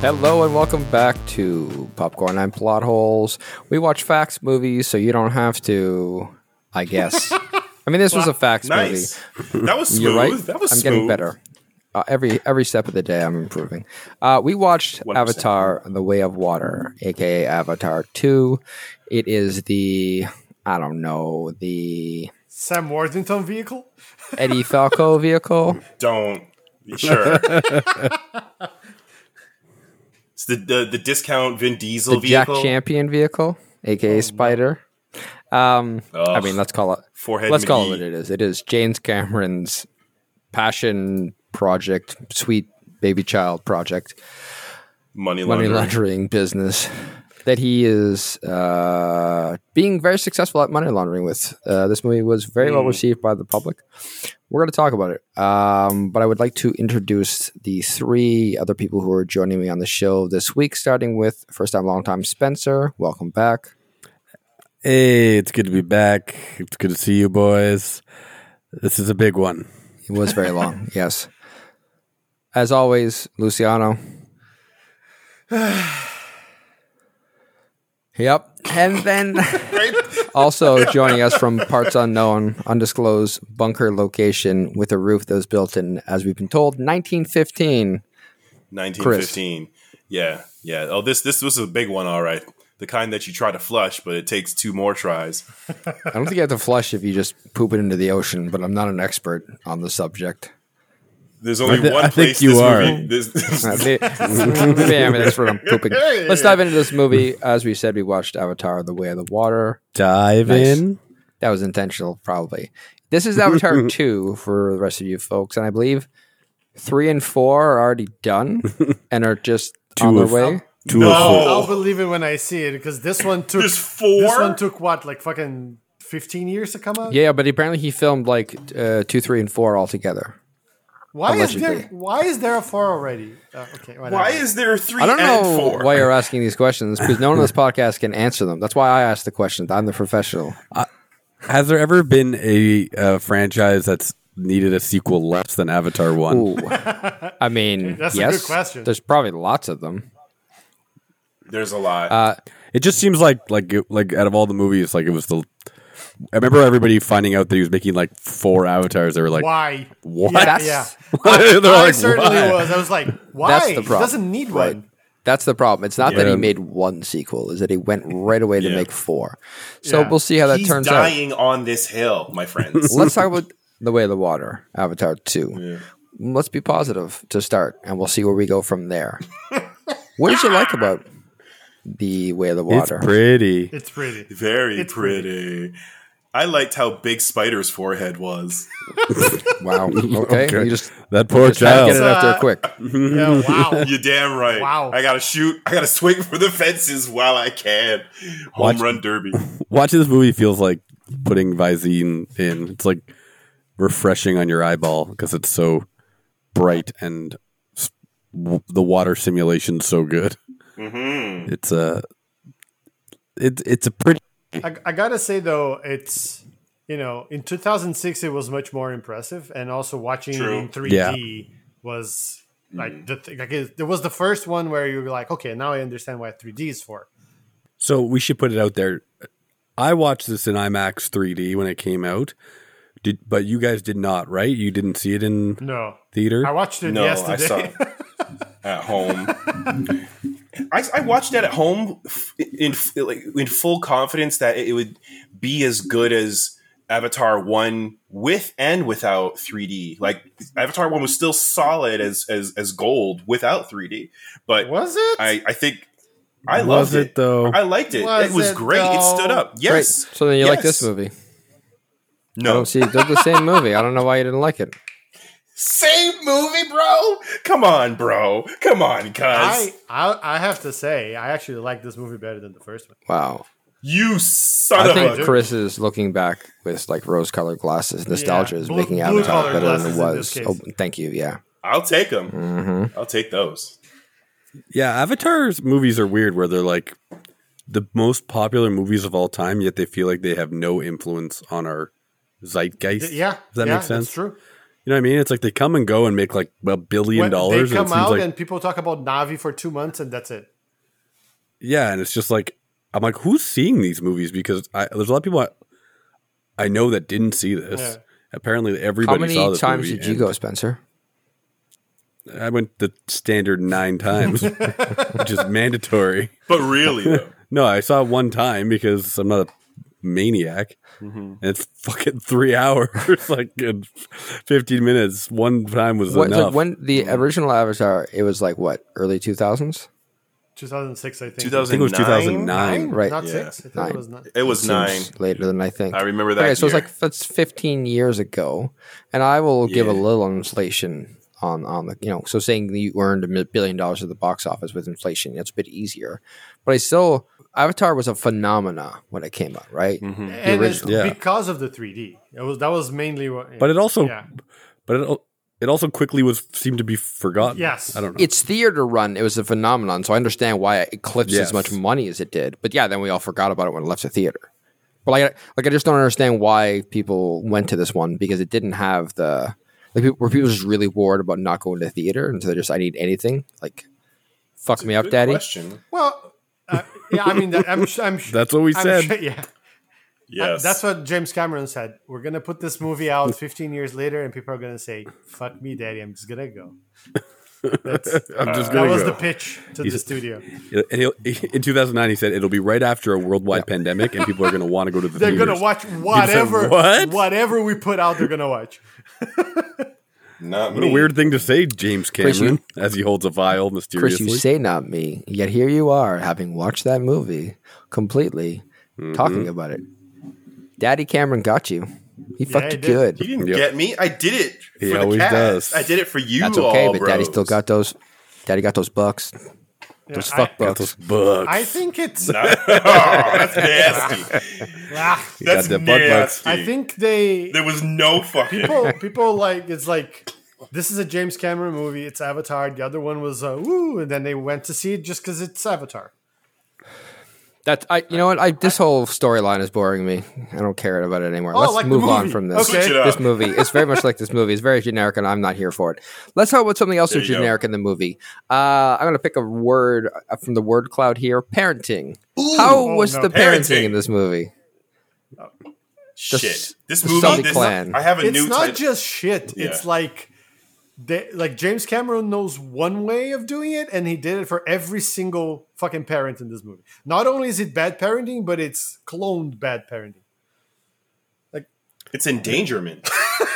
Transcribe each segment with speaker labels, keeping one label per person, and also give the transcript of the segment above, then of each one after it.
Speaker 1: Hello and welcome back to Popcorn and Plot Holes. We watch facts movies so you don't have to, I guess. I mean, this was a facts
Speaker 2: Nice.
Speaker 1: movie.
Speaker 2: That was smooth.
Speaker 1: You're right.
Speaker 2: That was
Speaker 1: I'm
Speaker 2: smooth.
Speaker 1: getting better. Uh, every every step of the day, I'm improving. Uh, we watched
Speaker 2: 1%.
Speaker 1: Avatar: The Way of Water, aka Avatar Two. It is the I don't know the
Speaker 3: Sam Worthington vehicle?
Speaker 1: Eddie Falco vehicle.
Speaker 2: Don't. Sure. it's the, the the discount Vin Diesel
Speaker 1: the
Speaker 2: vehicle. Oh,
Speaker 1: Jack Champion vehicle, aka Spider. Um, I
Speaker 2: Ugh.
Speaker 1: mean, let's call it.
Speaker 2: Forehead
Speaker 1: let's call it
Speaker 2: McGee.
Speaker 1: what it is. It is James Cameron's passion project, sweet baby child project,
Speaker 2: money
Speaker 1: money
Speaker 2: laundering.
Speaker 1: laundering business that he is uh, being very successful at money laundering with. Uh, this movie was very well received by the public. We're going to talk about it, um, but I would like to introduce the three other people who are joining me on the show this week, starting with first time, long time Spencer. Welcome back.
Speaker 4: Hey, it's good to be back. It's good to see you boys. This is a big one.
Speaker 1: It was very long, yes. As always, Luciano. yep. And then also joining us from parts unknown, undisclosed bunker location with a roof that was built in, as we've been told, 1915.
Speaker 2: 1915. Yeah, yeah. Oh, this this was a big one. All right, the kind that you try to flush, but it takes two more tries.
Speaker 1: I don't think you have to flush if you just poop it into the ocean, but I'm not an expert on the subject.
Speaker 2: There's only
Speaker 4: I thi-
Speaker 2: one
Speaker 4: I think
Speaker 2: place
Speaker 4: you
Speaker 2: this
Speaker 4: are.
Speaker 2: movie. This,
Speaker 1: Uh, the- Bam, that's what I'm pooping. Let's dive into this movie. As we said, we watched Avatar: The Way of the Water.
Speaker 4: Dive
Speaker 1: Nice.
Speaker 4: in.
Speaker 1: That was intentional, probably. This is Avatar 2 for the rest of you folks, and I believe 3 and 4 are already done and are just on their
Speaker 4: of-
Speaker 1: way.
Speaker 4: Two
Speaker 2: No.
Speaker 4: or four.
Speaker 3: I'll believe it when I see it because this one took
Speaker 2: there's four.
Speaker 3: this one took what like fucking fifteen years to come out.
Speaker 1: Yeah, but apparently he filmed like uh, 2, 3, and 4 all together.
Speaker 3: Why is
Speaker 1: allegedly.
Speaker 3: there Why is there a four already? Uh, okay. Whatever.
Speaker 2: Why is there three
Speaker 1: I don't
Speaker 2: and
Speaker 1: know
Speaker 2: four?
Speaker 1: why you're asking these questions because no one on this podcast can answer them. That's why I asked the questions. I'm the professional.
Speaker 4: Has there ever been a uh, franchise that's needed a sequel less than Avatar One?
Speaker 1: Ooh. I mean,
Speaker 3: That's a
Speaker 1: yes,
Speaker 3: good question.
Speaker 1: there's probably lots of them.
Speaker 2: There's a lot.
Speaker 1: Uh,
Speaker 4: It just seems like like it, like out of all the movies, like it was the. I remember everybody finding out that he was making like four avatars. They were like,
Speaker 3: Why?
Speaker 4: What?
Speaker 3: Yeah,
Speaker 1: That's-
Speaker 3: yeah.
Speaker 4: They're
Speaker 3: I
Speaker 4: like,
Speaker 3: certainly
Speaker 4: "Why?"
Speaker 3: was. I was like, why?
Speaker 1: That's the problem.
Speaker 3: He doesn't need
Speaker 1: Right.
Speaker 3: one.
Speaker 1: That's the problem. It's not that he
Speaker 4: Yeah.
Speaker 1: made one sequel; is that he went right away to
Speaker 2: Yeah.
Speaker 1: make four. So
Speaker 3: Yeah.
Speaker 1: we'll see how that
Speaker 2: He's
Speaker 1: turns out.
Speaker 2: dying on this hill, my friends.
Speaker 1: let's talk about the way of the water avatar 2 let's be positive to start and we'll see where we go from there what did you like about the way of the
Speaker 4: It's
Speaker 1: water
Speaker 4: pretty.
Speaker 3: It's pretty.
Speaker 2: Very
Speaker 3: It's
Speaker 2: pretty. I liked how big Spider's forehead was.
Speaker 1: wow okay,
Speaker 4: Okay.
Speaker 1: you just
Speaker 4: That poor
Speaker 1: just had to
Speaker 4: child.
Speaker 1: get it
Speaker 3: Uh,
Speaker 1: out there quick
Speaker 3: Yeah, wow.
Speaker 2: You're damn right.
Speaker 3: Wow.
Speaker 2: I gotta shoot. I gotta swing for the fences while I can. Home
Speaker 4: Watch-
Speaker 2: run derby.
Speaker 4: Watching this movie feels like putting Visine in. It's like refreshing on your eyeball because it's so bright and s- w- the water simulation's so good. Mm-hmm. It's a it's it's a pretty
Speaker 3: I, I gotta say though, it's you know, in 2006 it was much more impressive, and also watching
Speaker 2: True.
Speaker 3: it in 3D was like the th- like it, there was the first one where you were like, okay, now I understand what 3D is for.
Speaker 4: So we should put it out there. I watched this in IMAX 3D when it came out. Did but you guys did not, right? You didn't see it in
Speaker 3: No,
Speaker 4: theater.
Speaker 3: I watched it
Speaker 2: No,
Speaker 3: yesterday.
Speaker 2: I saw it at home. I, I watched that at home f- in f- like in full confidence that it would be as good as Avatar One with and without 3D. Like Avatar One was still solid as as as gold without 3D, but
Speaker 3: was it?
Speaker 2: I I think I
Speaker 4: Was
Speaker 2: loved it.
Speaker 4: it, though?
Speaker 2: I liked it.
Speaker 3: Was
Speaker 2: it was
Speaker 3: it,
Speaker 2: great. It
Speaker 3: though?
Speaker 2: stood up.
Speaker 1: Great.
Speaker 2: Yes.
Speaker 1: so then you like this
Speaker 2: Yes.
Speaker 1: movie i
Speaker 2: No.
Speaker 1: don't see they're the same movie i don't know why you didn't like it
Speaker 2: Same movie, bro. Come on, bro. Come on, cuz.
Speaker 3: I, I I have to say, I actually like this movie better than the first one.
Speaker 1: wow
Speaker 2: you son
Speaker 1: i
Speaker 2: of a
Speaker 1: think chris is looking back with like rose-colored glasses nostalgia is
Speaker 3: blue-
Speaker 1: making
Speaker 3: blue-colored
Speaker 1: avatar better than it
Speaker 3: glasses in
Speaker 1: was
Speaker 3: this
Speaker 1: oh,
Speaker 3: case.
Speaker 1: thank you yeah
Speaker 2: I'll take them.
Speaker 4: Mm-hmm.
Speaker 2: I'll take those.
Speaker 4: Yeah, Avatar's movies are weird where they're like the most popular movies of all time, yet they feel like they have no influence on our zeitgeist.
Speaker 3: Yeah,
Speaker 4: Does that
Speaker 3: yeah,
Speaker 4: make sense?
Speaker 3: That's true.
Speaker 4: You know what I mean? It's like they come and go and make like a billion
Speaker 3: When
Speaker 4: dollars. and it
Speaker 3: They come
Speaker 4: seems
Speaker 3: out
Speaker 4: like,
Speaker 3: and people talk about Navi for two months and that's it.
Speaker 4: yeah, and it's just like I'm like, who's seeing these movies? Because I, there's a lot of people I, I know that didn't see this.
Speaker 3: Yeah.
Speaker 4: Apparently,
Speaker 1: How
Speaker 4: everybody
Speaker 1: many
Speaker 4: saw this
Speaker 1: times
Speaker 4: movie,
Speaker 1: did you
Speaker 4: and
Speaker 1: go, Spencer?
Speaker 4: I went the standard nine times, which is mandatory.
Speaker 2: But really, though.
Speaker 4: No, I saw it one time because I'm not a maniac. And it's fucking three hours, like in 15 minutes. One time was
Speaker 1: What,
Speaker 4: enough.
Speaker 1: like when the
Speaker 2: Mm-hmm.
Speaker 1: original Avatar, it was like what early two thousands,
Speaker 3: 2006, I think.
Speaker 2: 2009?
Speaker 4: I think it was 2009.
Speaker 1: right?
Speaker 3: Not
Speaker 2: Yeah.
Speaker 3: six. I thought
Speaker 1: Nine.
Speaker 3: it was not.
Speaker 4: Mm.
Speaker 2: It was nine.
Speaker 1: Seems later than I think.
Speaker 2: I remember that.
Speaker 1: okay, so it's
Speaker 2: year.
Speaker 1: like that's fifteen years ago, and I will give a
Speaker 4: Yeah.
Speaker 1: little inflation on on the you know. So saying that you earned a mi- billion dollars at the box office with inflation, it's a bit easier. But I still, Avatar was a phenomena when it came out, right?
Speaker 2: Mm-hmm.
Speaker 3: And it's
Speaker 4: original. Yeah.
Speaker 3: because of the 3D. It was that was mainly what.
Speaker 4: But it also,
Speaker 3: yeah.
Speaker 4: but it, al- it also quickly was seemed to be forgotten.
Speaker 3: Yes.
Speaker 4: I don't know.
Speaker 1: Its theater run, it was a phenomenon, so I understand why it eclipsed as
Speaker 4: Yes.
Speaker 1: much money as it did. But yeah, then we all forgot about it when it left the theater. But like, like I just don't understand why people went to this one because it didn't have the like people, were people just really worried about not going to the theater and so they're just I need anything like fuck me up,
Speaker 2: Good
Speaker 1: daddy.
Speaker 2: Question.
Speaker 3: Well, uh, yeah. I mean, that, I'm. su- I'm su-
Speaker 4: That's what we
Speaker 3: I'm
Speaker 4: said.
Speaker 3: su- yeah.
Speaker 2: Yes.
Speaker 3: That's what James Cameron said. We're gonna put this movie out 15 years later, and people are gonna say, "Fuck me, daddy. I'm just gonna go." That's,
Speaker 4: I'm just
Speaker 3: Uh, that
Speaker 4: going
Speaker 3: was
Speaker 4: to
Speaker 3: the pitch to the studio.
Speaker 4: go. And he'll- in 2009, he said it'll be right after a worldwide pandemic, and people are going to want to go to the.
Speaker 3: They're
Speaker 4: theaters.
Speaker 3: gonna watch whatever
Speaker 4: "What?"
Speaker 3: whatever we put out. They're gonna watch.
Speaker 2: Not
Speaker 4: What a
Speaker 2: me.
Speaker 4: weird thing to say, James Cameron,
Speaker 1: Chris,
Speaker 4: as he holds a vial
Speaker 1: Chris,
Speaker 4: mysteriously.
Speaker 1: you say not me, yet here you are having watched that movie completely, talking about it. Daddy Cameron got you. He fucked
Speaker 3: he
Speaker 1: you
Speaker 3: did.
Speaker 1: good.
Speaker 2: You didn't
Speaker 4: Yep.
Speaker 2: get me. I did it. For
Speaker 4: He
Speaker 2: the
Speaker 4: always
Speaker 2: cast.
Speaker 4: does.
Speaker 2: I did it for you.
Speaker 1: That's okay,
Speaker 2: all,
Speaker 1: but daddy still
Speaker 2: bros.
Speaker 1: got those. Daddy got those bucks.
Speaker 3: Yeah,
Speaker 1: Those
Speaker 3: I-
Speaker 1: fuck bucks.
Speaker 4: those bugs.
Speaker 3: I think it's.
Speaker 2: that's nasty.
Speaker 3: ah,
Speaker 2: That's
Speaker 4: the butt
Speaker 2: nasty.
Speaker 3: I think they
Speaker 2: there was no fucking.
Speaker 3: people people like it's like this is a James Cameron movie. It's Avatar. The other one was uh, woo, and then they went to see it just because it's Avatar.
Speaker 1: That I, you know what? I this whole storyline is boring me. I don't care about it anymore. Let's
Speaker 3: like the
Speaker 1: move on
Speaker 3: movie.
Speaker 1: from this.
Speaker 3: Okay. Switch
Speaker 2: it up.
Speaker 1: This movie, it's very much like this movie. It's very generic, and I'm not here for it. Let's talk about something else that's
Speaker 2: you go.
Speaker 1: generic in the movie. Uh, I'm going to pick a word uh, from the word cloud here: parenting. How
Speaker 3: Oh,
Speaker 1: was
Speaker 3: no.
Speaker 1: the parenting,
Speaker 2: Parenting.
Speaker 1: in this movie?
Speaker 2: Shit. This
Speaker 1: the
Speaker 2: movie.
Speaker 1: Sully
Speaker 2: This,
Speaker 1: clan.
Speaker 2: I have a
Speaker 3: It's
Speaker 2: new.
Speaker 3: not
Speaker 2: title.
Speaker 3: just shit.
Speaker 2: Yeah.
Speaker 3: It's like they, like James Cameron knows one way of doing it, and he did it for every single fucking parent in this movie. Not only is it bad parenting, but it's cloned bad parenting.
Speaker 2: It's endangerment.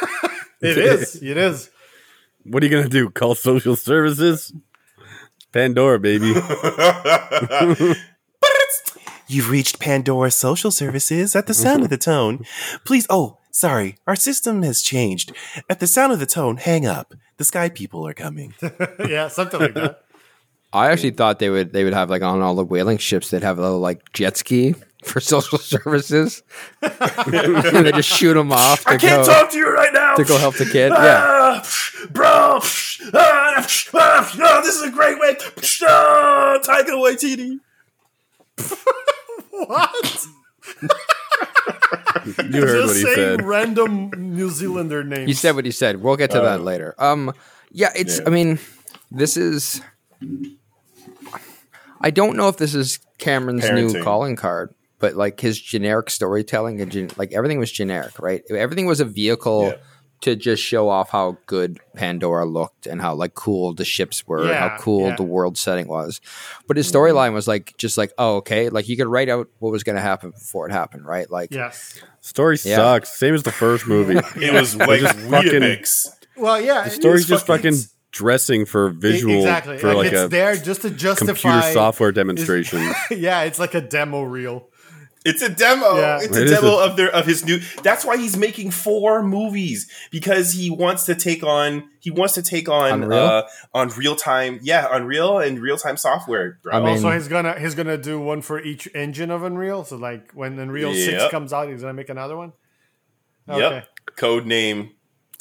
Speaker 3: It is. It is.
Speaker 4: What are you going to do? Call social services? Pandora, baby.
Speaker 5: You've reached Pandora's social services at the sound of the tone. Please, oh, sorry, our system has changed. At the sound of the tone, hang up. The sky people are coming.
Speaker 3: Yeah, something like that.
Speaker 1: I actually thought they would they would have like on all the whaling ships they'd have a little like jet ski for social services. and they just shoot them off. To
Speaker 5: I can't
Speaker 1: go,
Speaker 5: talk to you right now.
Speaker 1: to go help the kid. Yeah.
Speaker 5: Ah, bro. Ah, ah, ah, this is a great way. Ah, Taika Waititi.
Speaker 3: What?
Speaker 4: You heard what
Speaker 3: Just
Speaker 4: he
Speaker 3: saying
Speaker 4: said.
Speaker 3: random New Zealander names.
Speaker 1: You said what you said. We'll get to that
Speaker 2: Uh,
Speaker 1: later. Um, yeah, it's. I mean, this is. I don't know if this is Cameron's new
Speaker 2: Parenting.
Speaker 1: calling card, but like his generic storytelling and gen- like everything was generic, right? Everything was a vehicle
Speaker 2: Yeah.
Speaker 1: to just show off how good Pandora looked and how like cool the ships were,
Speaker 3: Yeah,
Speaker 1: how cool
Speaker 3: yeah.
Speaker 1: the world setting was. But
Speaker 2: Mm-hmm.
Speaker 1: his storyline was like just like oh okay, like you could write out what was going to happen before it happened, right? Like
Speaker 3: yes.
Speaker 4: Story
Speaker 1: Yeah.
Speaker 4: sucks. Same as the first movie.
Speaker 2: It was like
Speaker 4: just fucking-
Speaker 2: Weetabix.
Speaker 3: Well, yeah.
Speaker 4: the story's just fucking dressing for visual,
Speaker 3: E- exactly.
Speaker 4: for
Speaker 3: like,
Speaker 4: like,
Speaker 3: it's
Speaker 4: a
Speaker 3: there just to
Speaker 4: computer
Speaker 3: justify
Speaker 4: software demonstration.
Speaker 3: yeah, it's like a demo reel.
Speaker 2: It's a demo.
Speaker 3: Yeah.
Speaker 2: It's a
Speaker 4: It is
Speaker 2: demo
Speaker 4: a-
Speaker 2: of their of his new. That's why he's making four movies because he wants to take on he wants to take on
Speaker 1: Unreal?
Speaker 2: uh, on real time. Yeah, Unreal and real time software. Bro.
Speaker 1: I mean-
Speaker 3: also, he's gonna he's gonna do one for each engine of Unreal. So like when Unreal Six
Speaker 2: Yep.
Speaker 3: comes out, he's gonna make another one.
Speaker 2: yep. Code name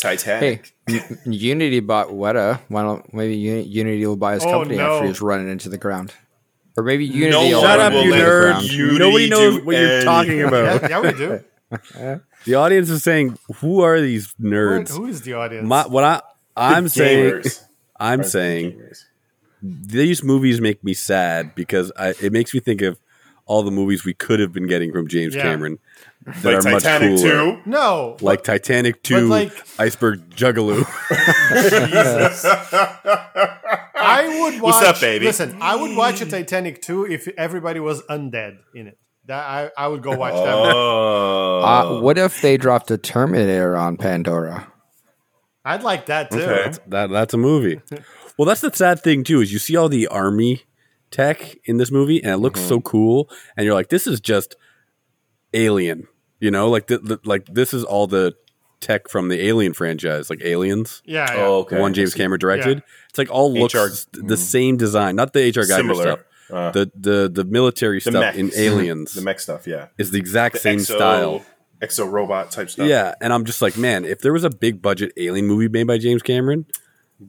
Speaker 1: Hey,
Speaker 2: Titanic.
Speaker 1: M- Unity bought Weta. Why don't maybe Uni- Unity will buy his
Speaker 3: Oh,
Speaker 1: company after
Speaker 3: no.
Speaker 1: he's running into the ground, or maybe Unity.
Speaker 2: No
Speaker 1: will
Speaker 2: one
Speaker 1: run
Speaker 2: will
Speaker 1: into
Speaker 2: let
Speaker 1: the
Speaker 2: him
Speaker 1: ground.
Speaker 2: Unity do anything.
Speaker 4: about.
Speaker 3: Yeah, yeah, we do.
Speaker 4: The audience is saying, "Who are these nerds?"
Speaker 3: Who is the audience?
Speaker 4: My, what I I'm saying,
Speaker 2: Gamers.
Speaker 4: I'm saying
Speaker 2: Gamers.
Speaker 4: these movies make me sad because I, it makes me think of all the movies we could have been getting from James
Speaker 3: Yeah.
Speaker 4: Cameron that
Speaker 2: Like
Speaker 4: are
Speaker 2: Titanic
Speaker 4: much cooler,
Speaker 2: too.
Speaker 3: no,
Speaker 4: like Titanic
Speaker 3: But
Speaker 4: Two,
Speaker 3: like-
Speaker 4: Iceberg Juggaloo.
Speaker 3: I would watch.
Speaker 2: What's up, baby?
Speaker 3: Listen, I would watch a Titanic 2 if everybody was undead in it. That I, I would go watch that. one.
Speaker 2: Oh,
Speaker 1: Uh, what if they dropped a Terminator on Pandora?
Speaker 3: I'd like that too.
Speaker 2: Okay.
Speaker 4: that that's a movie. Well, that's the sad thing too is you see all the army tech in this movie, and it looks so
Speaker 2: Mm-hmm.
Speaker 4: cool, and you're like, this is just Alien, you know, like th- th- like this is all the tech from the Alien franchise, like Aliens.
Speaker 3: Yeah, yeah.
Speaker 2: oh,
Speaker 4: the
Speaker 2: okay.
Speaker 4: one James Cameron directed. It's like all looks
Speaker 2: HR
Speaker 4: s- the same design, not the HR guy
Speaker 2: Mm. Similar.
Speaker 4: stuff.
Speaker 2: Uh,
Speaker 4: The the the military stuff
Speaker 2: mechs.
Speaker 4: in Aliens
Speaker 2: the mech stuff, yeah.
Speaker 4: is the exact same
Speaker 2: Exo-
Speaker 4: style.
Speaker 2: Exo robot type stuff.
Speaker 4: Yeah, and I'm just like, man, if there was a big budget alien movie made by James Cameron,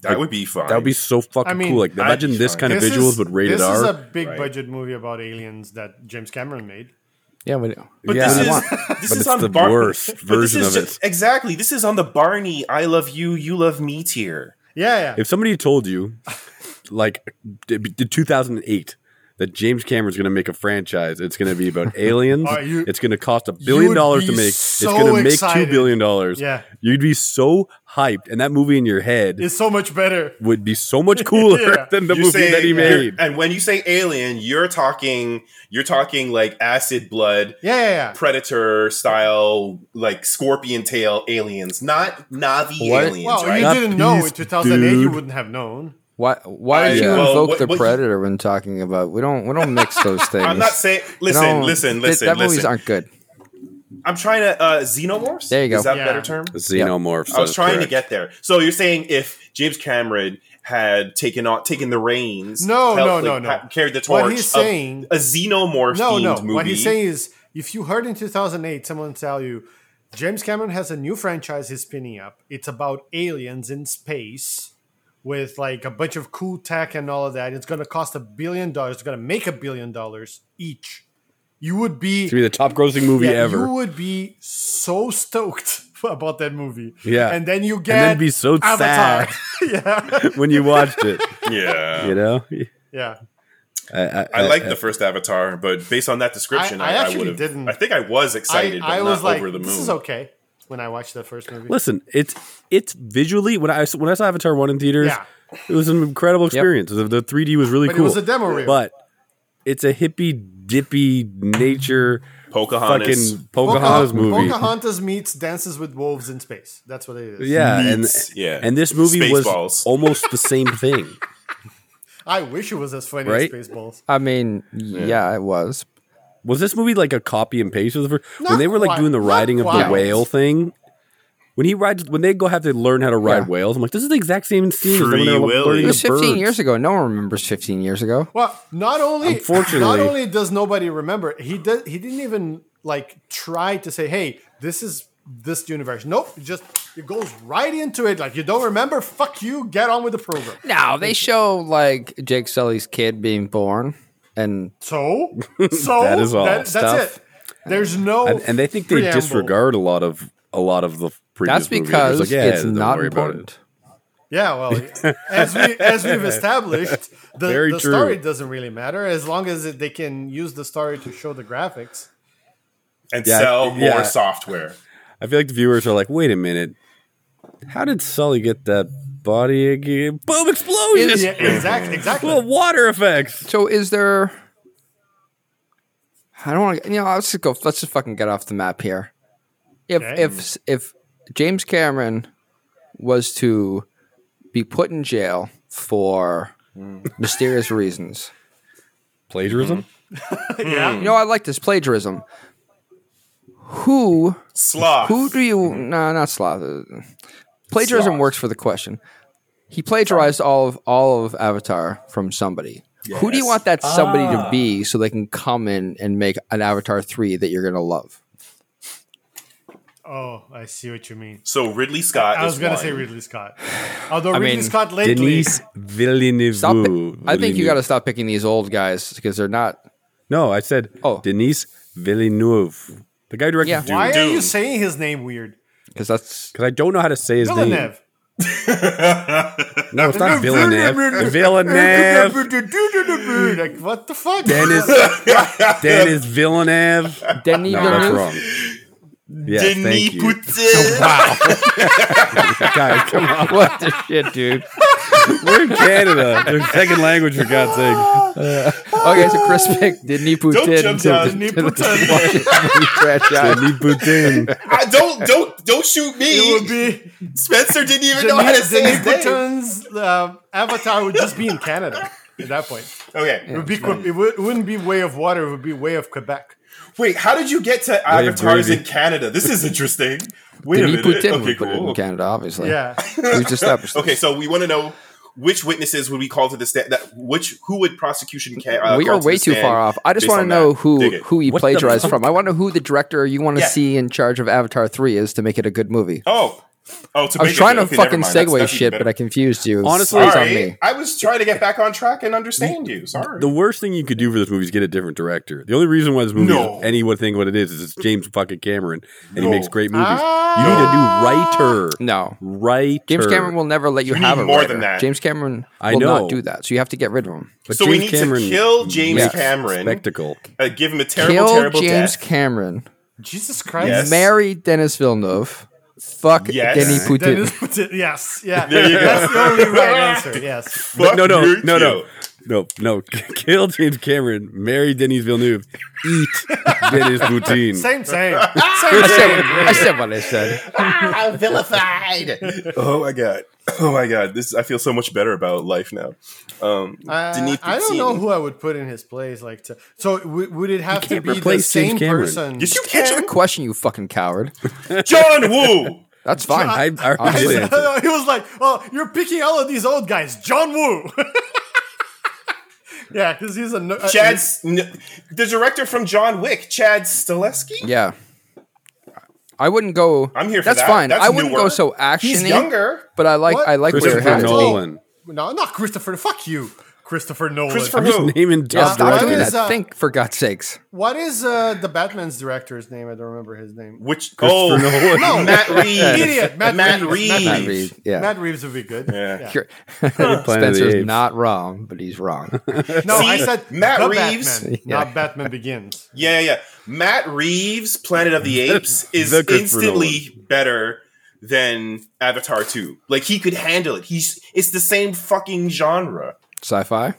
Speaker 2: That would be fun.
Speaker 4: that would be so fucking
Speaker 3: I mean,
Speaker 4: cool. Like, imagine this kind of
Speaker 3: This
Speaker 4: visuals,
Speaker 3: is-
Speaker 4: but rated
Speaker 3: this is
Speaker 4: R.
Speaker 3: a big
Speaker 2: Right.
Speaker 3: budget movie about aliens that James Cameron made.
Speaker 1: Yeah, we,
Speaker 2: But
Speaker 1: yeah,
Speaker 2: this
Speaker 1: I
Speaker 2: is
Speaker 1: want-
Speaker 2: this
Speaker 4: But
Speaker 2: is
Speaker 4: it's
Speaker 2: on
Speaker 4: the
Speaker 2: Bar-
Speaker 4: worst
Speaker 2: but this
Speaker 4: version
Speaker 2: is
Speaker 4: of
Speaker 2: just- Exactly. This is on the Barney "I love you, you love me" tier.
Speaker 3: Yeah, yeah.
Speaker 4: if somebody told you, like, d- d- 2008. That James Cameron's going to make a franchise. It's going to be about aliens.
Speaker 3: Are you-
Speaker 4: it's going to cost a
Speaker 3: you
Speaker 4: billion
Speaker 3: would
Speaker 4: dollars
Speaker 3: be
Speaker 4: to make.
Speaker 3: so
Speaker 4: it's going to make
Speaker 3: excited.
Speaker 4: two billion dollars.
Speaker 3: Yeah.
Speaker 4: you'd be so hyped, and that movie in your head
Speaker 3: It's so much better.
Speaker 4: would be so much cooler
Speaker 3: Yeah.
Speaker 4: than the
Speaker 2: You're
Speaker 4: movie
Speaker 2: saying-
Speaker 4: that he
Speaker 2: you're-
Speaker 4: made.
Speaker 2: And when you say alien, you're talking you're talking like acid blood,
Speaker 3: Yeah, yeah, yeah.
Speaker 2: predator style, like scorpion tail aliens, not Navi
Speaker 1: What?
Speaker 2: aliens,
Speaker 3: Well,
Speaker 2: right?
Speaker 3: you
Speaker 4: Not
Speaker 3: didn't know in
Speaker 4: peace,
Speaker 3: 2008. You
Speaker 4: dude.
Speaker 3: wouldn't have known.
Speaker 1: why? Why
Speaker 2: I-
Speaker 1: did you
Speaker 2: well,
Speaker 1: invoke
Speaker 2: what-
Speaker 1: the
Speaker 2: what you-
Speaker 1: predator when talking about? We don't. We don't mix those things.
Speaker 2: I'm not saying.
Speaker 1: You
Speaker 2: Listen,
Speaker 1: know,
Speaker 2: listen,
Speaker 1: th-
Speaker 2: listen,
Speaker 1: That movies
Speaker 2: listen.
Speaker 1: aren't good.
Speaker 2: I'm trying to uh, xenomorphs.
Speaker 1: There you go.
Speaker 2: Is that
Speaker 3: Yeah.
Speaker 2: a better term?
Speaker 4: Xenomorphs.
Speaker 2: I was trying to get there. So you're saying if James Cameron had taken on taken the reins,
Speaker 3: No,
Speaker 2: helped,
Speaker 3: no,
Speaker 2: like,
Speaker 3: no, no.
Speaker 2: pa- carried the torch.
Speaker 3: What he's
Speaker 2: of
Speaker 3: saying-
Speaker 2: a xenomorph
Speaker 3: No,
Speaker 2: themed
Speaker 3: no.
Speaker 2: movie.
Speaker 3: What he's saying is, if you heard in 2008 someone tell you James Cameron has a new franchise he's spinning up, it's about aliens in space with like a bunch of cool tech and all of that. It's going to cost a billion dollars. It's going to make a billion dollars each. You would be,
Speaker 4: to be the top grossing movie
Speaker 3: yeah,
Speaker 4: ever.
Speaker 3: You would be so stoked about that movie.
Speaker 4: Yeah.
Speaker 3: and then you get
Speaker 4: then be so
Speaker 3: Avatar.
Speaker 4: sad.
Speaker 3: yeah,
Speaker 4: when you watched it,
Speaker 2: yeah.
Speaker 4: you know.
Speaker 3: yeah.
Speaker 4: I, I,
Speaker 2: I liked the first Avatar, but based on that description,
Speaker 3: I- I
Speaker 2: I, I,
Speaker 3: actually
Speaker 2: would have.
Speaker 3: didn't.
Speaker 2: I think I was excited, but
Speaker 3: I, I
Speaker 2: not
Speaker 3: was like,
Speaker 2: over the moon.
Speaker 3: this is okay. When I watched that first movie,
Speaker 4: Listen, it's it's visually when I when I saw Avatar one in theaters,
Speaker 3: Yeah.
Speaker 4: it was an incredible experience. The, the 3D was really
Speaker 3: But it
Speaker 4: cool.
Speaker 3: was a demo reel.
Speaker 4: but it's a hippy dippy nature
Speaker 2: Pocahontas.
Speaker 4: fucking Pocahontas, movie.
Speaker 3: Pocahontas meets Dances with Wolves in Space. That's what it is.
Speaker 4: Yeah, and
Speaker 2: Meets- yeah.
Speaker 4: and this movie was
Speaker 2: Spaceballs.
Speaker 4: almost the same thing.
Speaker 3: I wish it was as funny
Speaker 4: Right?
Speaker 3: as Spaceballs.
Speaker 1: I mean, yeah, it was.
Speaker 4: Was this movie like a copy and paste of the first?
Speaker 3: Not
Speaker 4: when they were like
Speaker 3: quite-
Speaker 4: doing the
Speaker 3: not
Speaker 4: riding of
Speaker 3: quite.
Speaker 4: the whale thing. When he rides, when they go have to learn how to ride
Speaker 1: Yeah.
Speaker 4: whales, I'm like, this is the exact same scene as when
Speaker 2: Free
Speaker 4: they were
Speaker 2: Willy.
Speaker 4: learning
Speaker 1: It
Speaker 4: the
Speaker 1: was 15
Speaker 4: birds.
Speaker 1: years ago. No one remembers 15 years ago.
Speaker 3: Well, not only
Speaker 4: Unfortunately-
Speaker 3: not only does nobody remember, he did he didn't even like try to say, "Hey, this is this universe." Nope, it just it goes right into it. Like you don't remember, fuck you. Get on with the program.
Speaker 1: No, they show like Jake Sully's kid being born, and
Speaker 3: So, so
Speaker 4: That is all.
Speaker 3: that's
Speaker 4: Stuff.
Speaker 3: it. There's no
Speaker 4: and, and they think they
Speaker 3: preamble.
Speaker 4: disregard a lot of a lot of the previous
Speaker 1: that's
Speaker 4: movie. They're
Speaker 1: because
Speaker 4: just like, yeah,
Speaker 1: it's
Speaker 4: don't
Speaker 1: not
Speaker 4: worry about it.
Speaker 1: important.
Speaker 3: Yeah, well, as we as we've established, the,
Speaker 4: Very
Speaker 3: the
Speaker 4: true.
Speaker 3: story doesn't really matter as long as it, they can use the story to show the graphics.
Speaker 2: and
Speaker 4: Yeah,
Speaker 2: sell more
Speaker 4: yeah.
Speaker 2: software.
Speaker 4: I feel like the viewers are like, wait a minute, how did Sully get that body again? Boom explosion!
Speaker 3: Yeah, exactly, exactly.
Speaker 4: Well, water effects.
Speaker 1: So, is there? I don't want to. You know, let's just go. Let's just fucking get off the map here. If
Speaker 3: Okay.
Speaker 1: if if James Cameron was to be put in jail for mysterious reasons,
Speaker 4: Plagiarism.
Speaker 3: yeah,
Speaker 1: you know, I like this plagiarism. Who
Speaker 2: Sloth.
Speaker 1: Who do you? No, not sloth. Plagiarism
Speaker 2: Mm-hmm. Sloth.
Speaker 1: works for the question. He plagiarized all of all of Avatar from somebody. Who do you
Speaker 2: Yes. Ah.
Speaker 1: want that somebody to be so they can come in and make an Avatar three that you're gonna love?
Speaker 3: Oh, I see what you mean.
Speaker 2: So Ridley Scott.
Speaker 3: I was
Speaker 2: is
Speaker 3: gonna
Speaker 2: one.
Speaker 3: say Ridley Scott, although Ridley
Speaker 1: mean,
Speaker 3: Scott lately,
Speaker 4: Denise Villeneuve.
Speaker 1: Stop pi- I think you
Speaker 4: Villeneuve.
Speaker 1: got to stop picking these old guys because they're not.
Speaker 4: No, I said
Speaker 1: Oh.
Speaker 4: Denise Villeneuve. The guy who directed
Speaker 1: Yeah.
Speaker 4: Dune.
Speaker 3: Why are
Speaker 2: Dune.
Speaker 3: you saying his name weird?
Speaker 1: because that's
Speaker 4: Because I don't know how to say his name.
Speaker 3: Villeneuve.
Speaker 4: No, it's not Villeneuve. Villeneuve.
Speaker 3: like, what the fuck?
Speaker 4: Dennis. Dennis Villeneuve.
Speaker 1: Denis
Speaker 4: No,
Speaker 1: Villeneuve.
Speaker 4: that's wrong. Yes, thank you.
Speaker 5: Poutier.
Speaker 4: God, come on.
Speaker 1: What the shit, dude?
Speaker 4: We're in Canada. Their second language, for God's sake.
Speaker 1: Okay, so Chris Pick did Nipu
Speaker 2: Don't
Speaker 1: Tin
Speaker 2: jump
Speaker 1: to
Speaker 2: down,
Speaker 1: the-
Speaker 2: Nipu
Speaker 1: to the
Speaker 2: Tin.
Speaker 1: Washington trash out.
Speaker 4: Denis Boutin.
Speaker 2: I- don't don't don't shoot
Speaker 3: It
Speaker 2: me.
Speaker 3: would be
Speaker 2: Spencer didn't even know how to
Speaker 3: Denis
Speaker 2: say his name.
Speaker 3: Newton's uh, avatar would just be in Canada at that point.
Speaker 2: Okay,
Speaker 3: It, would be, Que- it, would, it wouldn't be Way of Water. It would be Way of Quebec.
Speaker 2: wait. How did you get to
Speaker 4: Wave
Speaker 2: avatars
Speaker 4: gravy.
Speaker 2: in Canada? This is interesting. Wait
Speaker 1: Denis
Speaker 2: a minute.
Speaker 1: Poutin
Speaker 2: okay,
Speaker 1: would put it
Speaker 2: cool.
Speaker 1: in Canada, obviously.
Speaker 3: Yeah.
Speaker 1: We've established
Speaker 2: Okay,
Speaker 1: this.
Speaker 2: so we want to know which witnesses would we call to the stand. That which who would prosecution? Ca- uh,
Speaker 1: we
Speaker 2: call
Speaker 1: are
Speaker 2: to the
Speaker 1: way too
Speaker 2: stand
Speaker 1: far off. I just
Speaker 2: based
Speaker 1: want to
Speaker 2: on
Speaker 1: know
Speaker 2: that? Dig
Speaker 1: who
Speaker 2: it.
Speaker 1: who he
Speaker 4: What the
Speaker 1: plagiarized
Speaker 4: fuck?
Speaker 1: from. I want to know who the director you want to
Speaker 2: Yeah.
Speaker 1: see in charge of Avatar Three is to make it a good movie.
Speaker 2: Oh, oh, to
Speaker 1: I was
Speaker 2: make it-
Speaker 1: trying to
Speaker 2: okay, never
Speaker 1: fucking
Speaker 2: mind. That's-
Speaker 1: segue
Speaker 2: that's even
Speaker 1: shit,
Speaker 2: better.
Speaker 1: but I confused you.
Speaker 4: Honestly-
Speaker 1: it's on
Speaker 2: Sorry,
Speaker 1: me.
Speaker 2: I was trying to get back on track and understand you. Sorry.
Speaker 4: The worst thing you could do for this movie is get a different director. The only reason why this movie
Speaker 2: No.
Speaker 4: is anyone thing what it is is it's James fucking Cameron and he
Speaker 2: No.
Speaker 4: makes great movies.
Speaker 3: Ah.
Speaker 4: you need a new writer.
Speaker 1: No,
Speaker 4: Writer.
Speaker 1: James Cameron will never let you,
Speaker 2: You
Speaker 1: have
Speaker 2: need
Speaker 1: a
Speaker 2: more
Speaker 1: writer.
Speaker 2: than that.
Speaker 1: James Cameron will
Speaker 4: I know.
Speaker 1: not do that, so you have to get rid of him.
Speaker 4: But
Speaker 2: So we need to kill James
Speaker 4: makes
Speaker 2: Cameron.
Speaker 4: Spectacle.
Speaker 2: Uh, give him a terrible,
Speaker 1: Kill
Speaker 2: terrible
Speaker 1: James
Speaker 2: death.
Speaker 1: Cameron,
Speaker 3: Jesus Christ.
Speaker 2: Yes.
Speaker 1: marry Dennis Villeneuve, fuck
Speaker 2: Yes.
Speaker 1: Denis Poutin.
Speaker 3: Dennis Poutin. Yes. Yeah.
Speaker 2: There you go.
Speaker 3: That's the only right answer. Yes.
Speaker 2: Fuck
Speaker 4: no, no,
Speaker 2: you,
Speaker 4: no, no,
Speaker 2: too.
Speaker 4: no, no. Kill James Cameron. Marry Denis Villeneuve. Eat Denis Poutine.
Speaker 3: Same, same. Uh, Same,
Speaker 1: I said,
Speaker 3: same.
Speaker 1: I said what I said.
Speaker 2: I'm vilified. oh my god. Oh my god. This I feel so much better about life now. Um,
Speaker 3: Uh,
Speaker 2: Denis
Speaker 3: I don't
Speaker 2: Poutine.
Speaker 3: know who I would put in his place. Like, to, so w- would it have to
Speaker 4: can't
Speaker 3: be the
Speaker 4: replace James
Speaker 3: same
Speaker 4: Cameron.
Speaker 3: person?
Speaker 2: Yes, you
Speaker 1: Answer the
Speaker 2: can.
Speaker 1: question, you fucking coward.
Speaker 2: John Woo.
Speaker 1: That's fine.
Speaker 4: I, I
Speaker 1: I
Speaker 4: already
Speaker 1: said-
Speaker 4: did answer.
Speaker 3: he was like, "Oh, you're picking all of these old guys, John Woo." yeah, because he's a no- uh,
Speaker 2: Chad, S- n- the director from John Wick, Chad Stileski.
Speaker 1: yeah. I wouldn't go.
Speaker 2: I'm here for
Speaker 1: That's
Speaker 2: that.
Speaker 1: fine.
Speaker 2: That's
Speaker 1: I wouldn't
Speaker 2: newer.
Speaker 1: go so actiony.
Speaker 2: He's younger.
Speaker 1: but I like
Speaker 3: What?
Speaker 1: I like where
Speaker 4: Christopher
Speaker 1: it headed.
Speaker 3: Nolan.
Speaker 4: Nolan.
Speaker 3: No, not Christopher. Fuck you, Christopher Nolan.
Speaker 2: Christopher
Speaker 4: I'm just
Speaker 2: who?
Speaker 4: naming
Speaker 1: Yeah,
Speaker 4: top
Speaker 1: stop
Speaker 3: What
Speaker 1: doing
Speaker 4: directors.
Speaker 1: that.
Speaker 3: is, uh,
Speaker 1: Think for God's sakes.
Speaker 3: What is uh, the Batman's director's name? I don't remember his name.
Speaker 2: Which oh
Speaker 4: Nolan.
Speaker 2: no, Matt Reeves.
Speaker 3: Idiot, Matt Reeves.
Speaker 1: Matt Reeves. Yeah.
Speaker 3: Matt Reeves would be good.
Speaker 2: Yeah.
Speaker 4: Planet of the
Speaker 1: Spencer's
Speaker 4: Apes.
Speaker 1: not wrong, but he's wrong.
Speaker 3: No, I
Speaker 2: See?
Speaker 3: said
Speaker 2: Matt
Speaker 3: the
Speaker 2: Reeves.
Speaker 3: Batman, not Batman Begins.
Speaker 2: Yeah, yeah, yeah. Matt Reeves, Planet of the Apes, is
Speaker 4: The Christopher
Speaker 2: instantly better than Avatar 2. Like he could handle it. He's it's the same fucking genre.
Speaker 1: Sci-fi.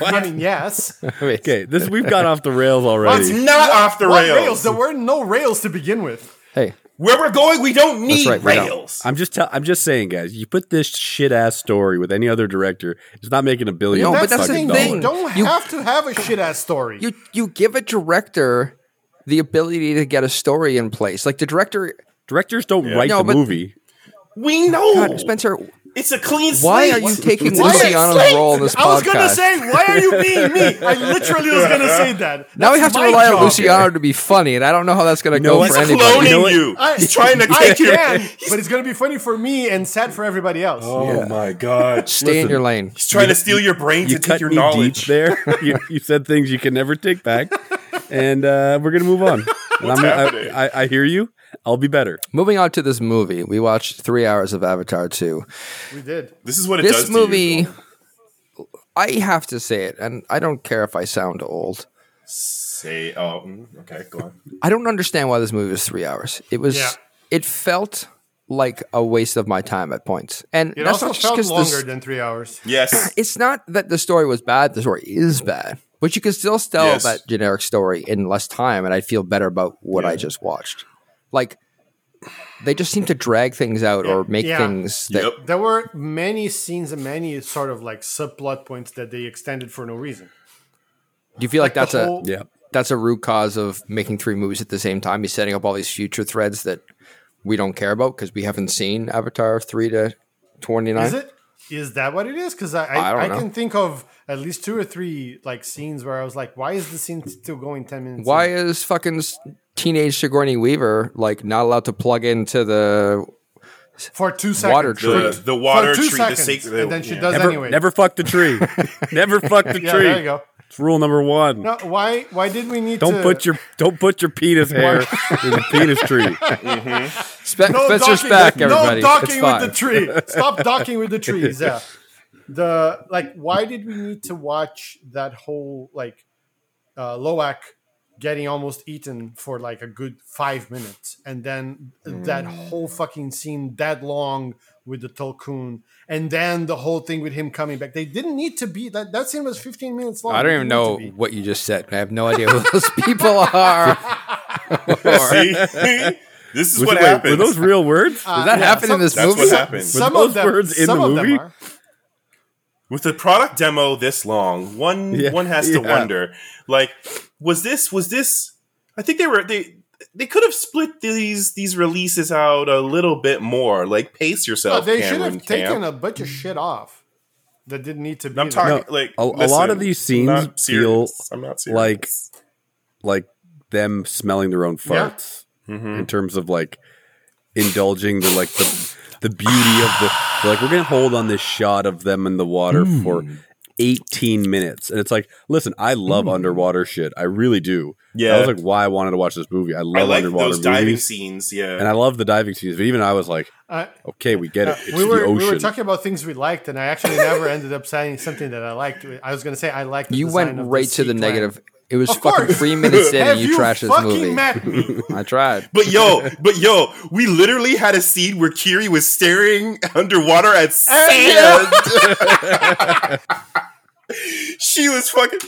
Speaker 3: I mean, yes.
Speaker 1: I mean,
Speaker 4: Okay, this we've got off the rails
Speaker 2: It's
Speaker 4: already.
Speaker 2: not off the
Speaker 3: What
Speaker 2: rails.
Speaker 3: rails? There were no rails to begin with.
Speaker 1: Hey,
Speaker 2: Where we're going, we don't need
Speaker 1: right, we don't.
Speaker 2: rails.
Speaker 4: I'm just tell, I'm just saying, guys. You put this shit ass story with any other director, it's not making a billion.
Speaker 1: No, but
Speaker 3: That's
Speaker 1: that's
Speaker 3: the
Speaker 1: fucking
Speaker 3: thing.
Speaker 1: dumb.
Speaker 3: They don't
Speaker 1: You-
Speaker 3: have to have a shit ass story.
Speaker 1: you you give a director the ability to get a story in place. Like the director,
Speaker 4: Directors don't write
Speaker 1: No,
Speaker 4: the
Speaker 1: but-
Speaker 4: movie.
Speaker 2: we know.
Speaker 1: God, Spencer.
Speaker 2: it's a clean slate.
Speaker 1: Why are you taking
Speaker 2: Why is
Speaker 1: Luciano's
Speaker 2: slate?
Speaker 1: role in this
Speaker 3: I was gonna
Speaker 1: podcast?
Speaker 3: say, why are you being me? I literally was gonna say that.
Speaker 1: now we have
Speaker 3: That's
Speaker 1: to
Speaker 3: my
Speaker 1: rely
Speaker 3: job.
Speaker 1: on Luciano to be funny, and I don't know how that's going to
Speaker 4: know
Speaker 1: go
Speaker 4: what?
Speaker 1: for
Speaker 2: He's
Speaker 1: anybody.
Speaker 2: cloning
Speaker 4: You
Speaker 2: you.
Speaker 4: know what?
Speaker 3: I,
Speaker 2: He's trying to
Speaker 3: I
Speaker 2: take your
Speaker 3: can, but it's gonna be funny for me and sad for everybody else.
Speaker 2: Oh my god.
Speaker 1: Stay in your lane.
Speaker 2: He's trying to steal your brain
Speaker 4: You
Speaker 2: to take
Speaker 4: cut
Speaker 2: your
Speaker 4: me
Speaker 2: knowledge.
Speaker 4: deep there. you, you said things you can never take back, and uh, we're gonna move on. And I'm,
Speaker 2: happening?
Speaker 4: I, I, I hear you. I'll be better.
Speaker 1: Moving on to this movie, we watched three hours of Avatar 2.
Speaker 3: We did.
Speaker 2: This is what it does.
Speaker 1: This
Speaker 2: to you,
Speaker 1: movie,
Speaker 2: Joel.
Speaker 1: I have to say it, and I don't care if I sound old.
Speaker 2: Say oh mm, okay, go on.
Speaker 1: I don't understand why this movie was three hours. It was,
Speaker 3: Yeah.
Speaker 1: it felt like a waste of my time at points. And
Speaker 3: It
Speaker 1: that's
Speaker 3: also
Speaker 1: not just
Speaker 3: felt
Speaker 1: because
Speaker 3: longer
Speaker 1: this,
Speaker 3: than three hours.
Speaker 2: Yes.
Speaker 1: it's not that the story was bad, the story is bad. But you can still tell
Speaker 2: Yes.
Speaker 1: that generic story in less time, and I'd feel better about what I just watched. Like, they just seem to drag things out or make
Speaker 3: Yeah.
Speaker 1: things that
Speaker 2: Yep.
Speaker 3: There were many scenes and many sort of like subplot points that they extended for no reason.
Speaker 1: Do you feel like, that's
Speaker 3: the
Speaker 1: a
Speaker 3: whole-
Speaker 4: Yeah.
Speaker 1: that's a root cause of making three movies at the same time? He's setting up all these future threads that we don't care about because we haven't seen Avatar three to twenty
Speaker 3: Is
Speaker 1: nine.
Speaker 3: it? Is that what it is? Because I
Speaker 1: I don't
Speaker 3: I, I,
Speaker 1: know.
Speaker 3: can think of at least two or three like scenes where I was like, why is the scene still going ten minutes?
Speaker 1: Why
Speaker 3: in?
Speaker 1: is fucking s- teenage Sigourney Weaver like not allowed to plug into the
Speaker 3: for two seconds?
Speaker 1: water
Speaker 2: The,
Speaker 1: tree?
Speaker 2: the water
Speaker 3: for two
Speaker 2: tree,
Speaker 3: seconds,
Speaker 2: the sacred
Speaker 3: and then she
Speaker 2: yeah.
Speaker 3: does
Speaker 4: Never,
Speaker 3: anyway.
Speaker 4: never fuck the tree. never fuck the
Speaker 3: yeah,
Speaker 4: tree.
Speaker 3: there you go.
Speaker 4: It's rule number one.
Speaker 3: No, why? Why did we need
Speaker 4: Don't
Speaker 3: to
Speaker 4: put your don't put your penis hair in the penis tree.
Speaker 1: Spe-
Speaker 3: no
Speaker 1: Spencer
Speaker 3: docking,
Speaker 1: Speck,
Speaker 3: with-
Speaker 1: everybody.
Speaker 3: No
Speaker 1: it's
Speaker 3: docking
Speaker 1: fine.
Speaker 3: with the tree. Stop docking with the trees. Yeah. The like, why did we need to watch that whole like uh, Loak getting almost eaten for like a good five minutes, and then that whole fucking scene that long with the Tolkien, and then the whole thing with him coming back? They didn't need to be that. That scene was fifteen minutes long.
Speaker 1: I don't
Speaker 3: It
Speaker 1: even
Speaker 3: didn't need
Speaker 1: know
Speaker 3: to be.
Speaker 1: what you just said. I have no idea who those people are. Does
Speaker 2: See, this is
Speaker 4: Was
Speaker 2: what
Speaker 4: it- wait,
Speaker 2: happens.
Speaker 4: Were those real words?
Speaker 3: Uh,
Speaker 1: that
Speaker 3: yeah,
Speaker 1: happen in
Speaker 3: some-
Speaker 1: this
Speaker 2: That's
Speaker 1: movie?
Speaker 2: what happens.
Speaker 4: Were
Speaker 3: Some
Speaker 4: those
Speaker 3: of them,
Speaker 4: words in
Speaker 3: some
Speaker 4: the
Speaker 3: of them
Speaker 4: movie?
Speaker 3: are.
Speaker 2: with a product demo this long, one
Speaker 4: Yeah,
Speaker 2: one has to
Speaker 4: yeah.
Speaker 2: wonder, like, was this was this? I think they were they they could have split these these releases out a little bit more. Like, pace
Speaker 3: No,
Speaker 2: yourself.
Speaker 3: they should
Speaker 2: Cameron Camp.
Speaker 3: have taken a bunch of shit off that didn't need to be.
Speaker 2: I'm
Speaker 3: there.
Speaker 2: talking like
Speaker 4: a- a lot of these scenes
Speaker 2: I'm not
Speaker 4: feel
Speaker 2: serious. I'm not serious.
Speaker 4: like like them smelling their own
Speaker 3: Yeah.
Speaker 4: farts
Speaker 2: Mhm.
Speaker 4: in terms of like indulging the like the the beauty of the they're like we're gonna hold on this shot of them in the water for
Speaker 1: Hmm.
Speaker 4: 18 minutes and it's like listen i love underwater shit i really do
Speaker 2: yeah,
Speaker 4: that was like why i wanted to watch this movie i
Speaker 2: I
Speaker 4: love
Speaker 2: like
Speaker 4: underwater
Speaker 2: those diving
Speaker 4: movies
Speaker 2: scenes. Yeah,
Speaker 4: and i love the diving scenes but even i was like
Speaker 3: Uh,
Speaker 4: okay we get it it's
Speaker 3: we
Speaker 4: the
Speaker 3: were we
Speaker 4: ocean
Speaker 3: were talking about things we liked, and I actually never ended up saying something that I liked. I was going to say I liked. The
Speaker 1: You
Speaker 3: design
Speaker 1: went
Speaker 3: of
Speaker 1: right to
Speaker 3: sea
Speaker 1: the
Speaker 3: clam.
Speaker 1: negative. It was
Speaker 3: Of
Speaker 1: fucking
Speaker 3: course.
Speaker 1: three minutes in,
Speaker 3: Have
Speaker 1: and you, trashed this
Speaker 3: fucking
Speaker 1: movie.
Speaker 3: met me?
Speaker 1: I tried.
Speaker 2: But yo, but yo, we literally had a scene where Kiri was staring underwater at sand. she was fucking.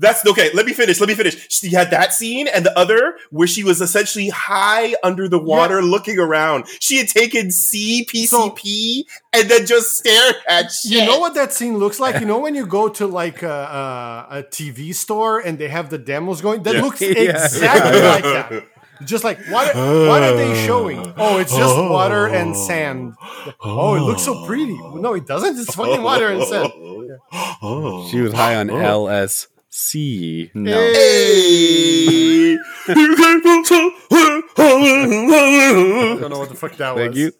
Speaker 2: That's okay. Let me finish. Let me finish. She had that scene and the other where she was essentially high under the water, looking around. She had taken C P C P and then just stared at shit.
Speaker 3: You know what that scene looks like? You know when you go to like a, a, a TV store and they have the demos going. That
Speaker 4: Yeah.
Speaker 3: looks
Speaker 4: Yeah.
Speaker 3: exactly like that. Just like what? What are they showing? Oh, it's just water and sand. Oh, it looks so pretty. No, it doesn't. It's fucking water and sand.
Speaker 4: she was high on lsc
Speaker 1: Oh. No.
Speaker 2: Hey.
Speaker 3: I don't know what the fuck that
Speaker 4: thank
Speaker 3: was.
Speaker 4: you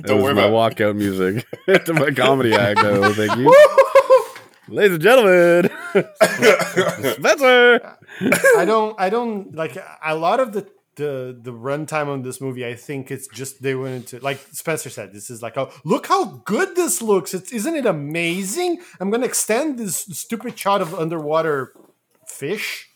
Speaker 4: That was
Speaker 2: worry
Speaker 4: my walkout music to my comedy act. though. Thank you, ladies and gentlemen. Spencer.
Speaker 3: I don't. I don't like a lot of the the the runtime on this movie. I think it's just they went into like Spencer said. This is like, oh, look how good this looks. It's isn't it amazing? I'm gonna extend this stupid shot of underwater fish,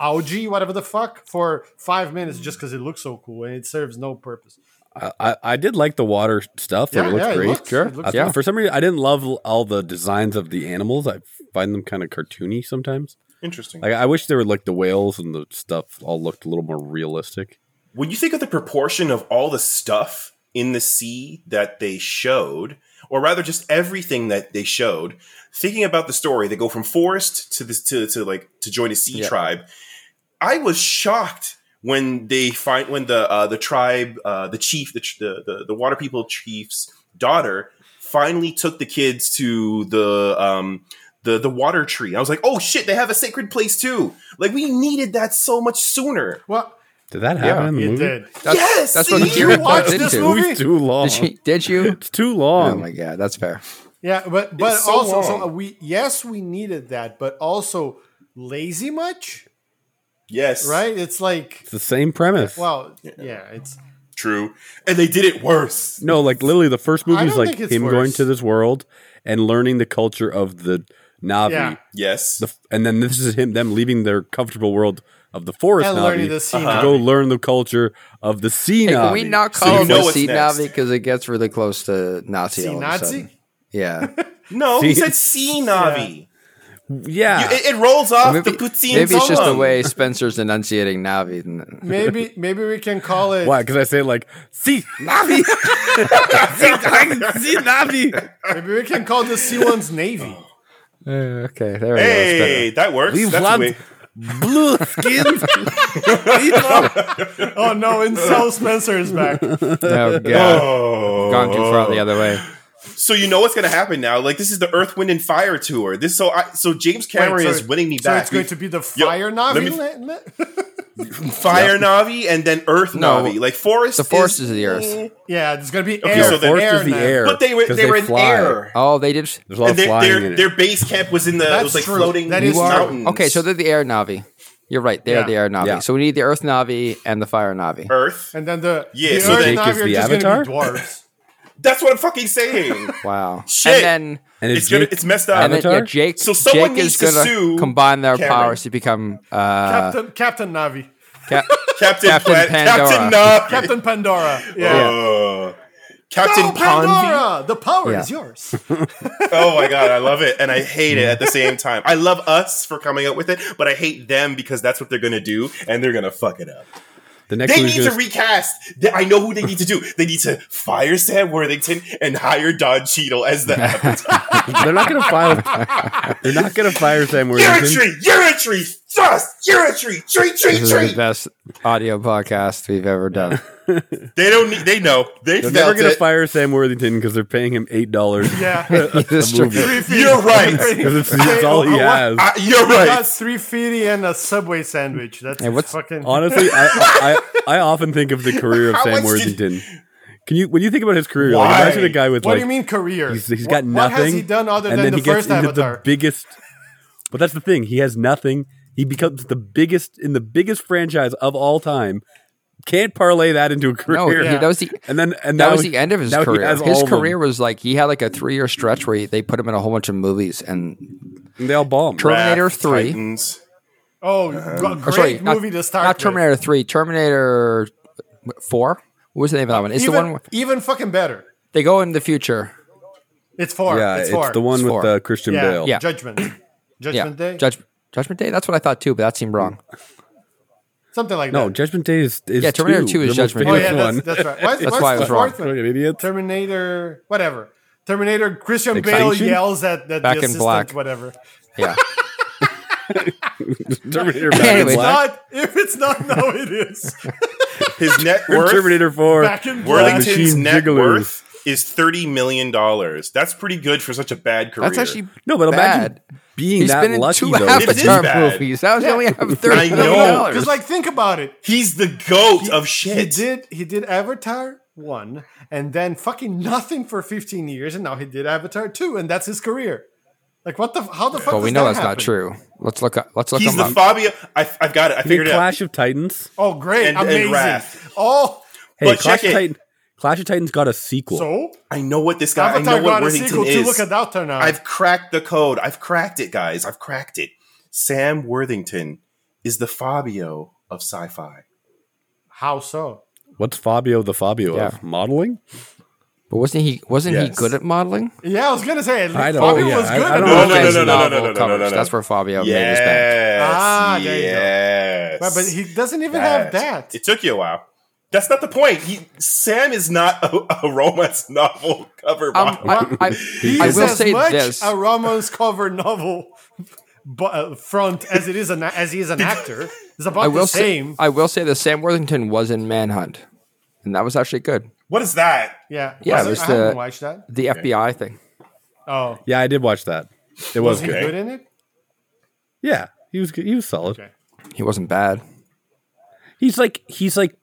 Speaker 3: algae, whatever the fuck, for five minutes just because it looks so cool and it serves no purpose.
Speaker 4: I, I, I did like the water stuff.
Speaker 3: Yeah,
Speaker 4: it looked
Speaker 3: yeah, it
Speaker 4: great.
Speaker 3: looks- Sure. it looks
Speaker 4: I-
Speaker 1: good.
Speaker 4: For some reason, I didn't love all the designs of the animals. I find them kind of cartoony sometimes.
Speaker 2: Interesting.
Speaker 4: Like I wish they were like the whales and the stuff all looked a little more realistic.
Speaker 2: when you think of the proportion of all the stuff in the sea that they showed, or rather just everything that they showed, thinking about the story, they go from forest to this to, to like to join a sea
Speaker 1: Yeah.
Speaker 2: tribe. I was shocked when they find when the uh, the tribe uh, the chief the, ch- the the the water people chief's daughter finally took the kids to the um the the water tree. I was like, oh shit, they have a sacred place too. Like we needed that so much sooner.
Speaker 3: Well,
Speaker 4: Did that happen
Speaker 1: Yeah,
Speaker 4: in the
Speaker 3: it
Speaker 4: movie?
Speaker 3: did.
Speaker 1: That's,
Speaker 2: Yes,
Speaker 1: that's what
Speaker 2: did
Speaker 1: Kira
Speaker 2: you
Speaker 1: plugs
Speaker 3: watch this
Speaker 1: into.
Speaker 3: movie?
Speaker 4: Movie's too long.
Speaker 1: Did you? Did you?
Speaker 4: It's too
Speaker 1: Oh
Speaker 4: long.
Speaker 1: my god, that's fair.
Speaker 3: Yeah, but but
Speaker 2: so
Speaker 3: also so uh,
Speaker 2: long.
Speaker 3: we yes we needed that, but also lazy much
Speaker 2: Yes,
Speaker 3: right? It's like
Speaker 4: it's the same premise.
Speaker 3: well yeah it's
Speaker 2: True. And they did it worse.
Speaker 4: No, like literally the first movie
Speaker 3: I
Speaker 4: is
Speaker 3: don't
Speaker 4: like
Speaker 3: think it's
Speaker 4: him
Speaker 3: worse.
Speaker 4: going to this world and learning the culture of the Navi.
Speaker 3: Yeah.
Speaker 2: Yes.
Speaker 4: The, and then this is him them leaving their comfortable world of the forest
Speaker 3: And
Speaker 4: Navi
Speaker 3: learning the sea
Speaker 4: to
Speaker 3: Navi.
Speaker 4: go learn the culture of the sea
Speaker 1: Hey,
Speaker 4: Navi.
Speaker 1: can we not
Speaker 4: So
Speaker 1: call
Speaker 2: you
Speaker 1: him
Speaker 2: know
Speaker 1: a
Speaker 2: what's
Speaker 1: sea
Speaker 2: next.
Speaker 1: Navi because it gets really close to Nazi?
Speaker 3: see
Speaker 1: all of a
Speaker 3: Nazi.
Speaker 1: sudden. Yeah.
Speaker 2: no, he
Speaker 4: See-
Speaker 2: said sea Navi.
Speaker 4: yeah,
Speaker 2: You- it, it rolls off
Speaker 1: Ah. maybe
Speaker 2: the poutine
Speaker 1: maybe it's just the
Speaker 2: tongue.
Speaker 1: way Spencer's enunciating Navi.
Speaker 3: Maybe maybe we can call it.
Speaker 4: why? Because I say like sea Navi, sea, sea Navi.
Speaker 3: Maybe we can call the C one's Navy.
Speaker 1: Uh, okay, there we go. It's better.
Speaker 2: Hey, that works.
Speaker 4: We've
Speaker 2: That's the way.
Speaker 4: blue skins.
Speaker 3: Oh no, and Sal Spencer is back.
Speaker 1: Oh god,
Speaker 2: Oh.
Speaker 1: gone too far the other way.
Speaker 2: So you know what's going to happen now. Like this is the Earth, Wind, and Fire tour. This so I, so James Cameron
Speaker 3: Wait, so-
Speaker 2: is winning me
Speaker 3: So
Speaker 2: back.
Speaker 3: it's going
Speaker 2: We-
Speaker 3: to be the
Speaker 2: Yo,
Speaker 3: fire
Speaker 2: let
Speaker 3: Navi.
Speaker 2: me-
Speaker 3: la- la-
Speaker 2: fire Navi and then Earth
Speaker 1: No,
Speaker 2: Navi. Like forest.
Speaker 1: The forest is the earth.
Speaker 2: Eh.
Speaker 3: Yeah, there's gonna be
Speaker 2: Okay,
Speaker 3: air.
Speaker 2: so then-
Speaker 4: Forest
Speaker 3: air
Speaker 4: is the
Speaker 3: now.
Speaker 4: air.
Speaker 2: But they were-
Speaker 4: 'cause
Speaker 2: they were in
Speaker 4: fly.
Speaker 2: air.
Speaker 1: Oh, they did.
Speaker 4: There's a
Speaker 2: And
Speaker 4: lot of
Speaker 2: their,
Speaker 4: flying in
Speaker 2: their,
Speaker 4: it.
Speaker 2: their base camp was in the it was
Speaker 3: That's
Speaker 2: like
Speaker 3: true.
Speaker 2: floating
Speaker 3: That is
Speaker 1: You are-
Speaker 2: mountains.
Speaker 1: okay, so they're the air Navi. You're right. They're
Speaker 3: Yeah.
Speaker 1: the air Navi.
Speaker 4: Yeah.
Speaker 1: So we need the earth Navi and the fire Navi.
Speaker 2: Earth.
Speaker 3: And then the
Speaker 2: Yeah,
Speaker 3: the
Speaker 2: so
Speaker 3: Earth
Speaker 2: Jake
Speaker 3: Navi
Speaker 4: is
Speaker 3: are
Speaker 4: the
Speaker 3: just gonna
Speaker 4: Avatar?
Speaker 3: be dwarves.
Speaker 2: That's what I'm fucking saying.
Speaker 1: Wow.
Speaker 2: Shit.
Speaker 1: And then
Speaker 4: and
Speaker 2: it's gonna, it's messed up.
Speaker 1: and then, yeah,
Speaker 4: Avatar?
Speaker 1: Jake.
Speaker 2: So someone
Speaker 1: Jake
Speaker 2: needs
Speaker 1: is
Speaker 2: to
Speaker 1: gonna
Speaker 2: sue
Speaker 1: combine their
Speaker 2: Cameron.
Speaker 1: powers to become uh,
Speaker 3: Captain Captain Navi.
Speaker 1: Cap-
Speaker 2: Captain
Speaker 1: Captain
Speaker 2: Pla- Captain Navi.
Speaker 3: Captain Pandora. Yeah.
Speaker 2: Uh, Captain
Speaker 3: Go,
Speaker 2: Ponvi.
Speaker 3: Pandora! The power
Speaker 1: Yeah.
Speaker 3: is yours.
Speaker 2: Oh my god, I love it and I hate it at the same time. I love us for coming up with it, but I hate them because that's what they're gonna do and they're gonna fuck it up.
Speaker 4: the next
Speaker 2: They
Speaker 4: one is
Speaker 2: need to
Speaker 4: just-
Speaker 2: recast. Th- I know who they need to do. They need to fire Sam Worthington and hire Don Cheadle as the Avatar.
Speaker 4: they're not gonna fire. they're not gonna fire Sam
Speaker 2: You're a
Speaker 4: Worthington.
Speaker 2: tree. You're a tree. Thrust. You're a tree. Tree. Tree.
Speaker 1: this is the
Speaker 2: Tree.
Speaker 1: best audio podcast we've ever done.
Speaker 2: They don't need. They know. They
Speaker 4: They're
Speaker 2: felt
Speaker 4: never gonna
Speaker 2: it.
Speaker 4: fire Sam Worthington because they're paying him eight dollars.
Speaker 3: Yeah.
Speaker 1: This
Speaker 4: movie.
Speaker 3: Three feet.
Speaker 2: You're right.
Speaker 4: Because it's, it's all he
Speaker 3: oh, I
Speaker 4: has.
Speaker 3: want-
Speaker 2: I- you're
Speaker 3: I
Speaker 2: right.
Speaker 3: got three feet and a subway sandwich. That's
Speaker 1: Hey, what's-
Speaker 3: fucking
Speaker 4: Honestly, I, I I often think of the career of
Speaker 2: How
Speaker 4: Sam
Speaker 2: much did-
Speaker 4: Worthington. Can you when you think about his career? Like,
Speaker 2: Why?
Speaker 4: imagine a guy with
Speaker 3: What
Speaker 4: like
Speaker 3: do you mean career?
Speaker 4: he's, he's
Speaker 3: What-
Speaker 4: got nothing.
Speaker 3: What has he done other
Speaker 4: and
Speaker 3: than
Speaker 4: then
Speaker 3: the
Speaker 4: he gets
Speaker 3: first
Speaker 4: into
Speaker 3: Avatar?
Speaker 4: the biggest. But that's the thing. He has nothing. He becomes the biggest in the biggest franchise of all time. Can't parlay that into a career.
Speaker 1: No, he-
Speaker 3: Yeah.
Speaker 1: that was the
Speaker 4: And then and
Speaker 1: that
Speaker 4: now
Speaker 1: was
Speaker 4: he-
Speaker 1: the end of his
Speaker 4: now he
Speaker 1: career.
Speaker 4: has
Speaker 1: His
Speaker 4: all of them.
Speaker 1: career was like he had like a three year stretch where he, they put him in a whole bunch of movies and
Speaker 4: And they all bomb.
Speaker 1: Terminator
Speaker 2: Wrath,
Speaker 1: Three.
Speaker 2: Titans.
Speaker 4: Uh,
Speaker 3: oh, g-
Speaker 1: or
Speaker 3: great
Speaker 1: sorry, not-
Speaker 3: movie to start.
Speaker 1: Not
Speaker 3: with.
Speaker 1: Terminator Three, Terminator Four. What was the name of that one? It's
Speaker 3: Even,
Speaker 1: the one where
Speaker 3: even fucking better.
Speaker 1: they go in the future.
Speaker 3: It's four.
Speaker 4: Yeah,
Speaker 3: it's
Speaker 4: it's,
Speaker 3: four.
Speaker 4: the one
Speaker 1: It's
Speaker 4: with
Speaker 1: four.
Speaker 4: uh, Christian
Speaker 3: Yeah.
Speaker 4: Bale.
Speaker 1: Yeah.
Speaker 3: Judgment.
Speaker 1: Yeah,
Speaker 3: Judgment Day.
Speaker 1: Judge, Judgment Day. That's what I thought too, but that seemed wrong.
Speaker 3: Something like
Speaker 4: No,
Speaker 3: that.
Speaker 4: Judgment Day is, is
Speaker 1: Yeah, Terminator 2 is
Speaker 4: the most
Speaker 1: Judgment
Speaker 3: Oh
Speaker 1: Day.
Speaker 4: famous
Speaker 3: yeah, that's,
Speaker 4: one.
Speaker 3: that's right. What's,
Speaker 1: That's
Speaker 3: what's
Speaker 1: why I
Speaker 3: the
Speaker 1: was wrong.
Speaker 3: fourth one?
Speaker 4: Fucking idiots.
Speaker 3: Terminator, whatever. Terminator. Christian Bale
Speaker 4: Extinction?
Speaker 3: yells at, at the
Speaker 1: Back in
Speaker 3: assistant,
Speaker 1: black.
Speaker 3: whatever.
Speaker 1: Yeah,
Speaker 4: Terminator Back in
Speaker 1: Anyway.
Speaker 4: Black.
Speaker 3: Not if it's not now, it is.
Speaker 2: His net
Speaker 4: Or
Speaker 2: worth.
Speaker 4: Terminator 4.
Speaker 3: Back in black.
Speaker 2: Worthington's
Speaker 4: Machine
Speaker 2: net
Speaker 4: Gigolo.
Speaker 2: worth is thirty million dollars. That's pretty good for such a bad career.
Speaker 1: that's actually
Speaker 4: No, but imagine
Speaker 1: bad.
Speaker 4: being
Speaker 1: He's
Speaker 4: that
Speaker 1: been in
Speaker 4: lucky,
Speaker 1: two
Speaker 4: though.
Speaker 2: It is
Speaker 1: Avatar
Speaker 2: bad.
Speaker 1: movies. That was
Speaker 3: Yeah.
Speaker 1: only have thirty
Speaker 2: I
Speaker 1: million
Speaker 2: know.
Speaker 1: dollars.
Speaker 3: Because like, think about it.
Speaker 2: he's the goat of
Speaker 3: He
Speaker 2: shit.
Speaker 3: did. He did Avatar one, and then fucking nothing for fifteen years, and now he did Avatar two, and that's his career. Like what the? How the fuck?
Speaker 1: well, we
Speaker 3: does
Speaker 1: know
Speaker 3: that
Speaker 1: that's not
Speaker 3: happen?
Speaker 1: true. Let's look. Up, let's look
Speaker 2: He's
Speaker 1: him
Speaker 2: the
Speaker 1: up.
Speaker 2: Fabio. I, I've got it. I
Speaker 4: I mean,
Speaker 2: figured it out.
Speaker 4: Clash of Titans.
Speaker 3: Oh, great!
Speaker 2: And- and
Speaker 3: amazing!
Speaker 2: Wrath.
Speaker 3: Oh,
Speaker 4: Hey,
Speaker 2: But
Speaker 4: Clash,
Speaker 2: check
Speaker 4: of
Speaker 2: it.
Speaker 4: Titan, Clash of Titans got a sequel.
Speaker 3: so
Speaker 2: I know what this guy. I
Speaker 3: Avatar
Speaker 2: know what
Speaker 3: got a
Speaker 2: Worthington
Speaker 3: sequel to
Speaker 2: is.
Speaker 3: Look at Avatar now.
Speaker 2: I've cracked the code. I've cracked it, guys. I've cracked it. Sam Worthington is the Fabio of sci-fi.
Speaker 3: how so?
Speaker 4: What's Fabio the Fabio
Speaker 1: Yeah.
Speaker 4: of? Modeling?
Speaker 1: But wasn't he? Wasn't he
Speaker 2: Yes.
Speaker 1: good at modeling?
Speaker 3: Yeah, I was gonna say.
Speaker 4: I don't-
Speaker 3: Fabio
Speaker 4: yeah,
Speaker 3: was
Speaker 4: I-
Speaker 3: good.
Speaker 4: I
Speaker 3: at
Speaker 4: don't
Speaker 2: No,
Speaker 4: know.
Speaker 2: no,
Speaker 3: all that.
Speaker 2: no,
Speaker 1: Offense
Speaker 2: no, no,
Speaker 1: novel
Speaker 2: no, no, no,
Speaker 1: covers.
Speaker 2: no, no.
Speaker 1: That's where Fabio made his bank.
Speaker 2: Yes.
Speaker 3: Ah, there you go.
Speaker 2: yes.
Speaker 3: But, but he doesn't even have that.
Speaker 2: It took you a while. That's not the point. He, Sam is not a, a romance novel cover
Speaker 1: Um,
Speaker 2: model.
Speaker 1: I, I,
Speaker 3: He
Speaker 1: I
Speaker 3: is
Speaker 1: will
Speaker 3: as
Speaker 1: say
Speaker 3: much
Speaker 1: this.
Speaker 3: a Ramos cover novel bu- uh, front as it is an as he is an actor. It's about
Speaker 1: I will
Speaker 3: the
Speaker 1: say.
Speaker 3: same.
Speaker 1: I will say that Sam Worthington was in Manhunt, and that was actually good.
Speaker 2: what is that?
Speaker 3: yeah,
Speaker 1: Yeah,
Speaker 3: Was
Speaker 1: it was
Speaker 3: I
Speaker 1: the-
Speaker 3: haven't watched that.
Speaker 1: The FBI thing.
Speaker 3: Oh,
Speaker 4: Yeah, I did watch that. It was,
Speaker 3: was he
Speaker 4: good.
Speaker 3: good in it?
Speaker 4: Yeah, he was good. He was solid.
Speaker 3: Okay.
Speaker 1: He wasn't bad.
Speaker 4: He's like he's like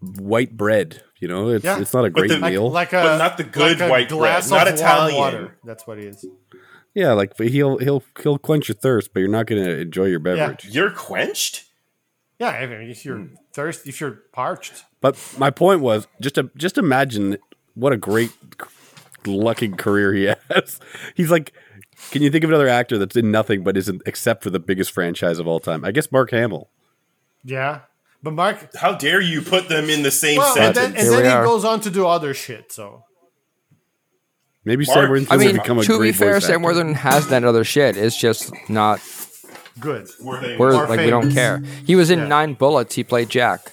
Speaker 4: white bread. You know, it's
Speaker 3: Yeah.
Speaker 4: it's not a great
Speaker 2: the-
Speaker 3: Like,
Speaker 4: meal.
Speaker 3: like a
Speaker 2: But not the good
Speaker 3: like a
Speaker 2: white
Speaker 3: glass
Speaker 2: bread, not
Speaker 3: of warm
Speaker 2: Italian.
Speaker 3: Water. That's what he is.
Speaker 4: yeah, like but he'll he'll he'll quench your thirst, but you're not going to enjoy your beverage.
Speaker 2: You're quenched?
Speaker 3: Yeah, I mean, if you're thirsty, if you're parched,
Speaker 4: But my point was just to just imagine what a great lucky career he has. He's like, can you think of another actor that's in nothing but isn't except for the biggest franchise of all time? I guess Mark Hamill.
Speaker 3: yeah. But Mark,
Speaker 2: How dare you put them in the same
Speaker 3: well, and
Speaker 2: sentence?
Speaker 3: then, and
Speaker 1: Here we
Speaker 3: then he
Speaker 1: are.
Speaker 3: goes on to do other shit. So
Speaker 4: Maybe
Speaker 2: Mark-
Speaker 4: Sam Worthington
Speaker 1: I
Speaker 4: will
Speaker 1: mean,
Speaker 4: become a
Speaker 1: to be
Speaker 4: great
Speaker 1: fair,
Speaker 4: voice
Speaker 1: Sam
Speaker 4: actor.
Speaker 1: Worthington has done other shit. It's just not.
Speaker 3: good.
Speaker 2: Were they-
Speaker 1: We're
Speaker 3: More
Speaker 1: like we don't
Speaker 3: famous.
Speaker 1: care. He was in
Speaker 3: Yeah.
Speaker 1: Nine Bullets. He played Jack.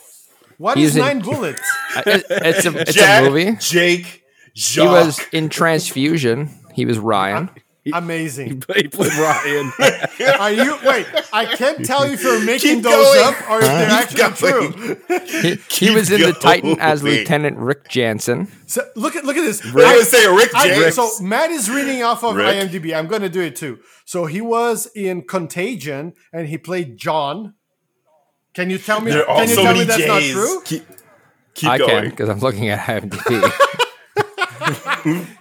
Speaker 3: What
Speaker 1: He's
Speaker 3: is
Speaker 1: in-
Speaker 3: nine bullets?
Speaker 1: I- it- it's a, it's
Speaker 2: Jack,
Speaker 1: a movie.
Speaker 2: Jake,
Speaker 1: He
Speaker 2: Jacques.
Speaker 1: was in Transfusion. He was Ryan.
Speaker 3: Amazing.
Speaker 4: He played Ryan.
Speaker 3: Are you wait? I can't tell you if you're making
Speaker 2: Keep
Speaker 3: those
Speaker 2: going.
Speaker 3: up or if they're actually
Speaker 2: going.
Speaker 3: true.
Speaker 1: He, he was in the Titan as
Speaker 2: going.
Speaker 1: Lieutenant Rick Jansen.
Speaker 3: So look at look at this.
Speaker 2: I would say Rick
Speaker 3: I,
Speaker 2: James.
Speaker 3: so Matt is reading off of
Speaker 2: Rick.
Speaker 3: IMDb. I'm going to do it too. So he was in Contagion, and he played John. Can you tell me?
Speaker 2: There are
Speaker 3: Can you
Speaker 2: so
Speaker 3: tell me
Speaker 2: many
Speaker 3: that's not
Speaker 2: J's.
Speaker 3: true?
Speaker 2: Keep, keep
Speaker 1: I can
Speaker 2: going.
Speaker 1: because I'm looking at IMDb.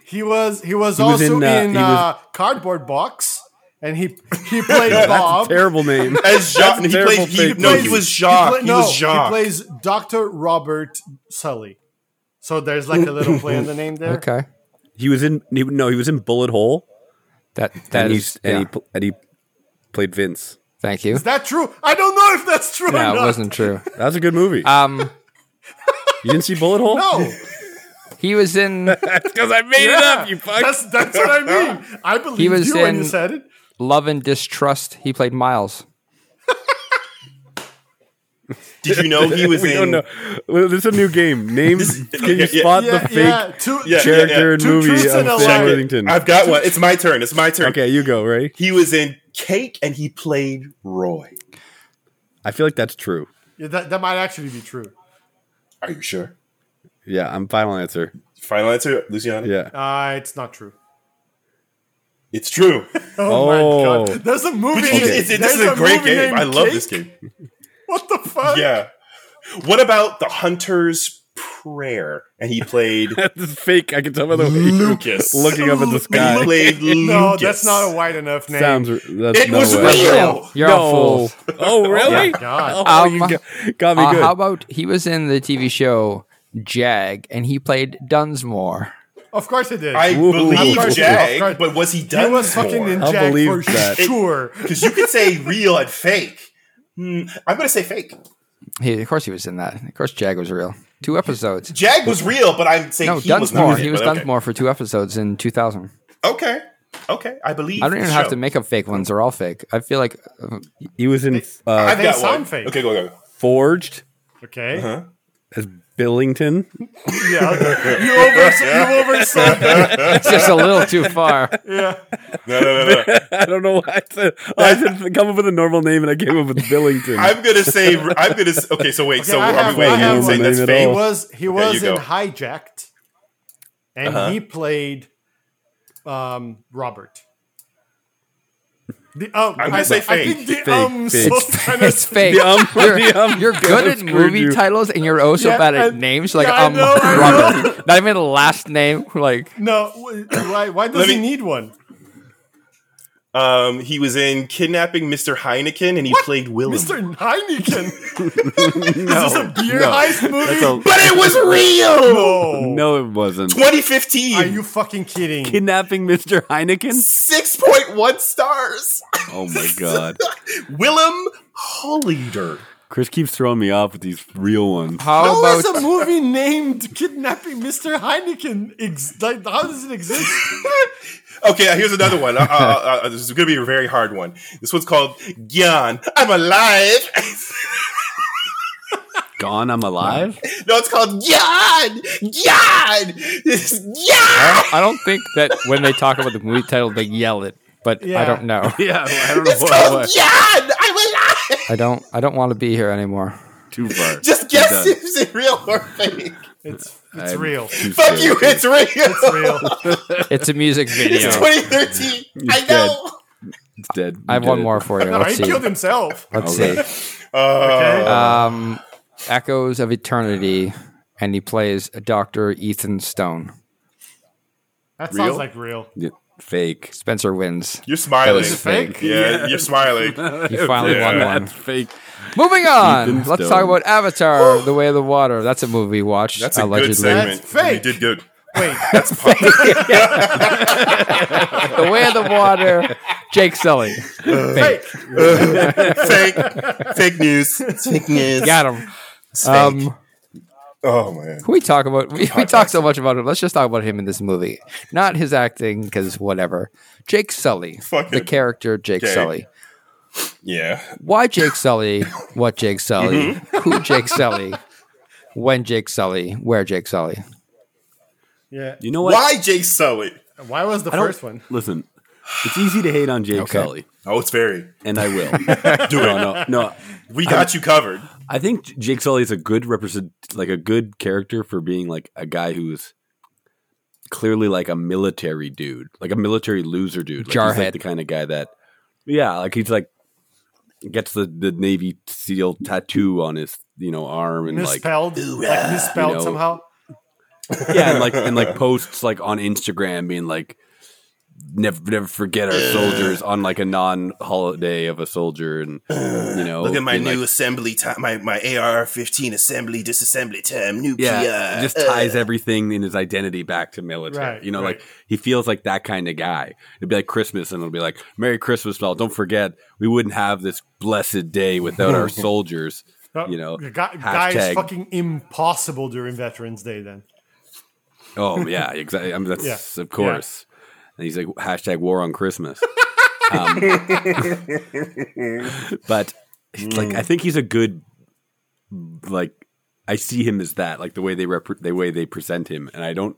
Speaker 3: He was he was
Speaker 4: was
Speaker 3: also
Speaker 4: in,
Speaker 3: in,
Speaker 4: uh, he was-
Speaker 3: uh, cardboard box, and he he played Bob.
Speaker 4: Terrible name.
Speaker 2: As Jean, he
Speaker 4: That's terrible
Speaker 2: played. He,
Speaker 4: fake
Speaker 2: no, he
Speaker 4: news.
Speaker 2: was
Speaker 3: He
Speaker 2: Jacques.
Speaker 3: play-
Speaker 2: He,
Speaker 3: no,
Speaker 2: was Jacques.
Speaker 3: he plays Doctor Robert Sully. So there's like a little play on the name there.
Speaker 1: okay,
Speaker 4: He was in he, no, he was in Bullet Hole,
Speaker 1: that that
Speaker 4: and,
Speaker 1: is.
Speaker 4: he's, and,
Speaker 1: yeah.
Speaker 4: he, pl- and he played Vince.
Speaker 1: Thank you.
Speaker 3: Is that true? I don't know if that's true
Speaker 1: No,
Speaker 3: or
Speaker 1: it
Speaker 3: not.
Speaker 1: wasn't true.
Speaker 4: That was a good movie.
Speaker 1: Um,
Speaker 4: you didn't see Bullet Hole?
Speaker 3: Uh, No,
Speaker 1: he was in
Speaker 4: because I made it
Speaker 3: yeah.
Speaker 4: up. You fuck.
Speaker 3: that's that's what I mean. I believe you
Speaker 1: was
Speaker 3: when you
Speaker 1: in-
Speaker 3: said it.
Speaker 1: Love and Distrust. He played Miles.
Speaker 2: Did you know he was
Speaker 4: we don't
Speaker 2: in?
Speaker 4: know. Well, this is a new game. Name. can you
Speaker 2: yeah, yeah.
Speaker 4: spot the
Speaker 3: Yeah,
Speaker 4: fake
Speaker 3: yeah. Two,
Speaker 2: Yeah,
Speaker 3: two-
Speaker 4: character and
Speaker 3: Two
Speaker 4: movie
Speaker 3: truths
Speaker 4: of
Speaker 3: and a
Speaker 4: Sam
Speaker 3: lie.
Speaker 4: Worthington?
Speaker 2: I've got one. It's my turn. It's my turn.
Speaker 4: okay, you go. Right.
Speaker 2: He was in Cake and he played Roy.
Speaker 4: I feel like that's true.
Speaker 3: Yeah, that, that might actually be true.
Speaker 2: Are you sure?
Speaker 4: Yeah, I'm final answer.
Speaker 2: Final answer, Luciana.
Speaker 4: Yeah.
Speaker 3: Uh, it's not true.
Speaker 2: It's true.
Speaker 3: Oh, my
Speaker 4: Oh.
Speaker 3: god. There's a movie.
Speaker 2: Which is, it's, it's, this is
Speaker 3: there's
Speaker 2: a great
Speaker 3: movie
Speaker 2: game.
Speaker 3: named
Speaker 2: I love
Speaker 3: Cake?
Speaker 2: this game.
Speaker 3: What the fuck?
Speaker 2: Yeah. What about the Hunter's Prayer? And he played
Speaker 4: this is fake. I can tell by the way you're
Speaker 2: Lucas.
Speaker 4: looking up at
Speaker 2: And
Speaker 4: the
Speaker 2: he
Speaker 4: sky.
Speaker 2: played Lucas.
Speaker 3: No, that's not a wide enough name.
Speaker 4: Sounds. That's
Speaker 2: It
Speaker 4: no
Speaker 2: was
Speaker 4: way.
Speaker 2: real.
Speaker 1: You're all
Speaker 4: no.
Speaker 1: fools.
Speaker 4: Oh really?
Speaker 3: Yeah, God.
Speaker 4: Oh, you
Speaker 1: Um,
Speaker 4: got, got me
Speaker 1: Uh,
Speaker 4: good.
Speaker 1: how about he was in the TV show Jag and he played Dunsmore.
Speaker 3: Of course it is.
Speaker 2: I
Speaker 4: Ooh.
Speaker 2: believe
Speaker 4: Of course,
Speaker 3: of course.
Speaker 2: Jag, but was he done?
Speaker 3: he was fucking in
Speaker 4: I'll
Speaker 3: Jack
Speaker 4: believe
Speaker 3: for
Speaker 4: that.
Speaker 3: sure.
Speaker 2: Because you could say real and fake. Hmm, I'm going to say fake.
Speaker 1: He, of course, he was in that. Of course, Jag was real. Two episodes.
Speaker 2: Jag was real, but I'm saying
Speaker 1: No,
Speaker 2: he was
Speaker 1: Dunsmore.
Speaker 2: not.
Speaker 1: he was
Speaker 2: but okay.
Speaker 1: Dunsmore for two episodes in 2000.
Speaker 2: Okay. Okay. I believe.
Speaker 1: I don't even
Speaker 2: the
Speaker 1: have
Speaker 2: show.
Speaker 1: to make up fake ones; they're all fake. I feel like uh,
Speaker 4: he was in
Speaker 2: I've
Speaker 4: uh,
Speaker 3: They
Speaker 2: got
Speaker 3: sound
Speaker 2: one.
Speaker 3: fake.
Speaker 2: Okay, go, go, go.
Speaker 4: Forged
Speaker 3: Okay.
Speaker 2: Uh-huh.
Speaker 4: as Billington.
Speaker 3: Yeah. You overs you oversold that.
Speaker 1: it's just a little too far.
Speaker 3: Yeah.
Speaker 2: No, no, no, no.
Speaker 4: I don't know why I said oh, I said come up with a normal name and I came up with Billington.
Speaker 2: I'm going to say. I'm going to. Okay, so wait. so
Speaker 3: I
Speaker 2: are
Speaker 3: have-
Speaker 2: we waiting?
Speaker 3: I have
Speaker 2: saying
Speaker 4: one.
Speaker 2: that's
Speaker 4: Name it
Speaker 3: He
Speaker 2: fake?
Speaker 4: all.
Speaker 3: was he
Speaker 2: Okay,
Speaker 3: was
Speaker 2: you
Speaker 3: in
Speaker 2: go. Uh-huh.
Speaker 3: hijacked, and he played um, Robert. The um,
Speaker 2: I'm gonna
Speaker 3: I,
Speaker 2: say
Speaker 3: I
Speaker 2: fake.
Speaker 3: think the
Speaker 4: Fake,
Speaker 3: um
Speaker 4: fake.
Speaker 3: so
Speaker 1: It's, it's fake.
Speaker 4: The um-
Speaker 1: you're,
Speaker 4: the um
Speaker 1: you're good at
Speaker 4: screwed
Speaker 1: movie
Speaker 4: you.
Speaker 1: titles, and you're oh so
Speaker 3: Yeah,
Speaker 1: bad at
Speaker 3: I-
Speaker 1: names. Like
Speaker 3: yeah, I
Speaker 1: um,
Speaker 3: know, I
Speaker 1: Robert. Not even the last name. Like
Speaker 3: No, why why does
Speaker 2: Let
Speaker 3: he
Speaker 2: me-
Speaker 3: need one?
Speaker 2: Um, he was in Kidnapping Mr. Heineken, and he played Willem.
Speaker 3: Mr. Heineken. Is this a beer heist movie?
Speaker 2: But it was real.
Speaker 3: no.
Speaker 4: no, it wasn't.
Speaker 2: 2015.
Speaker 3: Are you fucking kidding?
Speaker 4: Kidnapping Mr. Heineken.
Speaker 2: 6.1 stars.
Speaker 4: Oh my god,
Speaker 2: Willem Hollander.
Speaker 4: Chris keeps throwing me off with these real ones.
Speaker 1: how
Speaker 3: How is
Speaker 1: about
Speaker 3: a movie named Kidnapping Mr. Heineken? Ex- like, how does it exist?
Speaker 2: Okay, here's another one. Uh, uh, uh, uh, this is going to be a very hard one. This one's called Gyan. I'm alive.
Speaker 4: Gone, I'm alive.
Speaker 2: no, it's called Gyan. Gyan. It's Gyan.
Speaker 1: I don't think that when they talk about the movie title, they yell it. But I
Speaker 3: Yeah.
Speaker 1: don't know.
Speaker 4: Yeah, I don't know
Speaker 2: It's called Gyan. Oh, I'm alive.
Speaker 1: I don't. I don't want to be here anymore.
Speaker 4: Too far.
Speaker 2: Just guess
Speaker 4: done.
Speaker 2: if it's real or fake.
Speaker 3: It's it's
Speaker 4: I'm-
Speaker 3: real. It's
Speaker 4: Too
Speaker 2: Fuck
Speaker 4: soon.
Speaker 2: you, it's real. It's,
Speaker 3: real.
Speaker 1: It's a music video.
Speaker 2: 2013. I
Speaker 4: dead.
Speaker 2: know.
Speaker 4: It's dead.
Speaker 1: I have
Speaker 4: You
Speaker 1: one
Speaker 4: did
Speaker 1: more
Speaker 4: it.
Speaker 1: for you.
Speaker 3: No, he
Speaker 1: Let's see.
Speaker 3: killed Uh, himself.
Speaker 1: Let's
Speaker 4: Okay.
Speaker 1: see.
Speaker 3: Okay.
Speaker 1: Um, Echoes of Eternity, and he plays Doctor Ethan Stone.
Speaker 3: that
Speaker 4: real?
Speaker 3: sounds like real.
Speaker 4: Yeah, fake.
Speaker 1: Spencer wins.
Speaker 2: You're smiling.
Speaker 1: That was
Speaker 3: fake.
Speaker 2: Yeah, you're smiling.
Speaker 1: He finally won
Speaker 4: Yeah,
Speaker 1: one.
Speaker 4: That's fake.
Speaker 1: Moving on.
Speaker 4: Ethan
Speaker 1: Let's
Speaker 4: Stone.
Speaker 1: talk about Avatar: The Way of the Water. That's a movie we watched
Speaker 2: That's a
Speaker 1: allegedly.
Speaker 2: good segment.
Speaker 3: That's fake.
Speaker 2: You did good.
Speaker 3: Wait,
Speaker 1: the Way of the Water. Jake Sully.
Speaker 3: fake.
Speaker 2: fake, fake news. It's fake news.
Speaker 1: Got him. Um,
Speaker 2: Oh man.
Speaker 1: Can we talk about we, we talk so much about him? Let's just talk about him in this movie, not his acting because whatever. Jake Sully,
Speaker 2: Fucking
Speaker 1: the character Jake
Speaker 2: Jake.
Speaker 1: Sully.
Speaker 2: Yeah.
Speaker 1: Why Jake Sully? What Jake Sully?
Speaker 2: Mm-hmm.
Speaker 1: Who Jake Sully? When Jake Sully? Where Jake Sully?
Speaker 3: Yeah.
Speaker 4: You know what?
Speaker 2: Why Jake Sully?
Speaker 3: Why was the
Speaker 4: I don't-
Speaker 3: first one?
Speaker 4: Listen, it's easy to hate on Jake
Speaker 1: Okay.
Speaker 4: Sully,
Speaker 2: Oh, it's very.
Speaker 4: and I will.
Speaker 2: Do it.
Speaker 4: no, no.
Speaker 2: We got you covered.
Speaker 4: I think J- Jake Sully is a good represent, like a good character for being like a guy who's clearly like a military dude, like a military loser dude. Like he's, like,
Speaker 1: Jarhead.
Speaker 4: the kind of guy that, yeah, like he's like gets the, the Navy SEAL tattoo on his you know arm and like
Speaker 3: misspelled, like misspelled
Speaker 4: You know.
Speaker 3: somehow.
Speaker 4: yeah and like and like posts like on Instagram being like never never forget our soldiers on like a non holiday of a soldier and you know
Speaker 2: Oh,
Speaker 5: Look at my
Speaker 4: being, like,
Speaker 5: new assembly time, my, my AR-15 assembly disassembly time, new
Speaker 4: yeah,
Speaker 5: PR.
Speaker 4: it just
Speaker 5: Uh,
Speaker 4: ties everything in his identity back to military.
Speaker 3: Right,
Speaker 4: you know,
Speaker 3: right.
Speaker 4: like he feels like that kind of guy. It'd be like Christmas, and it'll be like Merry Christmas, all. Don't forget, we wouldn't have this blessed day without our soldiers.
Speaker 3: Uh,
Speaker 4: You know,
Speaker 3: the guy, guy is
Speaker 4: hashtag-
Speaker 3: fucking impossible during Veterans Day. Then
Speaker 4: Oh yeah, exactly. I mean, that's
Speaker 3: Yeah,
Speaker 4: of course. And he's like hashtag War on Christmas. um, but
Speaker 3: Mm.
Speaker 4: like, I think he's a good like. I see him as that, like the way they rep- the way they present him, and I don't.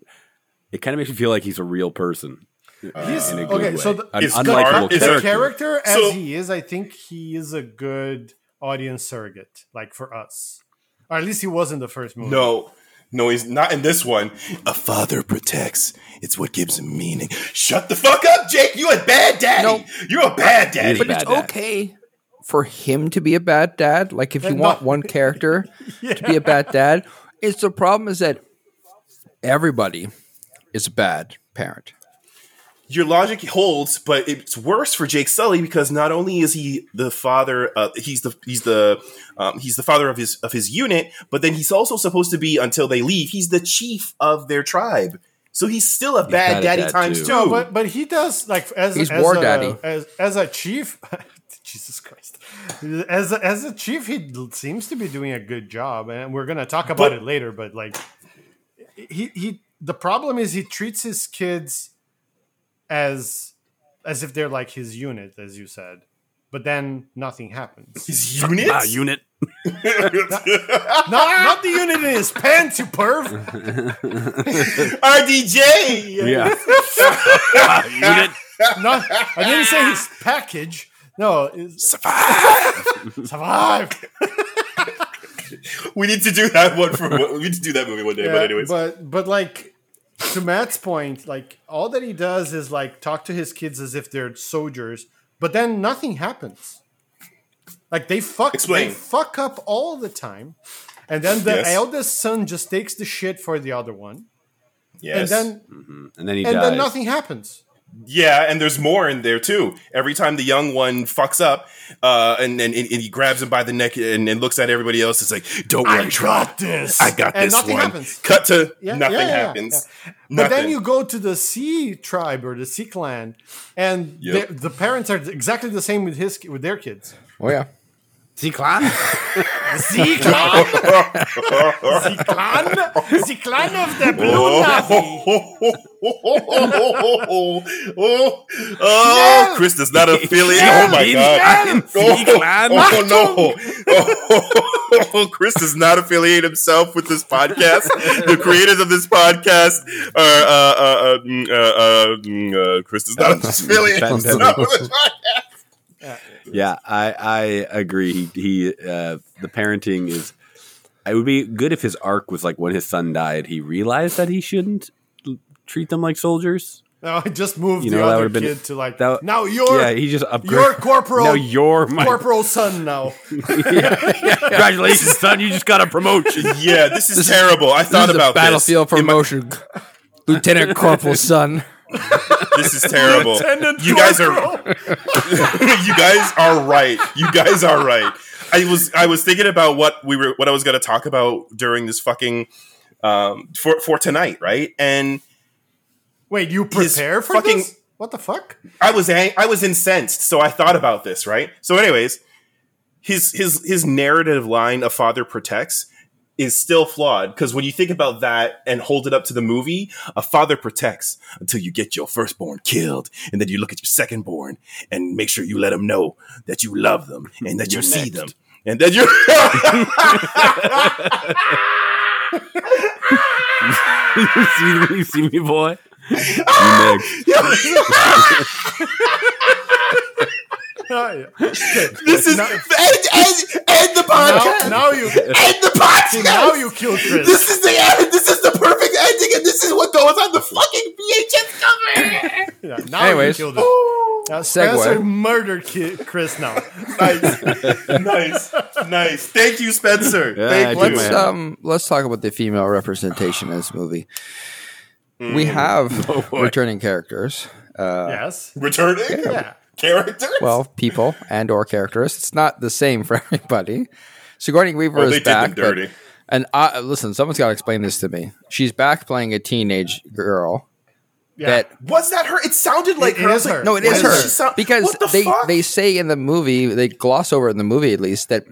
Speaker 4: It kind of makes me feel like he's a real person.
Speaker 3: Uh, he's
Speaker 4: Uh, in a good
Speaker 3: okay.
Speaker 4: way.
Speaker 3: So the,
Speaker 4: An
Speaker 2: Is
Speaker 4: unlikable
Speaker 2: Gar- is
Speaker 3: the
Speaker 2: there-
Speaker 4: character.
Speaker 3: character as
Speaker 2: So-
Speaker 3: he is, I think he is a good audience surrogate, like for us, or at least he was in the first movie.
Speaker 2: No, no, he's not in this one.
Speaker 5: a father protects. It's what gives him meaning. Shut the fuck up, Jake. You a bad daddy.
Speaker 1: No.
Speaker 5: You're a bad daddy.
Speaker 4: He's a
Speaker 1: But
Speaker 4: bad
Speaker 1: it's
Speaker 4: dad.
Speaker 1: okay for him to be a bad dad. Like if you
Speaker 3: No.
Speaker 1: want one character to be a bad dad, it's the problem is that everybody is a bad parent.
Speaker 2: Your logic holds, but it's worse for Jake Sully because not only is he the father, uh, he's the he's the um, he's the father of his of his unit, but then he's also supposed to be until they leave. He's the chief of their tribe, so he's still a bad
Speaker 4: bad at
Speaker 2: daddy
Speaker 4: that,
Speaker 2: times
Speaker 4: too.
Speaker 2: two.
Speaker 3: No, but but he does like as
Speaker 1: He's
Speaker 3: as
Speaker 1: war
Speaker 3: a,
Speaker 1: daddy.
Speaker 3: as as a chief. Jesus Christ, as a, as a chief, he seems to be doing a good job, and we're gonna talk about
Speaker 2: But-
Speaker 3: it later. But like, he he the problem is he treats his kids as as if they're like his unit, as you said. But then nothing happens.
Speaker 2: his unit,
Speaker 4: Ah, unit.
Speaker 3: not, not the unit in his pants, you perv.
Speaker 2: RDJ.
Speaker 4: Yeah. Ah, unit.
Speaker 3: Not, I didn't say his package. No, it's- survive.
Speaker 2: We need to do that one for we need to do that movie one day.
Speaker 3: Yeah,
Speaker 2: but anyways,
Speaker 3: but but like to Matt's point, like all that he does is like talk to his kids as if they're soldiers, but then nothing happens. Like they fuck,
Speaker 2: Explain.
Speaker 3: they fuck up all the time, and then the
Speaker 2: Yes.
Speaker 3: eldest son just takes the shit for the other one,
Speaker 2: yes,
Speaker 3: and then
Speaker 4: And then he
Speaker 3: and
Speaker 4: dies.
Speaker 3: then nothing happens.
Speaker 2: Yeah, and there's more in there too. Every time the young one fucks up, uh, and and, and he grabs him by the neck and, and looks at everybody else, it's like, "Don't worry, Trot.
Speaker 3: this.
Speaker 2: I got
Speaker 3: and
Speaker 2: this
Speaker 3: nothing
Speaker 2: one."
Speaker 3: happens.
Speaker 2: Cut to
Speaker 3: Yeah,
Speaker 2: nothing
Speaker 3: yeah, yeah, yeah,
Speaker 2: happens.
Speaker 3: But
Speaker 2: Nothing.
Speaker 3: then you go to the C tribe or the C clan, and
Speaker 2: Yep.
Speaker 3: the- the parents are exactly the same with his with their kids.
Speaker 1: Oh yeah.
Speaker 3: Clan, the clan of the blue
Speaker 2: Oh, oh, oh, oh, oh, oh, oh, oh, oh, Chris does not affiliate. Oh my god! Oh, oh, no! Oh, Chris does not affiliate himself with this podcast. the creators of this podcast are uh, uh, uh, mm, uh, uh, mm, uh, Chris does not affiliate
Speaker 4: Ben
Speaker 2: himself with this podcast.
Speaker 4: Yeah, I I agree. He he uh, the parenting is. It would be good if his arc was like when his son died, he realized that he shouldn't l- treat them like soldiers.
Speaker 3: No, I just moved
Speaker 4: You
Speaker 3: the
Speaker 4: know, that
Speaker 3: other
Speaker 4: would've
Speaker 3: kid
Speaker 4: been-
Speaker 3: to like
Speaker 4: that-
Speaker 3: now you're
Speaker 4: yeah, he just upgraded.
Speaker 3: you're corporal
Speaker 4: Now you're my
Speaker 3: corporal son now.
Speaker 4: congratulations, son. You just got a promotion.
Speaker 2: Yeah, this is terrible. I thought
Speaker 1: this is
Speaker 2: about
Speaker 1: a battlefield
Speaker 2: this. In my-
Speaker 1: promotion. Lieutenant Corporal Son.
Speaker 2: This is terrible. you guys are you guys are right. You guys are right. I was I was thinking about what we were what I was going to talk about during this fucking um for for tonight, right? And
Speaker 3: Wait, you prepare for
Speaker 2: fucking-
Speaker 3: this? What the fuck?
Speaker 2: I was ang- I was incensed, so I thought about this, right? So, anyways, his his his narrative line "A father protects" is still flawed because when you think about that and hold it up to the movie, "A father protects" until you get your firstborn killed, and then you look at your secondborn and make sure you let them know that you love them and that you see them. And then you
Speaker 4: you see me, you see me, boy. You next.
Speaker 3: yeah.
Speaker 5: This is end, end, end the
Speaker 3: now,
Speaker 5: podcast.
Speaker 3: now you
Speaker 5: End the
Speaker 3: see, now
Speaker 5: podcast.
Speaker 3: you kill Chris.
Speaker 5: This is the end. This is the perfect ending, and this is what goes on the fucking VHS cover.
Speaker 3: yeah, now
Speaker 1: Anyways.
Speaker 3: you killed it. Now Spencer
Speaker 1: Segue.
Speaker 3: murdered Ki- Chris now.
Speaker 5: nice, nice, nice. Thank you, Spencer. Thank
Speaker 1: let's
Speaker 5: you.
Speaker 1: let's, um let's talk about the female representation in this movie. We
Speaker 2: Hmm.
Speaker 1: have returning characters,
Speaker 4: Uh,
Speaker 3: yes.
Speaker 5: Returning
Speaker 3: Yeah.
Speaker 5: characters.
Speaker 1: well, people and or characters. It's not the same for everybody. Sigourney Weaver
Speaker 5: Oh, they
Speaker 1: is
Speaker 5: did them
Speaker 1: back, but-
Speaker 5: dirty.
Speaker 1: and I, listen, someone's got to explain this to me. She's back playing a teenage girl.
Speaker 3: Yeah.
Speaker 1: That
Speaker 5: was that her? It sounded like
Speaker 3: It
Speaker 5: her. I
Speaker 3: is
Speaker 5: was like,
Speaker 3: her.
Speaker 1: no, it
Speaker 5: why
Speaker 1: is
Speaker 5: does
Speaker 1: her
Speaker 5: she sound-
Speaker 1: because
Speaker 5: what the
Speaker 1: they
Speaker 5: fuck?
Speaker 1: they say in the movie they gloss over it in the movie at least that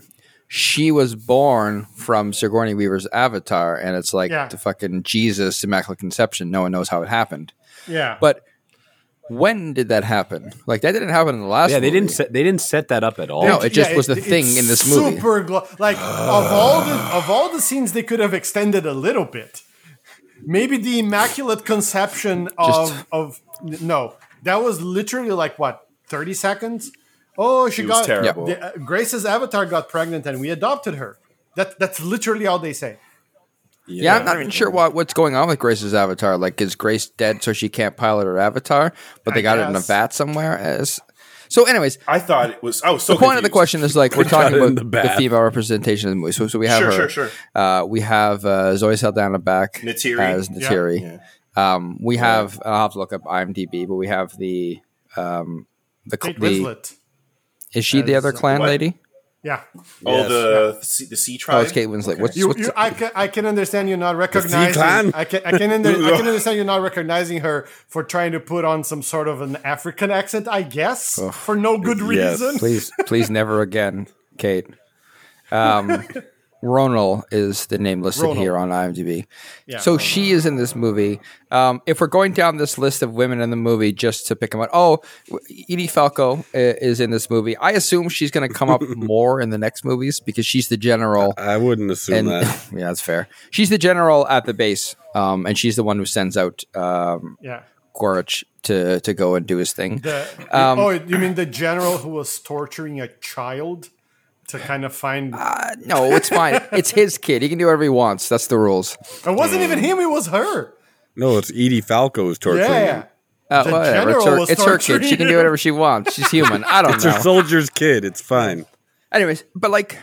Speaker 1: she was born from Sigourney Weaver's avatar, and it's like
Speaker 3: Yeah.
Speaker 1: the fucking Jesus Immaculate Conception. No one knows how it happened.
Speaker 3: Yeah.
Speaker 1: But when did that happen? Like that didn't happen in the last.
Speaker 6: Yeah, they didn't
Speaker 1: movie.
Speaker 6: set, they didn't set that up at all.
Speaker 1: No, it just was the
Speaker 3: it-
Speaker 1: thing
Speaker 3: it's
Speaker 1: in this movie.
Speaker 3: Super glo- like of all the of all the scenes they could have extended a little bit. Maybe the immaculate conception of
Speaker 1: Just-
Speaker 3: of no, that was literally like what thirty seconds. Oh, she
Speaker 2: It
Speaker 3: got
Speaker 2: was terrible.
Speaker 3: the- uh, Grace's avatar got pregnant and we adopted her. That that's literally all they say.
Speaker 1: yeah, I'm not even sure what, what's going on with Grace's avatar. Like, is Grace dead so she can't pilot her avatar? But they
Speaker 3: I
Speaker 1: got it in a
Speaker 3: guess.
Speaker 1: vat somewhere. As so, anyways,
Speaker 2: I thought it was. I was so.
Speaker 1: the point of the
Speaker 2: confused.
Speaker 1: question is like we're
Speaker 4: Got
Speaker 1: talking
Speaker 4: it in
Speaker 1: about
Speaker 4: the
Speaker 1: the,
Speaker 4: bath.
Speaker 1: female representation of the movie. So, so we have
Speaker 2: Sure,
Speaker 1: her.
Speaker 2: sure, sure.
Speaker 1: Uh, we have uh, Zoe Saldana back
Speaker 2: Natiri.
Speaker 1: as
Speaker 3: Yeah.
Speaker 1: Natiri. Um, we have I'll have to look up IMDb, but we cl- the um, the, cl-
Speaker 3: Kate
Speaker 1: the
Speaker 3: Winslet.
Speaker 1: is she the
Speaker 3: as-
Speaker 1: other clan
Speaker 2: What?
Speaker 1: lady?
Speaker 3: Yeah,
Speaker 2: Oh, the the sea, the sea tribe.
Speaker 1: Oh, it's Kate Winslet. What's,
Speaker 3: you,
Speaker 1: what's
Speaker 3: you, I, can, I can understand you not recognizing.
Speaker 4: Klan.
Speaker 3: I can I can, under, I can understand you not recognizing her for trying to put on some sort of an African accent, I guess, for no good
Speaker 4: Yes.
Speaker 3: reason.
Speaker 1: please, please never again, Kate. Um, Ronal is the name listed
Speaker 3: Ronal.
Speaker 1: here on IMDb.
Speaker 3: Yeah,
Speaker 1: so she is in this movie. Um, if we're going down this list of women in the movie just to pick them out, oh, Edie Falco i- is in this movie. I assume she's going to come up more in the next movies because she's the general.
Speaker 4: I wouldn't assume
Speaker 1: And
Speaker 4: that.
Speaker 1: yeah, that's fair. She's the general at the base, um, and she's the one who sends out um,
Speaker 3: Yeah.
Speaker 1: Gorich to to go and do his thing.
Speaker 3: The,
Speaker 1: Um,
Speaker 3: oh, you mean the general who was torturing a child to kind of find?
Speaker 1: Uh, no, it's fine. it's his kid. He can do whatever he wants. That's the rules.
Speaker 3: it wasn't even him; it was her.
Speaker 4: No, it's Edie Falco is torturing.
Speaker 3: Yeah,
Speaker 4: him.
Speaker 1: Uh,
Speaker 3: The
Speaker 1: whatever. It's
Speaker 3: general
Speaker 1: her,
Speaker 3: was
Speaker 1: it's her kid. She can do
Speaker 3: torturing
Speaker 1: whatever she wants. She's human. I don't
Speaker 4: It's her
Speaker 1: know.
Speaker 4: soldier's kid. It's fine.
Speaker 1: Anyways, but like,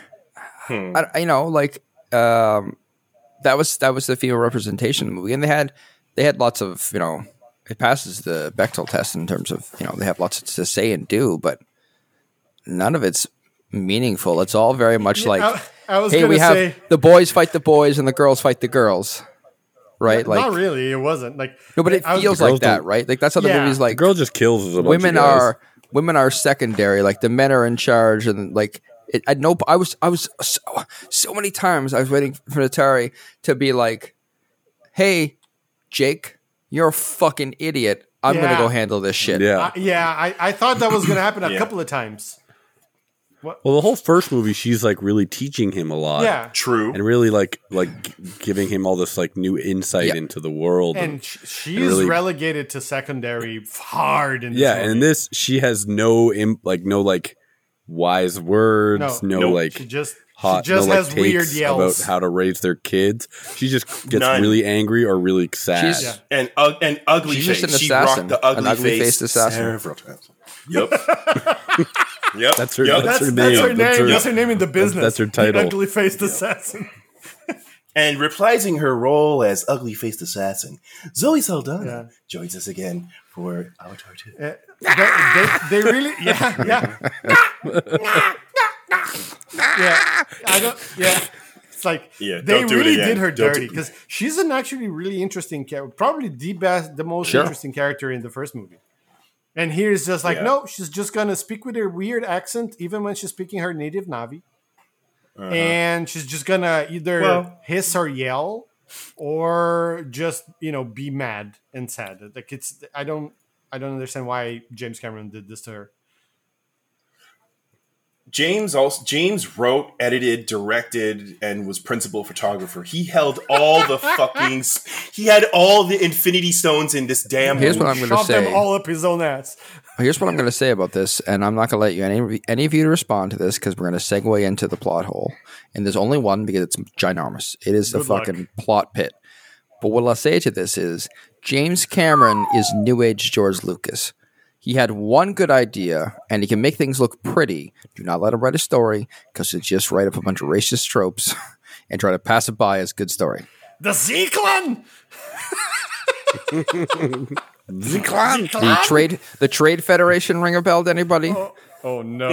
Speaker 3: Hmm.
Speaker 1: I, I- you know, like um, that was that was the female representation in the movie, and they had they had lots of you know it passes the Bechtel test in terms of you know they have lots to say and do, but none of it's meaningful. It's all very much like.
Speaker 3: I, I was
Speaker 1: hey,
Speaker 3: gonna
Speaker 1: we have
Speaker 3: say
Speaker 1: the boys fight the boys and the girls fight the girls, right? Like,
Speaker 3: not really. It wasn't like
Speaker 1: no, but it
Speaker 3: I was-
Speaker 1: feels
Speaker 4: girls
Speaker 1: like that,
Speaker 4: don't-
Speaker 1: right? Like that's how the
Speaker 3: Yeah.
Speaker 1: movie's
Speaker 4: The
Speaker 1: like.
Speaker 4: girl just kills a bunch
Speaker 1: Women
Speaker 4: of guys.
Speaker 1: are women are secondary. Like the men are in charge, and like it, at no, I was I was so, so many times I was waiting for Natari to be like, "Hey, Jake, you're a fucking idiot. I'm gonna
Speaker 3: Yeah.
Speaker 1: go handle this shit."
Speaker 4: Yeah.
Speaker 3: I- yeah, I, I thought that was gonna happen a
Speaker 2: Yeah.
Speaker 3: couple of times.
Speaker 4: Well, the whole first movie, she's like really teaching him a
Speaker 1: Uh,
Speaker 4: lot.
Speaker 3: Yeah,
Speaker 2: True.
Speaker 4: And really like like g- giving him all this like new insight
Speaker 1: Yeah.
Speaker 4: into the world.
Speaker 3: and sh- she's
Speaker 4: really-
Speaker 3: relegated to secondary hard. In this
Speaker 4: yeah,
Speaker 3: movie.
Speaker 4: and in this she has no imp, like no like wise words,
Speaker 3: No.
Speaker 4: no,
Speaker 2: Nope.
Speaker 4: like
Speaker 3: she just
Speaker 4: hot,
Speaker 3: she just
Speaker 4: no, like,
Speaker 3: has weird
Speaker 4: takes
Speaker 3: yells.
Speaker 4: about how to raise their kids. She just gets
Speaker 2: None.
Speaker 4: really angry or really sad.
Speaker 1: She's- Yeah.
Speaker 2: And ug- and ugly
Speaker 1: She's
Speaker 2: face.
Speaker 1: just an
Speaker 2: she
Speaker 1: assassin.
Speaker 2: rocked the ugly,
Speaker 1: An ugly-faced
Speaker 2: face
Speaker 1: assassin.
Speaker 2: several times. Yep. yep.
Speaker 4: That's her-
Speaker 2: Yep.
Speaker 4: that's her
Speaker 3: That's her
Speaker 4: name. That's
Speaker 3: name.
Speaker 4: her-
Speaker 3: That's her name in the business.
Speaker 4: that's her title.
Speaker 3: Ugly faced assassin.
Speaker 2: And reprising her role as ugly faced assassin, Zoe Saldana joins us again for Avatar 2.
Speaker 3: Eh, they, they, they really yeah yeah yeah I don't yeah it's like
Speaker 2: Yeah,
Speaker 3: they
Speaker 2: don't do it
Speaker 3: really
Speaker 2: again.
Speaker 3: did her
Speaker 2: Don't
Speaker 3: dirty
Speaker 2: do-
Speaker 3: because she's an actually really interesting character probably the best the most
Speaker 1: Sure.
Speaker 3: interesting character in the first movie and here's just like
Speaker 2: Yeah.
Speaker 3: no she's just gonna speak with her weird accent even when she's speaking her native Navi
Speaker 2: Uh-huh.
Speaker 3: and she's just gonna either
Speaker 2: Well-
Speaker 3: hiss or yell or just you know be mad and sad like it's i don't i don't understand why james cameron did this to her
Speaker 2: James also James wrote, edited, directed, and was principal photographer. He held all the fucking. s- He had all the Infinity Stones in this damn.
Speaker 1: Um, Here's what
Speaker 2: movie.
Speaker 1: I'm going to
Speaker 3: Shove
Speaker 1: say.
Speaker 3: them all up his own ass.
Speaker 1: Here's what I'm going to say about this, and I'm not going to let you any any of you to respond to this because we're going to segue into the plot hole. And there's only one because it's ginormous. It is the
Speaker 3: Good luck.
Speaker 1: fucking plot pit. But what I'll say to this is James Cameron is new age George Lucas. He had one good idea, and he can make things look pretty. Do not let him write a story because he'll just write up a bunch of racist tropes and try to pass it by as good story.
Speaker 3: The Zeeklan!
Speaker 1: The trade the Trade Federation ring a bell to anybody?
Speaker 3: Oh no.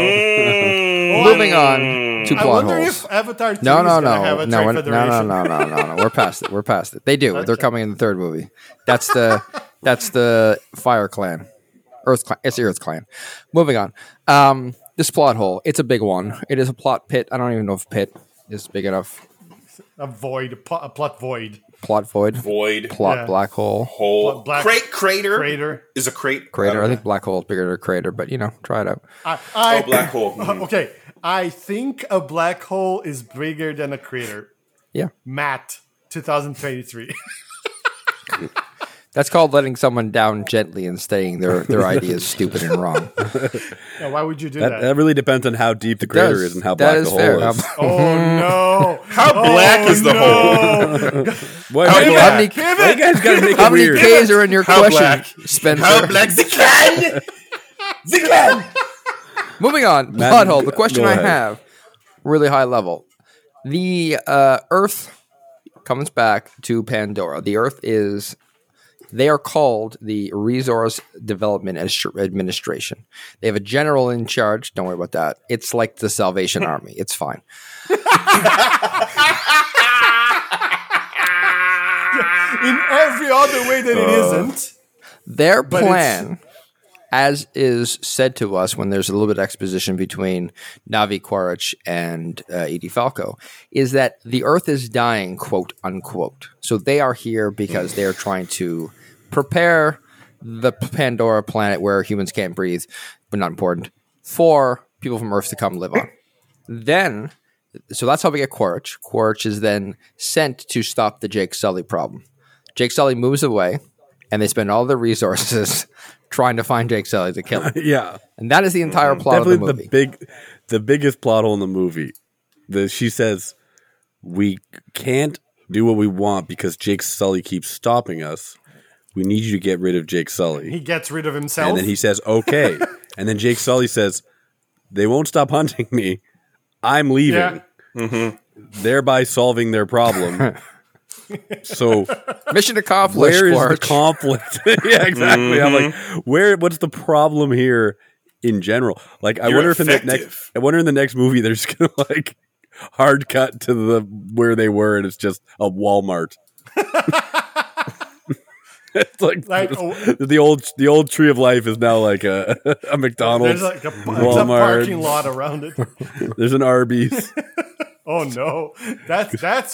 Speaker 1: Moving on to
Speaker 3: oh. I
Speaker 1: plot
Speaker 3: wonder
Speaker 1: holes.
Speaker 3: if Avatar 2
Speaker 1: No,
Speaker 3: is
Speaker 1: no,
Speaker 3: gonna have
Speaker 1: no,
Speaker 3: a
Speaker 1: no,
Speaker 3: Trade
Speaker 1: we're- no, no,
Speaker 3: Federation.
Speaker 1: no, no, no, no. We're past it. We're past it. They do. They're coming in the third movie. That's the that's the Fire Clan, Earth Clan. It's the Earth Clan. Moving on. Um, this plot hole. It's a big one. It is a plot pit. I don't even know if pit is big enough.
Speaker 3: A void, a plot, a plot void.
Speaker 1: Plot void.
Speaker 2: Void
Speaker 1: Plot
Speaker 3: Yeah.
Speaker 1: black hole.
Speaker 2: hole.
Speaker 3: Black-
Speaker 2: crate crater.
Speaker 3: Crater.
Speaker 2: is a crate.
Speaker 1: Crater. I
Speaker 2: Okay.
Speaker 1: think black hole is bigger than a crater, but you know, try it out.
Speaker 3: I, I,
Speaker 2: Oh, black hole. Mhm.
Speaker 3: Okay, I think a black hole is bigger than a crater.
Speaker 1: Yeah,
Speaker 3: Matt, 2023.
Speaker 1: that's called letting someone down gently and saying their their idea is stupid and wrong.
Speaker 3: Yeah, why would you do
Speaker 4: That,
Speaker 3: that?
Speaker 4: that really depends on how deep the crater is and how
Speaker 1: That
Speaker 4: black
Speaker 1: is
Speaker 4: the hole
Speaker 1: fair.
Speaker 4: is.
Speaker 1: How-
Speaker 3: oh no! Oh,
Speaker 2: How black is the
Speaker 3: no. hole?
Speaker 2: How
Speaker 4: Why, why-
Speaker 2: black-
Speaker 1: How many,
Speaker 4: why you guys gotta make
Speaker 1: how
Speaker 4: it
Speaker 1: many
Speaker 4: weird?
Speaker 1: K's are in your
Speaker 2: How
Speaker 1: question,
Speaker 2: black?
Speaker 1: Spencer?
Speaker 2: Mm-hmm. How black the clan? The clan.
Speaker 1: Moving on,
Speaker 4: Matt,
Speaker 1: plot hole. The question
Speaker 4: go
Speaker 1: I
Speaker 4: ahead.
Speaker 1: have, really high level. The uh, Earth comes back to Pandora. The Earth is. They are called the Resource Development As- Administration. They have a general in charge. Don't worry about that. It's like the Salvation Army. It's fine.
Speaker 3: In every other way that it
Speaker 4: Uh,
Speaker 3: isn't.
Speaker 1: Their
Speaker 3: it's-
Speaker 1: plan, as is said to us when there's a little bit of exposition between Navi Quaritch and uh, Edie Falco, is that the Earth is dying, quote unquote. So they are here because they are trying to prepare the Pandora planet where humans can't breathe, but not important, for people from Earth to come live on. Then, so that's how we get Quaritch. Quaritch is then sent to stop the Jake Sully problem. Jake Sully moves away, and they spend all their resources trying to find Jake Sully to kill him.
Speaker 4: Yeah,
Speaker 1: And that is the entire plot
Speaker 4: definitely
Speaker 1: of the
Speaker 4: the,
Speaker 1: movie.
Speaker 4: big, the biggest plot hole in the movie. The, she says we can't do what we want because Jake Sully keeps stopping us. We need you to get rid of Jake Sully.
Speaker 3: He gets rid of himself.
Speaker 4: And then he says, "Okay." and then Jake Sully says, "They won't stop hunting me. I'm leaving."
Speaker 3: Yeah.
Speaker 4: Mm-hmm. Thereby solving their problem. so
Speaker 1: Mission accomplished.
Speaker 4: where is the
Speaker 1: Quaritch.
Speaker 4: conflict? yeah, exactly.
Speaker 1: Mm-hmm.
Speaker 4: I'm like, where? What's the problem here in general? Like, I
Speaker 2: You're
Speaker 4: wonder if in the
Speaker 2: effective.
Speaker 4: next, I wonder in the next movie they're just gonna like hard cut to the where they were, and it's just a Walmart. it's like,
Speaker 3: Like, oh,
Speaker 4: the old the old tree of life is now like a a McDonald's.
Speaker 3: there's like a, there's a
Speaker 4: Walmart.
Speaker 3: parking lot around it.
Speaker 4: There's an Arby's.
Speaker 3: Oh no, that's that's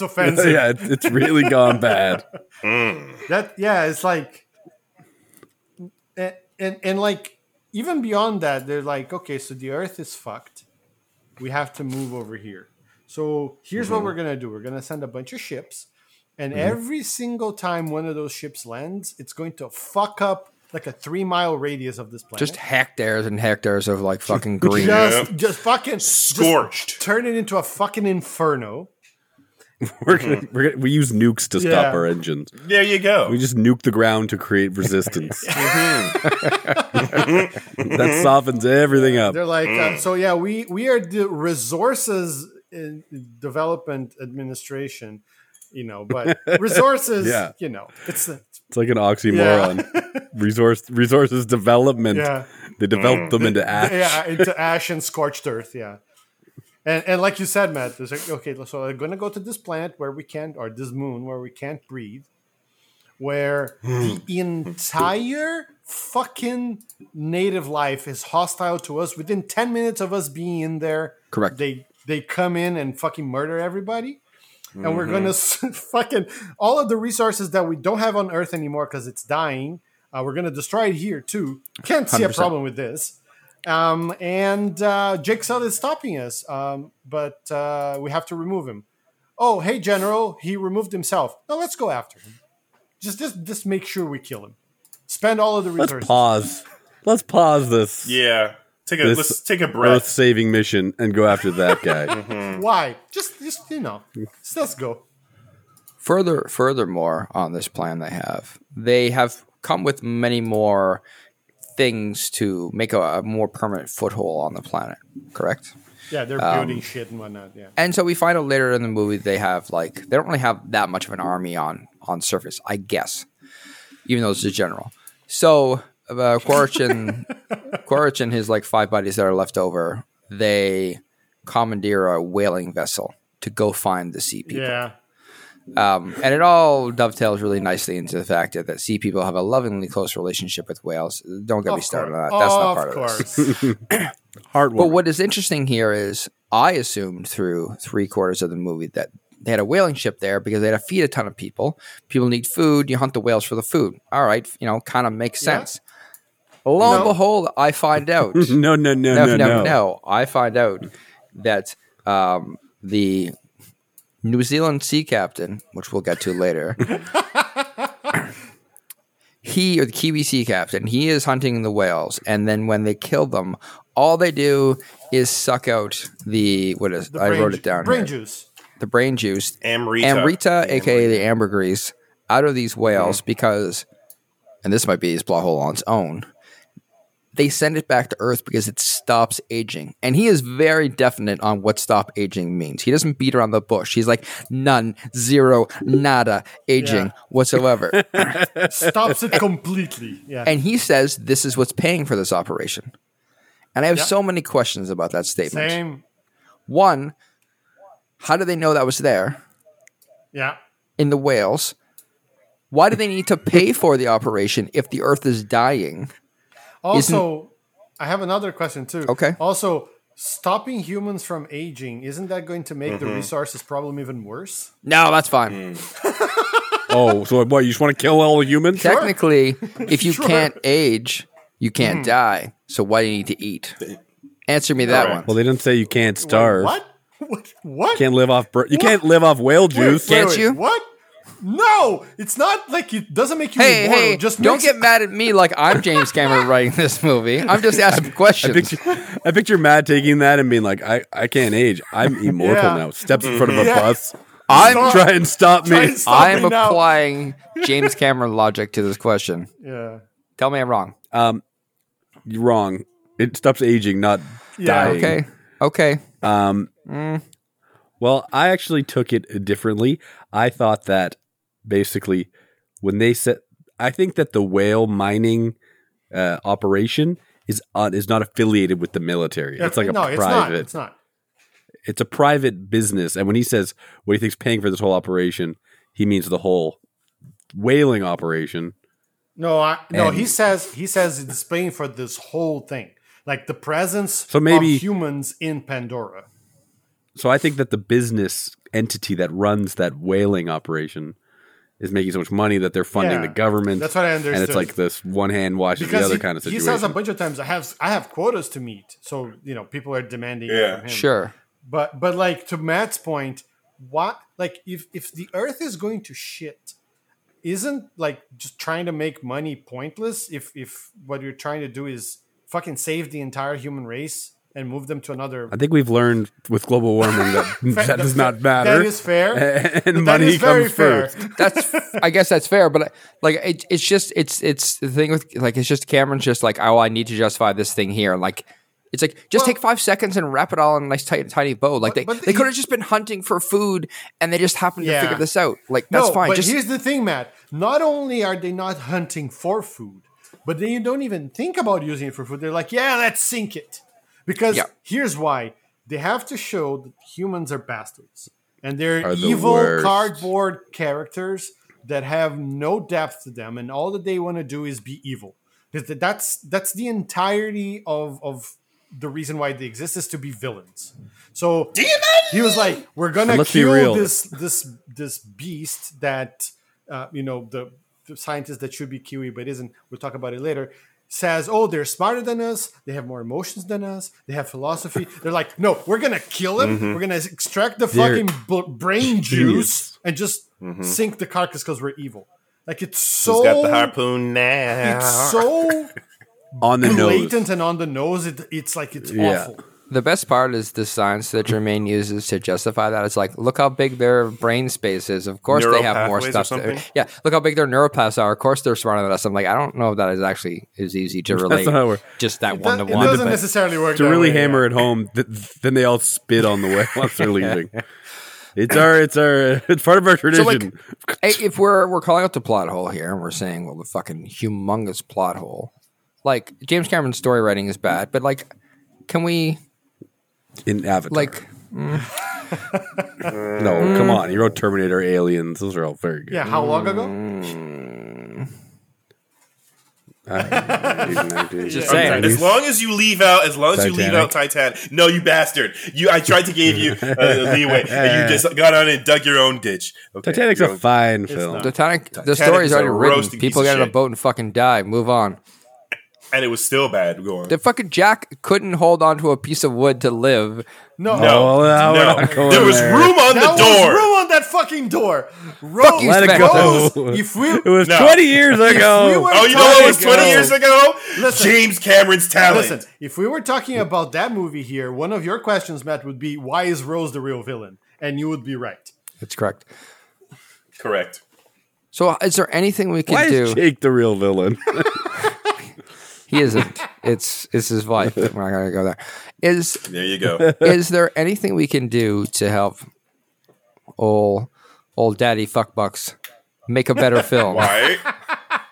Speaker 3: offensive.
Speaker 4: yeah, it's, it's really gone bad.
Speaker 3: that yeah it's like and, and and like even beyond that they're like okay so the earth is fucked we have to move over here so here's what we're gonna do we're gonna send a bunch of ships and every single time one of those ships lands it's going to fuck up like a three mile radius of this planet
Speaker 1: just hectares and hectares of like fucking green.
Speaker 3: just, just fucking just
Speaker 2: Scorched.
Speaker 3: turn it into a fucking inferno
Speaker 4: We're gonna, we're gonna, we use nukes to
Speaker 3: Yeah.
Speaker 4: stop our engines.
Speaker 2: There you go.
Speaker 4: We just nuke the ground to create resistance. that softens everything up.
Speaker 3: Mm-hmm. They're like, uh, so yeah, we we are the resources in development administration, you know, but resources,
Speaker 4: Yeah.
Speaker 3: you know, it's uh,
Speaker 4: It's like an oxymoron. Resource resources development.
Speaker 3: Yeah.
Speaker 4: They
Speaker 3: Mm.
Speaker 4: develop them into ash.
Speaker 3: yeah, into ash and scorched earth, yeah. And, and like you said, Matt, it's like, okay, so they're going to go to this planet where we can't, or this moon where we can't breathe, where the entire fucking native life is hostile to us. Within ten minutes of us being in there,
Speaker 1: Correct.
Speaker 3: They they come in and fucking murder everybody, and
Speaker 4: Mm-hmm.
Speaker 3: we're gonna s- fucking all of the resources that we don't have on Earth anymore because it's dying. Uh, we're gonna destroy it here too. Can't see a
Speaker 1: 100%.
Speaker 3: problem with this. Um, and uh, Jigsaw is stopping us, um, but uh, we have to remove him. Oh, hey, General, he removed himself. Now let's go after him. Just, just, just make sure we kill him. Spend all of the
Speaker 4: Let's
Speaker 3: resources.
Speaker 4: pause. Let's pause this
Speaker 2: Yeah. Take a
Speaker 4: This-
Speaker 2: let's take a
Speaker 4: Earth
Speaker 2: breath. Mm.
Speaker 4: saving mission and go after that guy.
Speaker 3: Mm-hmm. Why? Just, just you know, just let's go.
Speaker 1: Further, furthermore, on this plan they have, they have come with many more things to make a, a more permanent foothold on the planet. Correct.
Speaker 3: Yeah, they're
Speaker 4: Um,
Speaker 3: building shit and whatnot. Yeah.
Speaker 1: And so we find out later in the movie they have like they don't really have that much of an army on on surface, I guess, even though it's a general. So uh, Quaritch and Quaritch and his like five buddies that are left over, they commandeer a whaling vessel to go find the sea people.
Speaker 3: Yeah.
Speaker 1: Um, and it all dovetails really nicely into the fact that, that sea people have a lovingly close relationship with whales. Don't get me started on that. That's not part of this.
Speaker 3: of course.
Speaker 4: Hardware.
Speaker 1: But what is interesting here is I assumed through three quarters of the movie that they had a whaling ship there because they had to feed a ton of people. People need food. You hunt the whales for the food. All right, you know, kind of makes
Speaker 3: Yeah.
Speaker 1: sense. Lo and
Speaker 3: No.
Speaker 1: behold, I find out. no,
Speaker 4: no, no, no, no,
Speaker 1: no, no, I find out that um, the New Zealand sea captain, which we'll get to later, he or the Kiwi sea captain, he is hunting the whales, and then when they kill them, all they do is suck out the what is
Speaker 3: The
Speaker 1: I
Speaker 3: brain
Speaker 1: wrote
Speaker 3: ju-
Speaker 1: it down
Speaker 3: Brain
Speaker 1: here.
Speaker 3: juice.
Speaker 1: the brain juice,
Speaker 2: Amrita.
Speaker 1: amrita, aka the ambergris, out of these
Speaker 3: Mm-hmm.
Speaker 1: whales because, and this might be his plot hole on its own. They send it back to Earth because it stops aging, and he is very definite on what stop aging means. He doesn't beat around the bush. He's like none, zero, nada aging
Speaker 3: Yeah.
Speaker 1: whatsoever.
Speaker 3: Stops it completely. Yeah.
Speaker 1: and he says this is what's paying for this operation. And I have
Speaker 3: Yeah.
Speaker 1: so many questions about that statement.
Speaker 3: Same.
Speaker 1: One, how do they know that was there
Speaker 3: Yeah.
Speaker 1: in the whales? Why do they need to pay for the operation if the Earth is dying?
Speaker 3: Also, I have another question too.
Speaker 1: Okay.
Speaker 3: Also, stopping humans from aging isn't that going to make the resources problem even worse?
Speaker 1: No, that's fine.
Speaker 4: Oh, so what? You just want to kill all the humans?
Speaker 1: Technically, if you
Speaker 3: Sure. Mm.
Speaker 1: can't age, you can't die. So why do you need to eat? Answer me that
Speaker 2: Correct.
Speaker 1: one.
Speaker 4: Well, they didn't say you can't starve.
Speaker 3: What? What? What?
Speaker 4: Can't live off. Br- you can't live off whale juice.
Speaker 1: Can't you?
Speaker 3: What? No, it's not like it doesn't make you
Speaker 1: Hey,
Speaker 3: immortal.
Speaker 1: hey,
Speaker 3: just
Speaker 1: don't
Speaker 3: makes-
Speaker 1: get mad at me like I'm James Cameron writing this movie. I'm just asking
Speaker 4: I
Speaker 1: questions.
Speaker 4: picture, I picture Matt taking that and being like, "I, I can't age. I'm immortal
Speaker 3: Yeah.
Speaker 4: now." Steps in front of a
Speaker 3: Yeah.
Speaker 4: bus. I'm
Speaker 3: Stop.
Speaker 4: try and stop me.
Speaker 3: Try and stop
Speaker 1: I am
Speaker 3: me now.
Speaker 1: applying James Cameron logic to this question.
Speaker 3: Yeah.
Speaker 1: Tell me I'm wrong.
Speaker 4: Um, you're wrong. It stops aging, not
Speaker 3: Yeah.
Speaker 4: dying.
Speaker 1: Okay. Okay.
Speaker 4: Um,
Speaker 3: Mm.
Speaker 4: Well, I actually took it differently. I thought that basically when they said, I think that the whale mining uh, operation is uh, is not affiliated with the military. It's like a private.
Speaker 3: no, it's not. It's not.
Speaker 4: it's a private business. And when he says what he thinks paying for this whole operation, he means the whole whaling operation.
Speaker 3: No, I, no.
Speaker 4: And-
Speaker 3: He says he says it's paying for this whole thing, like the presence
Speaker 4: So maybe-
Speaker 3: of humans in Pandora.
Speaker 4: So I think that the business entity that runs that whaling operation is making so much money that they're funding
Speaker 3: Yeah.
Speaker 4: the government.
Speaker 3: That's what I
Speaker 4: And it's
Speaker 3: understood.
Speaker 4: like this one hand washes the other
Speaker 3: he,
Speaker 4: kind of
Speaker 3: he
Speaker 4: situation.
Speaker 3: says a bunch of times, "I have I have quotas to meet," so you know people are demanding. it
Speaker 2: Yeah.
Speaker 3: from him.
Speaker 1: Sure.
Speaker 3: But but like to Matt's point, what like if if the Earth is going to shit, isn't like just trying to make money pointless? If if what you're trying to do is fucking save the entire human race and move them to another.
Speaker 4: I think we've learned with global warming that that does not matter.
Speaker 3: That is fair.
Speaker 4: and
Speaker 3: That
Speaker 4: money
Speaker 3: is very
Speaker 4: comes
Speaker 3: fair.
Speaker 4: first.
Speaker 1: That's I guess that's fair, but like it, it's just it's it's the thing with like it's just Cameron's just like oh I need to justify this thing here and like it's like just take five seconds and wrap it all in a nice tight tiny bow like they
Speaker 3: but
Speaker 1: they could
Speaker 3: he-
Speaker 1: have just been hunting for food and they just happened
Speaker 3: Yeah.
Speaker 1: to figure this out like that's
Speaker 3: no,
Speaker 1: fine
Speaker 3: But
Speaker 1: just
Speaker 3: here's the thing, Matt. Not only are they not hunting for food, but they don't even think about using it for food. They're like, yeah, let's sink it. Because
Speaker 1: Yeah.
Speaker 3: here's why they have to show that humans are bastards and they're
Speaker 4: Are the
Speaker 3: evil
Speaker 4: worst.
Speaker 3: cardboard characters that have no depth to them, and all that they want to do is be evil. Because th- That's that's the entirety of of the reason why they exist is to be villains. So he was like, "We're gonna
Speaker 4: And let's be
Speaker 3: kill
Speaker 4: real.
Speaker 3: this this this beast that uh, you know the, the scientist that should be Kiwi but isn't." We'll talk about it later. says, "Oh, they're smarter than us. They have more emotions than us. They have philosophy." They're like, "No, we're gonna kill him. We're gonna extract the
Speaker 4: Mm-hmm. They're Mm-hmm.
Speaker 3: fucking b- brain
Speaker 4: genius.
Speaker 3: juice and just sink the carcass because we're evil." Like it's
Speaker 5: He's
Speaker 3: so
Speaker 5: got the harpoon now.
Speaker 3: it's so
Speaker 4: on the nose.
Speaker 3: blatant and on the nose. It, it's like it's
Speaker 4: Yeah.
Speaker 3: awful.
Speaker 1: The best part is the science that Jermaine uses to justify that. It's like, look how big their brain space is. Of course,
Speaker 5: Neural
Speaker 1: they have more
Speaker 5: pathways or
Speaker 1: stuff. To,
Speaker 5: something?
Speaker 1: yeah, look how big their neural paths are. Of course, they're smarter than us. I'm like, I don't know if that is actually is easy to relate.
Speaker 4: not how it works.
Speaker 1: just that one
Speaker 3: That-
Speaker 1: to
Speaker 3: it
Speaker 1: one.
Speaker 3: doesn't necessarily work.
Speaker 4: to
Speaker 3: that
Speaker 4: really
Speaker 3: way,
Speaker 4: hammer it home, th- then they all spit on the way once they're leaving. It's our, it's our, it's part of our
Speaker 1: So
Speaker 4: tradition.
Speaker 1: like, hey, if we're we're calling out the plot hole here, and we're saying, well, the fucking humongous plot hole. Like James Cameron's story writing is bad, but like, can we
Speaker 4: in Avatar,
Speaker 1: like?
Speaker 4: no, come on, you wrote Terminator, Aliens, those are all very good.
Speaker 3: mm. Yeah, how long
Speaker 4: Mm.
Speaker 3: ago?
Speaker 1: Just
Speaker 2: Okay,
Speaker 1: saying.
Speaker 2: as long as you leave out, as long as you leave
Speaker 4: Titanic.
Speaker 2: out Titanic, no, you bastard! You, I tried to give you uh, leeway, and you just got on and dug your own ditch. Okay,
Speaker 4: Titanic's
Speaker 2: your
Speaker 4: a
Speaker 2: own-
Speaker 4: fine film.
Speaker 1: The Titanic, the
Speaker 2: Titanic
Speaker 1: story's
Speaker 2: is a
Speaker 1: already written.
Speaker 2: roasting
Speaker 1: People
Speaker 2: piece of
Speaker 1: get on a
Speaker 2: shit.
Speaker 1: boat and fucking die. Move on.
Speaker 2: and it was still bad. Go on.
Speaker 1: The fucking Jack couldn't hold onto a piece of wood to live.
Speaker 3: No,
Speaker 2: no,
Speaker 4: Oh, no, we're not
Speaker 2: no.
Speaker 4: going
Speaker 2: there was
Speaker 4: there.
Speaker 2: room on
Speaker 3: That
Speaker 2: the
Speaker 3: was
Speaker 2: door.
Speaker 3: room on that fucking door.
Speaker 1: Fuck you,
Speaker 3: Rose,
Speaker 4: Let it
Speaker 1: Sven.
Speaker 4: go.
Speaker 3: Rose, if we-
Speaker 4: it was
Speaker 2: No.
Speaker 4: twenty years ago.
Speaker 3: we were-
Speaker 2: Oh, you know what was
Speaker 3: Twenty
Speaker 2: 20 years ago?
Speaker 3: Listen.
Speaker 2: James Cameron's talent.
Speaker 3: Listen, if we were talking about that movie here, one of your questions, Matt, would be why is Rose the real villain? And you would be right.
Speaker 1: That's correct.
Speaker 2: Correct.
Speaker 1: So, is there anything we can
Speaker 4: Why
Speaker 1: do?
Speaker 4: is Jake the real villain?
Speaker 1: he isn't. It's it's his wife. We're not gonna go there. Is
Speaker 2: There you go.
Speaker 1: is there anything we can do to help old old daddy fuckbucks make a better film?
Speaker 2: Why?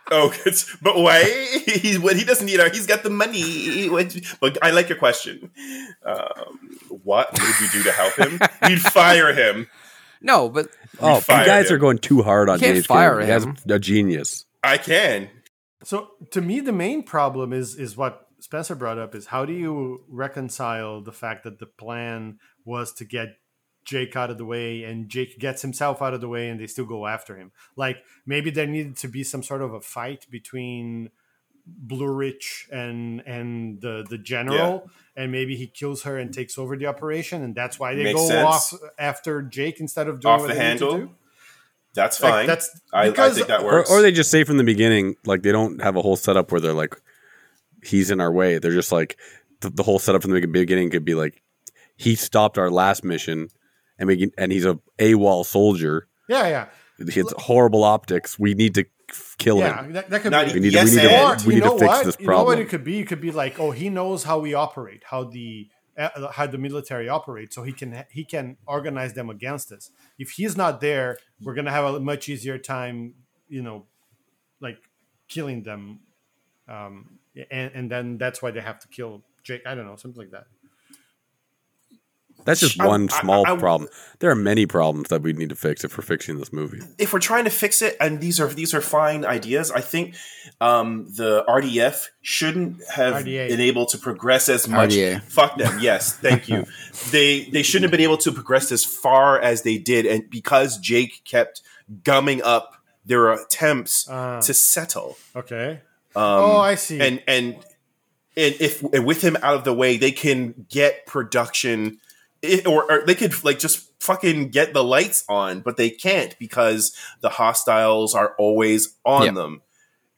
Speaker 2: Oh, it's, but why? He's what he doesn't need. our- He's got the money. What- But I like your question. Um, what would we do to help him? We'd fire him.
Speaker 1: No, but
Speaker 4: Oh, you
Speaker 2: fired
Speaker 4: guys
Speaker 2: him.
Speaker 4: are going too hard on
Speaker 1: Can't
Speaker 4: James
Speaker 1: fire
Speaker 4: Cameron. He has
Speaker 1: him.
Speaker 4: a genius.
Speaker 2: I can.
Speaker 3: So to me, the main problem is is what Spencer brought up is how do you reconcile the fact that the plan was to get Jake out of the way and Jake gets himself out of the way and they still go after him? Like maybe there needed to be some sort of a fight between Blue Rich and and the the general, and maybe he kills her and takes over the operation, and that's why they
Speaker 2: Makes
Speaker 3: go
Speaker 2: sense.
Speaker 3: off after Jake instead of doing
Speaker 2: Off
Speaker 3: what
Speaker 2: the
Speaker 3: they need to
Speaker 2: handle.
Speaker 3: do.
Speaker 2: That's
Speaker 3: Like,
Speaker 2: fine.
Speaker 3: that's-
Speaker 2: I, I
Speaker 3: because-
Speaker 2: think that
Speaker 4: Or,
Speaker 2: works.
Speaker 4: or they just say from the beginning, like they don't have a whole setup where they're like, he's in our way. They're just like, the, the whole setup from the beginning could be like, he stopped our last mission, and we can- and he's a AWOL soldier.
Speaker 3: Yeah, yeah,
Speaker 4: It's horrible optics. We need to f- kill
Speaker 3: yeah.
Speaker 4: him.
Speaker 3: That, that could
Speaker 2: Not
Speaker 3: be.
Speaker 4: We need
Speaker 2: Yes,
Speaker 4: to. We need
Speaker 2: and-
Speaker 3: Or
Speaker 4: to. We
Speaker 3: you
Speaker 4: need to
Speaker 3: know
Speaker 4: fix
Speaker 3: what?
Speaker 4: this
Speaker 3: You know what
Speaker 4: problem.
Speaker 3: it could be? It could be like, oh, he knows how we operate, how the uh, how the military operates, so he can he can organize them against us. If he's not there, we're gonna have a much easier time, you know, like killing them, um, and and then that's why they have to kill Jake. I don't know, something like that.
Speaker 4: That's just
Speaker 2: I-
Speaker 4: one
Speaker 2: I-
Speaker 4: small
Speaker 2: I-
Speaker 4: problem. There are many problems that we need to fix if we're fixing this movie.
Speaker 2: if we're trying to fix it, and these are these are fine ideas, I think um, the RDF shouldn't have
Speaker 3: RDA.
Speaker 2: been able to progress as much.
Speaker 1: RDA.
Speaker 2: Fuck them. Yes, thank you. they they shouldn't have been able to progress as far as they did, and because Jake kept gumming up their attempts
Speaker 3: Ah.
Speaker 2: to settle.
Speaker 3: Okay.
Speaker 2: Um,
Speaker 3: oh, I see.
Speaker 2: and and and if and with him out of the way, they can get production, i- or, or they could like just fucking get the lights on, but they can't because the hostiles are always on
Speaker 1: Yeah.
Speaker 2: them,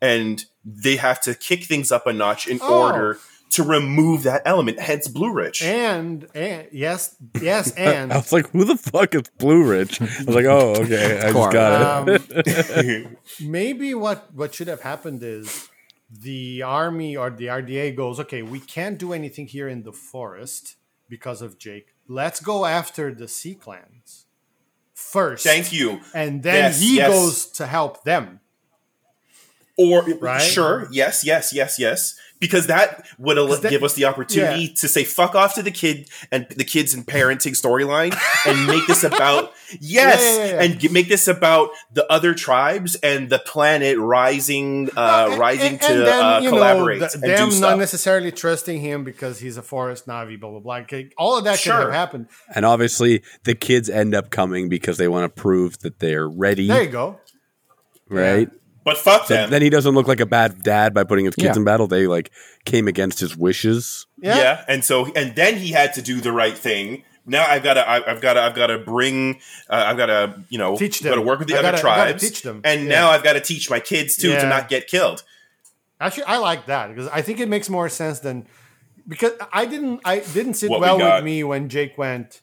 Speaker 2: and they have to kick things up a notch in
Speaker 3: Oh.
Speaker 2: order to remove that element. Hence, Blue Ridge.
Speaker 3: and and yes, yes, and
Speaker 4: I was like, who the fuck is Blue Ridge? I was like, oh, okay. I just
Speaker 1: Corn.
Speaker 4: got
Speaker 3: um, maybe what what should have happened is the army or the RDA goes, okay, we can't do anything here in the forest because of Jake. Let's go after the sea clans first,
Speaker 2: Thank you.
Speaker 3: and then
Speaker 2: Yes,
Speaker 3: he
Speaker 2: yes.
Speaker 3: goes to help them.
Speaker 2: Or
Speaker 3: Right?
Speaker 2: sure, yes, yes, yes, yes, because that would al-
Speaker 3: that-
Speaker 2: give us the opportunity
Speaker 3: yeah.
Speaker 2: to say "fuck off" to the kid and the kids and parenting storyline, and make this about yes,
Speaker 3: Yeah, yeah, yeah, yeah.
Speaker 2: and g- make this about the other tribes and the planet rising, uh,
Speaker 3: And-
Speaker 2: rising
Speaker 3: and-
Speaker 2: to
Speaker 3: and then,
Speaker 2: uh,
Speaker 3: you know,
Speaker 2: collaborate
Speaker 3: th-
Speaker 2: and
Speaker 3: them
Speaker 2: do
Speaker 3: not
Speaker 2: stuff.
Speaker 3: necessarily trusting him because he's a forest Navi, blah blah blah. Okay, All of that
Speaker 2: Sure. Mm-hmm.
Speaker 3: could have happened.
Speaker 4: And obviously, the kids end up coming because they want to prove that they're ready.
Speaker 3: There you go.
Speaker 4: right?
Speaker 2: But fuck
Speaker 4: Then,
Speaker 2: them.
Speaker 4: then he doesn't look like a bad dad by putting his kids
Speaker 1: Yeah.
Speaker 4: in battle. They like came against his wishes.
Speaker 2: yeah.
Speaker 3: Yeah.
Speaker 2: and so and then he had to do the right thing. Now I've got to I've got to I've got to bring uh, I've got to you know
Speaker 3: Teach
Speaker 2: Got to
Speaker 3: them.
Speaker 2: work with the
Speaker 3: I
Speaker 2: other
Speaker 3: gotta- I gotta
Speaker 2: tribes.
Speaker 3: teach them.
Speaker 2: And
Speaker 3: Yeah.
Speaker 2: now I've got to teach my kids too to
Speaker 3: Yeah.
Speaker 2: not get killed.
Speaker 3: Actually, I like that because I think it makes more sense than because I didn't I didn't sit
Speaker 2: What we
Speaker 3: well
Speaker 2: got.
Speaker 3: with me when Jake went,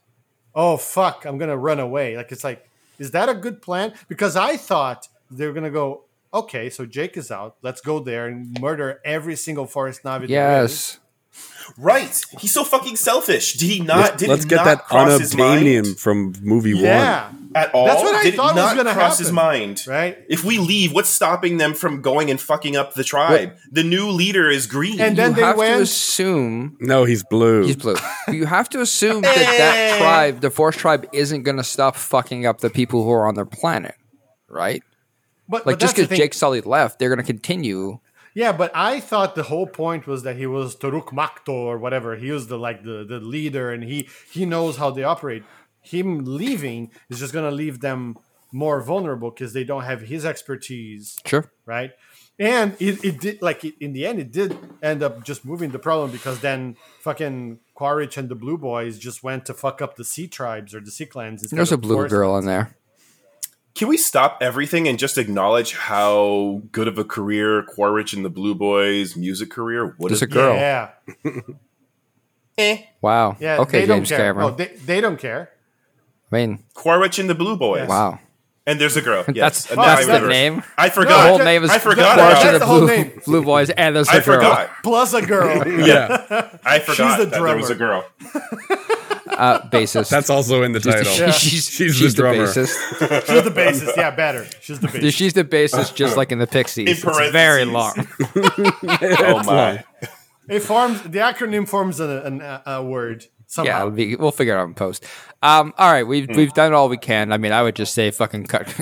Speaker 3: "Oh fuck, I'm going to run away." Like it's like, is that a good plan? Because I thought they were going to go, "Okay, so Jake is out. Let's go there and murder every single forest Navi." there is."
Speaker 1: Yes.
Speaker 2: Right? He's so fucking selfish. Did he not?
Speaker 4: Let's,
Speaker 2: did
Speaker 4: let's
Speaker 2: it
Speaker 4: get
Speaker 2: not
Speaker 4: that
Speaker 2: cross his
Speaker 4: unobtainium
Speaker 2: mind
Speaker 4: from movie
Speaker 3: Yeah.
Speaker 2: at all.
Speaker 3: That's what I
Speaker 2: did it
Speaker 3: thought was
Speaker 2: not
Speaker 3: gonna
Speaker 2: cross his
Speaker 3: happen,
Speaker 2: mind.
Speaker 3: right?
Speaker 2: If we leave, what's stopping them from going and fucking up the tribe? The new leader is green.
Speaker 3: And
Speaker 1: You
Speaker 3: then they
Speaker 1: have to
Speaker 3: went
Speaker 1: assume
Speaker 4: one. No, he's blue.
Speaker 1: he's blue. you have to assume that that
Speaker 2: Hey.
Speaker 1: tribe, the forest tribe, isn't going to stop fucking up the people who are on their planet, right?
Speaker 3: but,
Speaker 1: Like
Speaker 3: but
Speaker 1: just
Speaker 3: that's the
Speaker 1: because
Speaker 3: thing.
Speaker 1: Jake Sully left, they're going to continue.
Speaker 3: Yeah, but I thought the whole point was that he was Toruk Makto or whatever. He was the like the, the leader and he he knows how they operate. Him leaving is just gonna leave them more vulnerable because they don't have his expertise,
Speaker 1: Sure.
Speaker 3: right? And it, it did like it, in the end it did end up just moving the problem because then fucking Quaritch and the Blue Boys just went to fuck up the Sea Tribes or the Sea Clans. instead
Speaker 1: There's a
Speaker 3: of
Speaker 1: blue
Speaker 3: Forest-
Speaker 1: girl in there.
Speaker 2: Can we stop everything and just acknowledge how good of a career Quaritch and the Blue Boys' music career would
Speaker 1: There's
Speaker 2: have
Speaker 1: a girl.
Speaker 3: Yeah, Eh.
Speaker 1: Wow.
Speaker 3: yeah.
Speaker 1: okay,
Speaker 3: they don't
Speaker 1: James
Speaker 3: care.
Speaker 1: Cameron.
Speaker 3: No, they, they don't care.
Speaker 1: I mean,
Speaker 2: Quaritch and the Blue Boys.
Speaker 1: wow.
Speaker 2: And there's a girl. Yes.
Speaker 1: That's
Speaker 2: And now I
Speaker 1: that's the
Speaker 2: remember.
Speaker 1: name.
Speaker 2: I
Speaker 1: The
Speaker 2: forgot.
Speaker 1: whole
Speaker 3: Uh, just-
Speaker 1: name is
Speaker 2: I forgot
Speaker 1: Forest
Speaker 2: about
Speaker 1: and the
Speaker 2: it.
Speaker 3: That's the whole
Speaker 1: Blue,
Speaker 3: name.
Speaker 1: Blue Boys, and there's a
Speaker 2: I
Speaker 1: girl.
Speaker 2: forgot.
Speaker 3: Plus a girl.
Speaker 4: yeah,
Speaker 2: I forgot
Speaker 3: the
Speaker 2: that there was a girl.
Speaker 1: Uh, bassist.
Speaker 4: that's also in the
Speaker 1: she's the,
Speaker 4: title.
Speaker 1: she's,
Speaker 4: She's the
Speaker 1: she's the,
Speaker 4: drummer.
Speaker 1: bassist.
Speaker 3: She's the bassist. Yeah, better. She's the bassist.
Speaker 1: She's the bassist, just like in the Pixies.
Speaker 2: In
Speaker 1: it's very
Speaker 2: parentheses.
Speaker 1: long.
Speaker 2: Oh my!
Speaker 3: It forms the acronym forms an, an, a, a word
Speaker 1: Yeah,
Speaker 3: somehow.
Speaker 1: it'll be, we'll figure it out in post. Um, all right, we've we've done all we can. I mean, I would just say fucking cut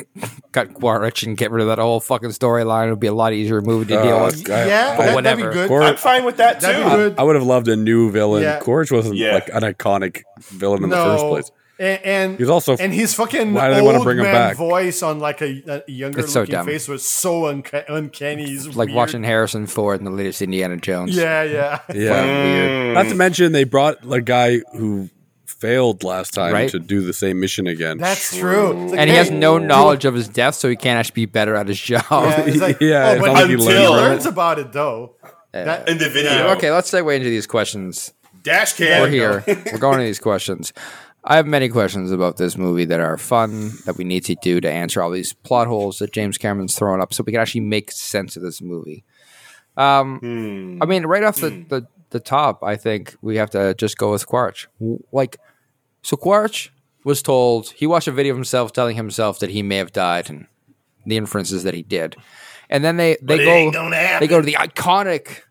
Speaker 1: cut Quaritch and get rid of that whole fucking storyline. It would be a lot easier movie to deal
Speaker 4: Oh,
Speaker 1: with.
Speaker 4: God.
Speaker 3: yeah,
Speaker 1: But
Speaker 3: that, would
Speaker 1: whatever.
Speaker 3: be good.
Speaker 4: Or-
Speaker 2: I'm fine with that
Speaker 3: That'd be
Speaker 2: too.
Speaker 3: good.
Speaker 4: I would have loved a new villain.
Speaker 3: Yeah.
Speaker 4: Corridge wasn't
Speaker 2: Yeah.
Speaker 4: like an iconic villain in
Speaker 3: no,
Speaker 4: the first place.
Speaker 3: And, and
Speaker 4: He's also-
Speaker 3: and his fucking
Speaker 4: Why do they
Speaker 3: old
Speaker 4: wanna bring him
Speaker 3: man
Speaker 4: back?
Speaker 3: voice on like a, a younger
Speaker 1: It's so
Speaker 3: looking
Speaker 1: dumb.
Speaker 3: face was so unca- uncanny. It's
Speaker 1: Like
Speaker 3: weird.
Speaker 1: watching Harrison Ford in the latest Indiana Jones.
Speaker 3: Yeah, yeah,
Speaker 4: Yeah.
Speaker 1: Weird.
Speaker 4: Not to mention they brought a guy who failed last time
Speaker 1: Right.
Speaker 4: to do the same mission again.
Speaker 3: that's true. It's like,
Speaker 1: And he
Speaker 3: hey,
Speaker 1: has no
Speaker 3: do-
Speaker 1: knowledge of his death, so he can't actually be better at his job.
Speaker 3: Yeah, it's like,
Speaker 4: Yeah,
Speaker 3: oh,
Speaker 4: if
Speaker 3: but
Speaker 4: only
Speaker 3: he,
Speaker 4: he
Speaker 2: learned from
Speaker 3: learns about it though.
Speaker 1: Uh,
Speaker 3: That-
Speaker 2: In the video,
Speaker 1: Okay, let's segue into these questions.
Speaker 2: dash
Speaker 1: We're
Speaker 2: cam.
Speaker 1: here. We're going to these questions. I have many questions about this movie that are fun that we need to do to answer all these plot holes that James Cameron's throwing up, so we can actually make sense of this movie.
Speaker 2: Hmm.
Speaker 1: Um, I mean, right off the, the the top, I think we have to just go with Quaritch. W- Like, so Quaritch was told he watched a video of himself telling himself that he may have died, and the inference is that he did. And then they they
Speaker 2: it
Speaker 1: go
Speaker 2: ain't gonna happen.
Speaker 1: they go to the iconic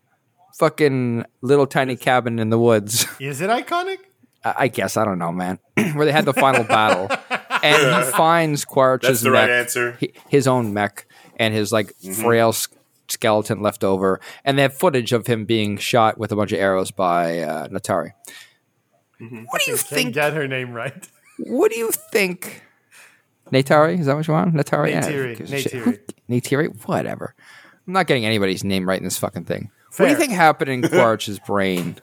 Speaker 1: fucking little tiny cabin in the woods.
Speaker 3: Is it iconic?
Speaker 1: I I guess I don't know, man. Where they had the final battle, and he finds Quaritch's
Speaker 2: That's the
Speaker 1: mech,
Speaker 2: right answer. Mm-hmm.
Speaker 1: hi- his own mech, and his like frail s- skeleton left over, and they have footage of him being shot with a bunch of arrows by uh, Natari. What do you
Speaker 3: Can't
Speaker 1: think?
Speaker 3: get her name right.
Speaker 1: What do you think? Natari, is that what you want? Natari, Yeah,
Speaker 3: Neytiri,
Speaker 1: who gives a shit?
Speaker 3: Neytiri.
Speaker 1: Neytiri? whatever. I'm not getting anybody's name right in this fucking thing. What do you
Speaker 3: Fair.
Speaker 1: think happened in Quaritch's brain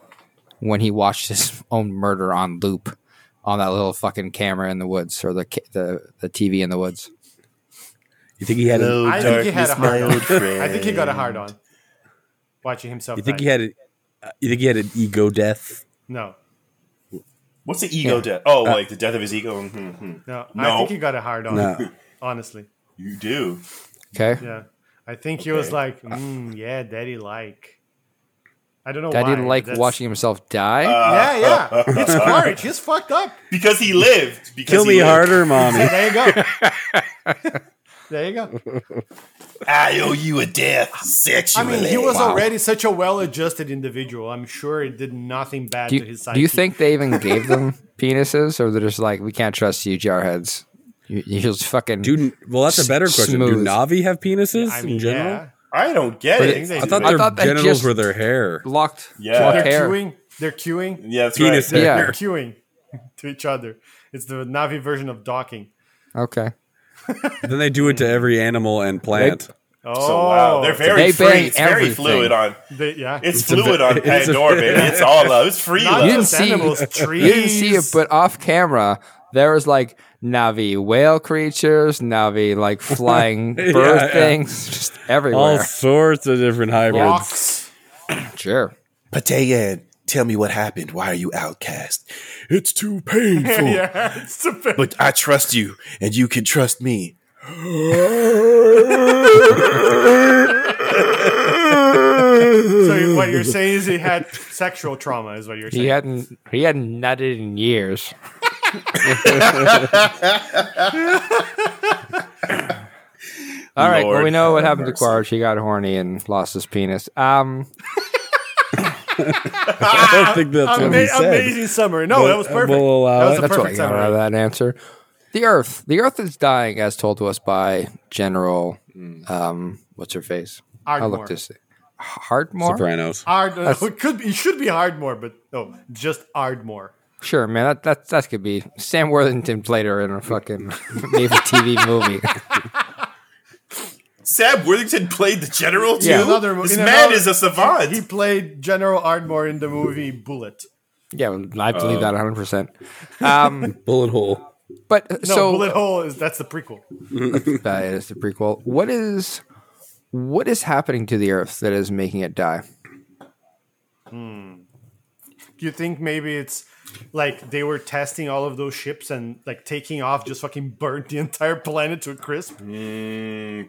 Speaker 1: when he watched his own murder on loop on that little fucking camera in the woods or the ca- the, the TV in the woods?
Speaker 4: You think he had? A,
Speaker 3: I think he had a hard on.
Speaker 5: friend.
Speaker 3: I think he got a hard on. Watching himself.
Speaker 4: you think
Speaker 3: die.
Speaker 4: he had? A, uh, you think he had an ego death?
Speaker 3: no.
Speaker 2: What's the ego death? Oh,
Speaker 1: Uh,
Speaker 2: like the death of his ego. Mhm, mhm.
Speaker 3: No,
Speaker 2: No.
Speaker 3: I think he got a hard on.
Speaker 4: No.
Speaker 3: Honestly,
Speaker 2: You do.
Speaker 1: Okay.
Speaker 3: yeah, I think he was like, mm, "Yeah, Daddy like." I don't know.
Speaker 1: Daddy
Speaker 3: why.
Speaker 1: like
Speaker 3: That's- Uh,
Speaker 1: watching himself die.
Speaker 3: Yeah, yeah, it's Quaritch. He's fucked up.
Speaker 2: Because he lived. Because
Speaker 4: Kill
Speaker 2: he
Speaker 4: me
Speaker 2: lived.
Speaker 4: harder, mommy.
Speaker 3: There you go. there you go.
Speaker 2: I owe you a death
Speaker 3: I
Speaker 2: sexually.
Speaker 3: mean, he was
Speaker 1: Wow.
Speaker 3: already such a well-adjusted individual. I'm sure it did nothing bad
Speaker 1: do,
Speaker 3: to
Speaker 1: you,
Speaker 3: his
Speaker 1: do
Speaker 3: psyche.
Speaker 1: you think they even gave them penises or they're just like, we can't trust you, jarheads? You, you just fucking.
Speaker 4: Do well, that's a better question. Do
Speaker 1: Smooth.
Speaker 4: Navi have penises
Speaker 3: I
Speaker 4: in
Speaker 3: mean,
Speaker 4: general?
Speaker 3: yeah,
Speaker 2: I don't get
Speaker 3: think
Speaker 2: it.
Speaker 3: they
Speaker 4: I thought
Speaker 3: do.
Speaker 1: I
Speaker 4: their
Speaker 1: thought they
Speaker 4: genitals
Speaker 1: just-
Speaker 4: were their hair.
Speaker 1: locked,
Speaker 2: Yeah.
Speaker 1: locked
Speaker 3: they're
Speaker 1: hair.
Speaker 3: queuing. They're queuing.
Speaker 2: Yeah, that's
Speaker 4: Penis
Speaker 2: right.
Speaker 1: Yeah.
Speaker 3: They're queuing to each other. It's the Navi version of docking.
Speaker 1: Okay.
Speaker 4: Then they do it to every animal and plant.
Speaker 3: Oh,
Speaker 2: So wow, they're very
Speaker 1: They
Speaker 2: free.
Speaker 1: bang
Speaker 2: It's very
Speaker 1: everything.
Speaker 2: fluid on.
Speaker 3: They- yeah.
Speaker 2: It's,
Speaker 4: a
Speaker 2: fluid
Speaker 4: bit-
Speaker 2: on
Speaker 4: it's a
Speaker 2: Pandora,
Speaker 4: bit-
Speaker 2: baby. It's all love. It's free
Speaker 3: Not
Speaker 1: You
Speaker 2: love.
Speaker 1: didn't
Speaker 3: just
Speaker 1: see-
Speaker 3: animals, trees.
Speaker 1: You didn't see it, but off camera, there was like Navi whale creatures, Navi like flying bird
Speaker 4: Yeah, yeah.
Speaker 1: things, just
Speaker 4: All
Speaker 1: everywhere.
Speaker 4: sorts of different hybrids.
Speaker 3: rocks.
Speaker 1: sure.
Speaker 5: Pateyan, tell me what happened. Why are you outcast? It's too painful.
Speaker 3: yeah, it's a bit-
Speaker 5: But I trust you, and you can trust me.
Speaker 3: so what you're saying is he had sexual trauma, is what you're saying.
Speaker 1: He hadn't he hadn't nutted in years. All right. Well,
Speaker 2: Lord
Speaker 1: we know what
Speaker 2: have
Speaker 1: happened to Quaritch. He got horny and lost his penis. Um,
Speaker 4: I don't think that's what he
Speaker 3: Ama-
Speaker 4: said.
Speaker 3: amazing summary. No, that was perfect.
Speaker 4: We'll allow
Speaker 3: that was
Speaker 4: it.
Speaker 3: a
Speaker 1: that's what I
Speaker 3: perfect
Speaker 1: got out of
Speaker 3: summary.
Speaker 1: that answer. The Earth. The Earth is dying, as told to us by General. Um, what's her face? I
Speaker 3: Mm. Ardmore.
Speaker 1: looked this. Hardmore.
Speaker 4: Sopranos.
Speaker 3: Ard- uh, it could be, it should be Ardmore, but no, just Ardmore.
Speaker 1: Sure, man. That that that could be Sam Worthington played her in a fucking naval TV movie.
Speaker 2: Sam Worthington played the general too.
Speaker 1: Yeah.
Speaker 3: Another mo-
Speaker 2: this
Speaker 3: in
Speaker 2: man
Speaker 3: another-
Speaker 2: is a savant.
Speaker 3: He played General Ardmore in the movie Bullet.
Speaker 1: Yeah, I believe
Speaker 3: Uh.
Speaker 1: that 100. percent Um,
Speaker 4: Bullet hole.
Speaker 1: but
Speaker 3: No,
Speaker 1: so
Speaker 3: Bullet Hole is that's the prequel.
Speaker 1: that is the prequel. What is what is happening to the Earth that is making it die?
Speaker 3: You think maybe it's like they were testing all of those ships and like taking off just fucking burnt the entire planet to a crisp?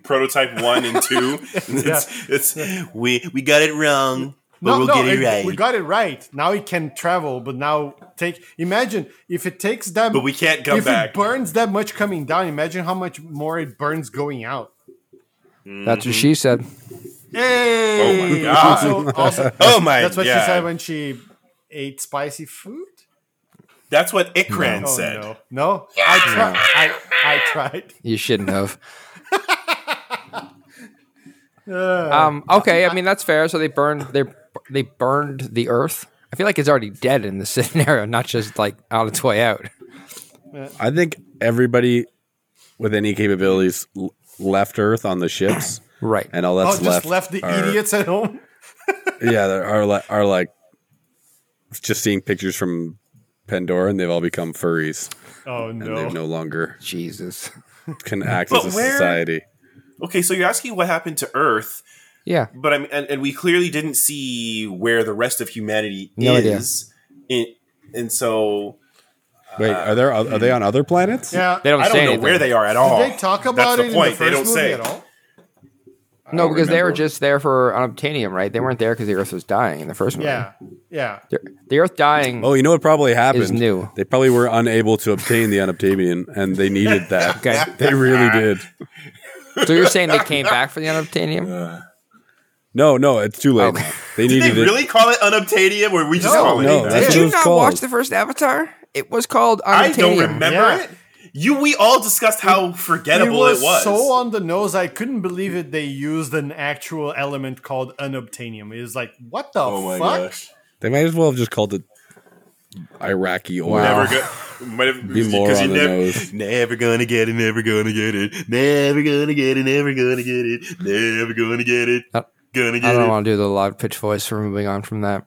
Speaker 2: Prototype one and two. it's, it's- we we got it wrong, but we'll get it, right.
Speaker 3: We got it right. Now it can travel, but now take imagine if it takes that
Speaker 2: But we can't come
Speaker 3: if
Speaker 2: back.
Speaker 3: it burns that much coming down, imagine how much more it burns going out.
Speaker 2: Oh
Speaker 1: That's what she
Speaker 3: Mm-hmm.
Speaker 1: said.
Speaker 3: Hey!
Speaker 2: Oh my God.
Speaker 3: Also, also
Speaker 2: oh my
Speaker 3: that's what
Speaker 2: god!
Speaker 3: she said when she ate spicy food.
Speaker 2: That's what Ikran said.
Speaker 3: Oh, no. No? I tried. I, I tried.
Speaker 1: You shouldn't have. um, okay, I mean that's fair. So they burned they they burned the Earth. I feel like it's already dead in this scenario, not just like on its way out.
Speaker 4: I think everybody with any capabilities l- left Earth on the ships,
Speaker 1: Right.
Speaker 4: and all
Speaker 3: Oh,
Speaker 4: that's
Speaker 3: just
Speaker 4: left.
Speaker 3: left, the
Speaker 4: are-
Speaker 3: idiots at home.
Speaker 4: Yeah, there are li- are like just seeing pictures from Pandora, and they've all become furries,
Speaker 3: Oh
Speaker 4: and
Speaker 3: no.
Speaker 4: they've no longer
Speaker 1: oh, Jesus.
Speaker 4: can act
Speaker 2: But
Speaker 4: as a
Speaker 2: where-
Speaker 4: society.
Speaker 2: Okay, so you're asking what happened to Earth,
Speaker 1: Yeah.
Speaker 2: but I mean, and, and we clearly didn't see where the rest of humanity
Speaker 1: No idea.
Speaker 2: is. In, and so
Speaker 4: Wait, are there are they on other planets?
Speaker 3: Yeah.
Speaker 1: They don't say
Speaker 2: I don't know
Speaker 1: anything.
Speaker 2: where they are at all.
Speaker 3: Did they talk about
Speaker 2: Oh, That's
Speaker 3: it
Speaker 2: the point.
Speaker 3: in the
Speaker 2: they
Speaker 3: first
Speaker 2: don't
Speaker 3: movie
Speaker 2: say.
Speaker 3: at all?
Speaker 1: No, because they were
Speaker 2: remember.
Speaker 1: just there for unobtainium, right? They weren't there because the Earth was dying in the first one.
Speaker 3: Yeah. Yeah.
Speaker 1: The, the Earth dying.
Speaker 4: Oh, you know what probably happened?
Speaker 1: Is new.
Speaker 4: They probably were unable to obtain the unobtainian, and they needed that.
Speaker 1: Okay.
Speaker 4: They really did.
Speaker 1: So you're saying they came back for the unobtainium?
Speaker 4: No, no, it's too late.
Speaker 1: Okay.
Speaker 4: now. They
Speaker 2: Did they
Speaker 4: needed it.
Speaker 2: really call it unobtainium, or we just
Speaker 3: No,
Speaker 2: call it?
Speaker 4: no,
Speaker 2: anything?
Speaker 4: that's
Speaker 1: Did
Speaker 4: what it
Speaker 1: you
Speaker 4: was
Speaker 1: not
Speaker 4: called.
Speaker 1: watch the first Avatar? It was called unobtainium.
Speaker 2: I don't remember
Speaker 3: Yeah.
Speaker 2: it. You, we all discussed how
Speaker 3: It
Speaker 2: forgettable
Speaker 3: was, so on the nose. I couldn't believe it. They used an actual element called unobtainium. It was like, what the
Speaker 2: oh my
Speaker 3: fuck?
Speaker 2: gosh!
Speaker 4: They might as well have just called it Iraqi oil.
Speaker 1: Wow.
Speaker 2: Never go. Might have,
Speaker 4: Be more
Speaker 2: 'cause you
Speaker 4: on the
Speaker 2: never-
Speaker 4: nose.
Speaker 5: Never gonna get it, never gonna get it, never gonna get it, never gonna get it, never gonna get it,
Speaker 1: Uh,
Speaker 5: gonna
Speaker 1: I
Speaker 5: get
Speaker 1: don't
Speaker 5: it.
Speaker 1: want to do the loud pitch voice for moving on from that.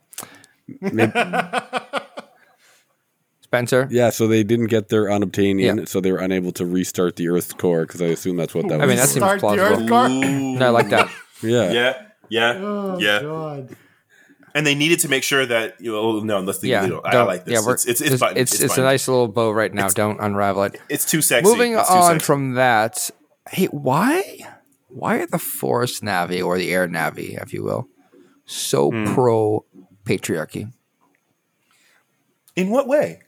Speaker 1: Spencer?
Speaker 4: Yeah, so they didn't get their unobtainian,
Speaker 1: Yeah.
Speaker 4: so they were unable to restart the Earth's core because I assume that's what that
Speaker 1: I
Speaker 4: was.
Speaker 1: mean, that seems
Speaker 3: Start the
Speaker 1: plausible.
Speaker 3: Earth car.
Speaker 1: No, I like that.
Speaker 4: yeah.
Speaker 2: Yeah, yeah, yeah.
Speaker 3: God.
Speaker 2: And they needed to make sure that you. Oh no, unless they.
Speaker 1: Yeah.
Speaker 2: you know, I
Speaker 1: don't-
Speaker 2: like this.
Speaker 1: yeah, we're-
Speaker 2: it's it's it's,
Speaker 1: just-
Speaker 2: fun.
Speaker 1: it's,
Speaker 2: it's,
Speaker 1: it's a
Speaker 2: fun.
Speaker 1: nice little bow right now. don't unravel it.
Speaker 2: It's too sexy.
Speaker 1: Moving
Speaker 2: It's too
Speaker 1: on
Speaker 2: sexy.
Speaker 1: from that, hey, why, why are the forest navi or the air navi, if you will, so
Speaker 2: Hmm.
Speaker 1: pro patriarchy?
Speaker 2: in what way?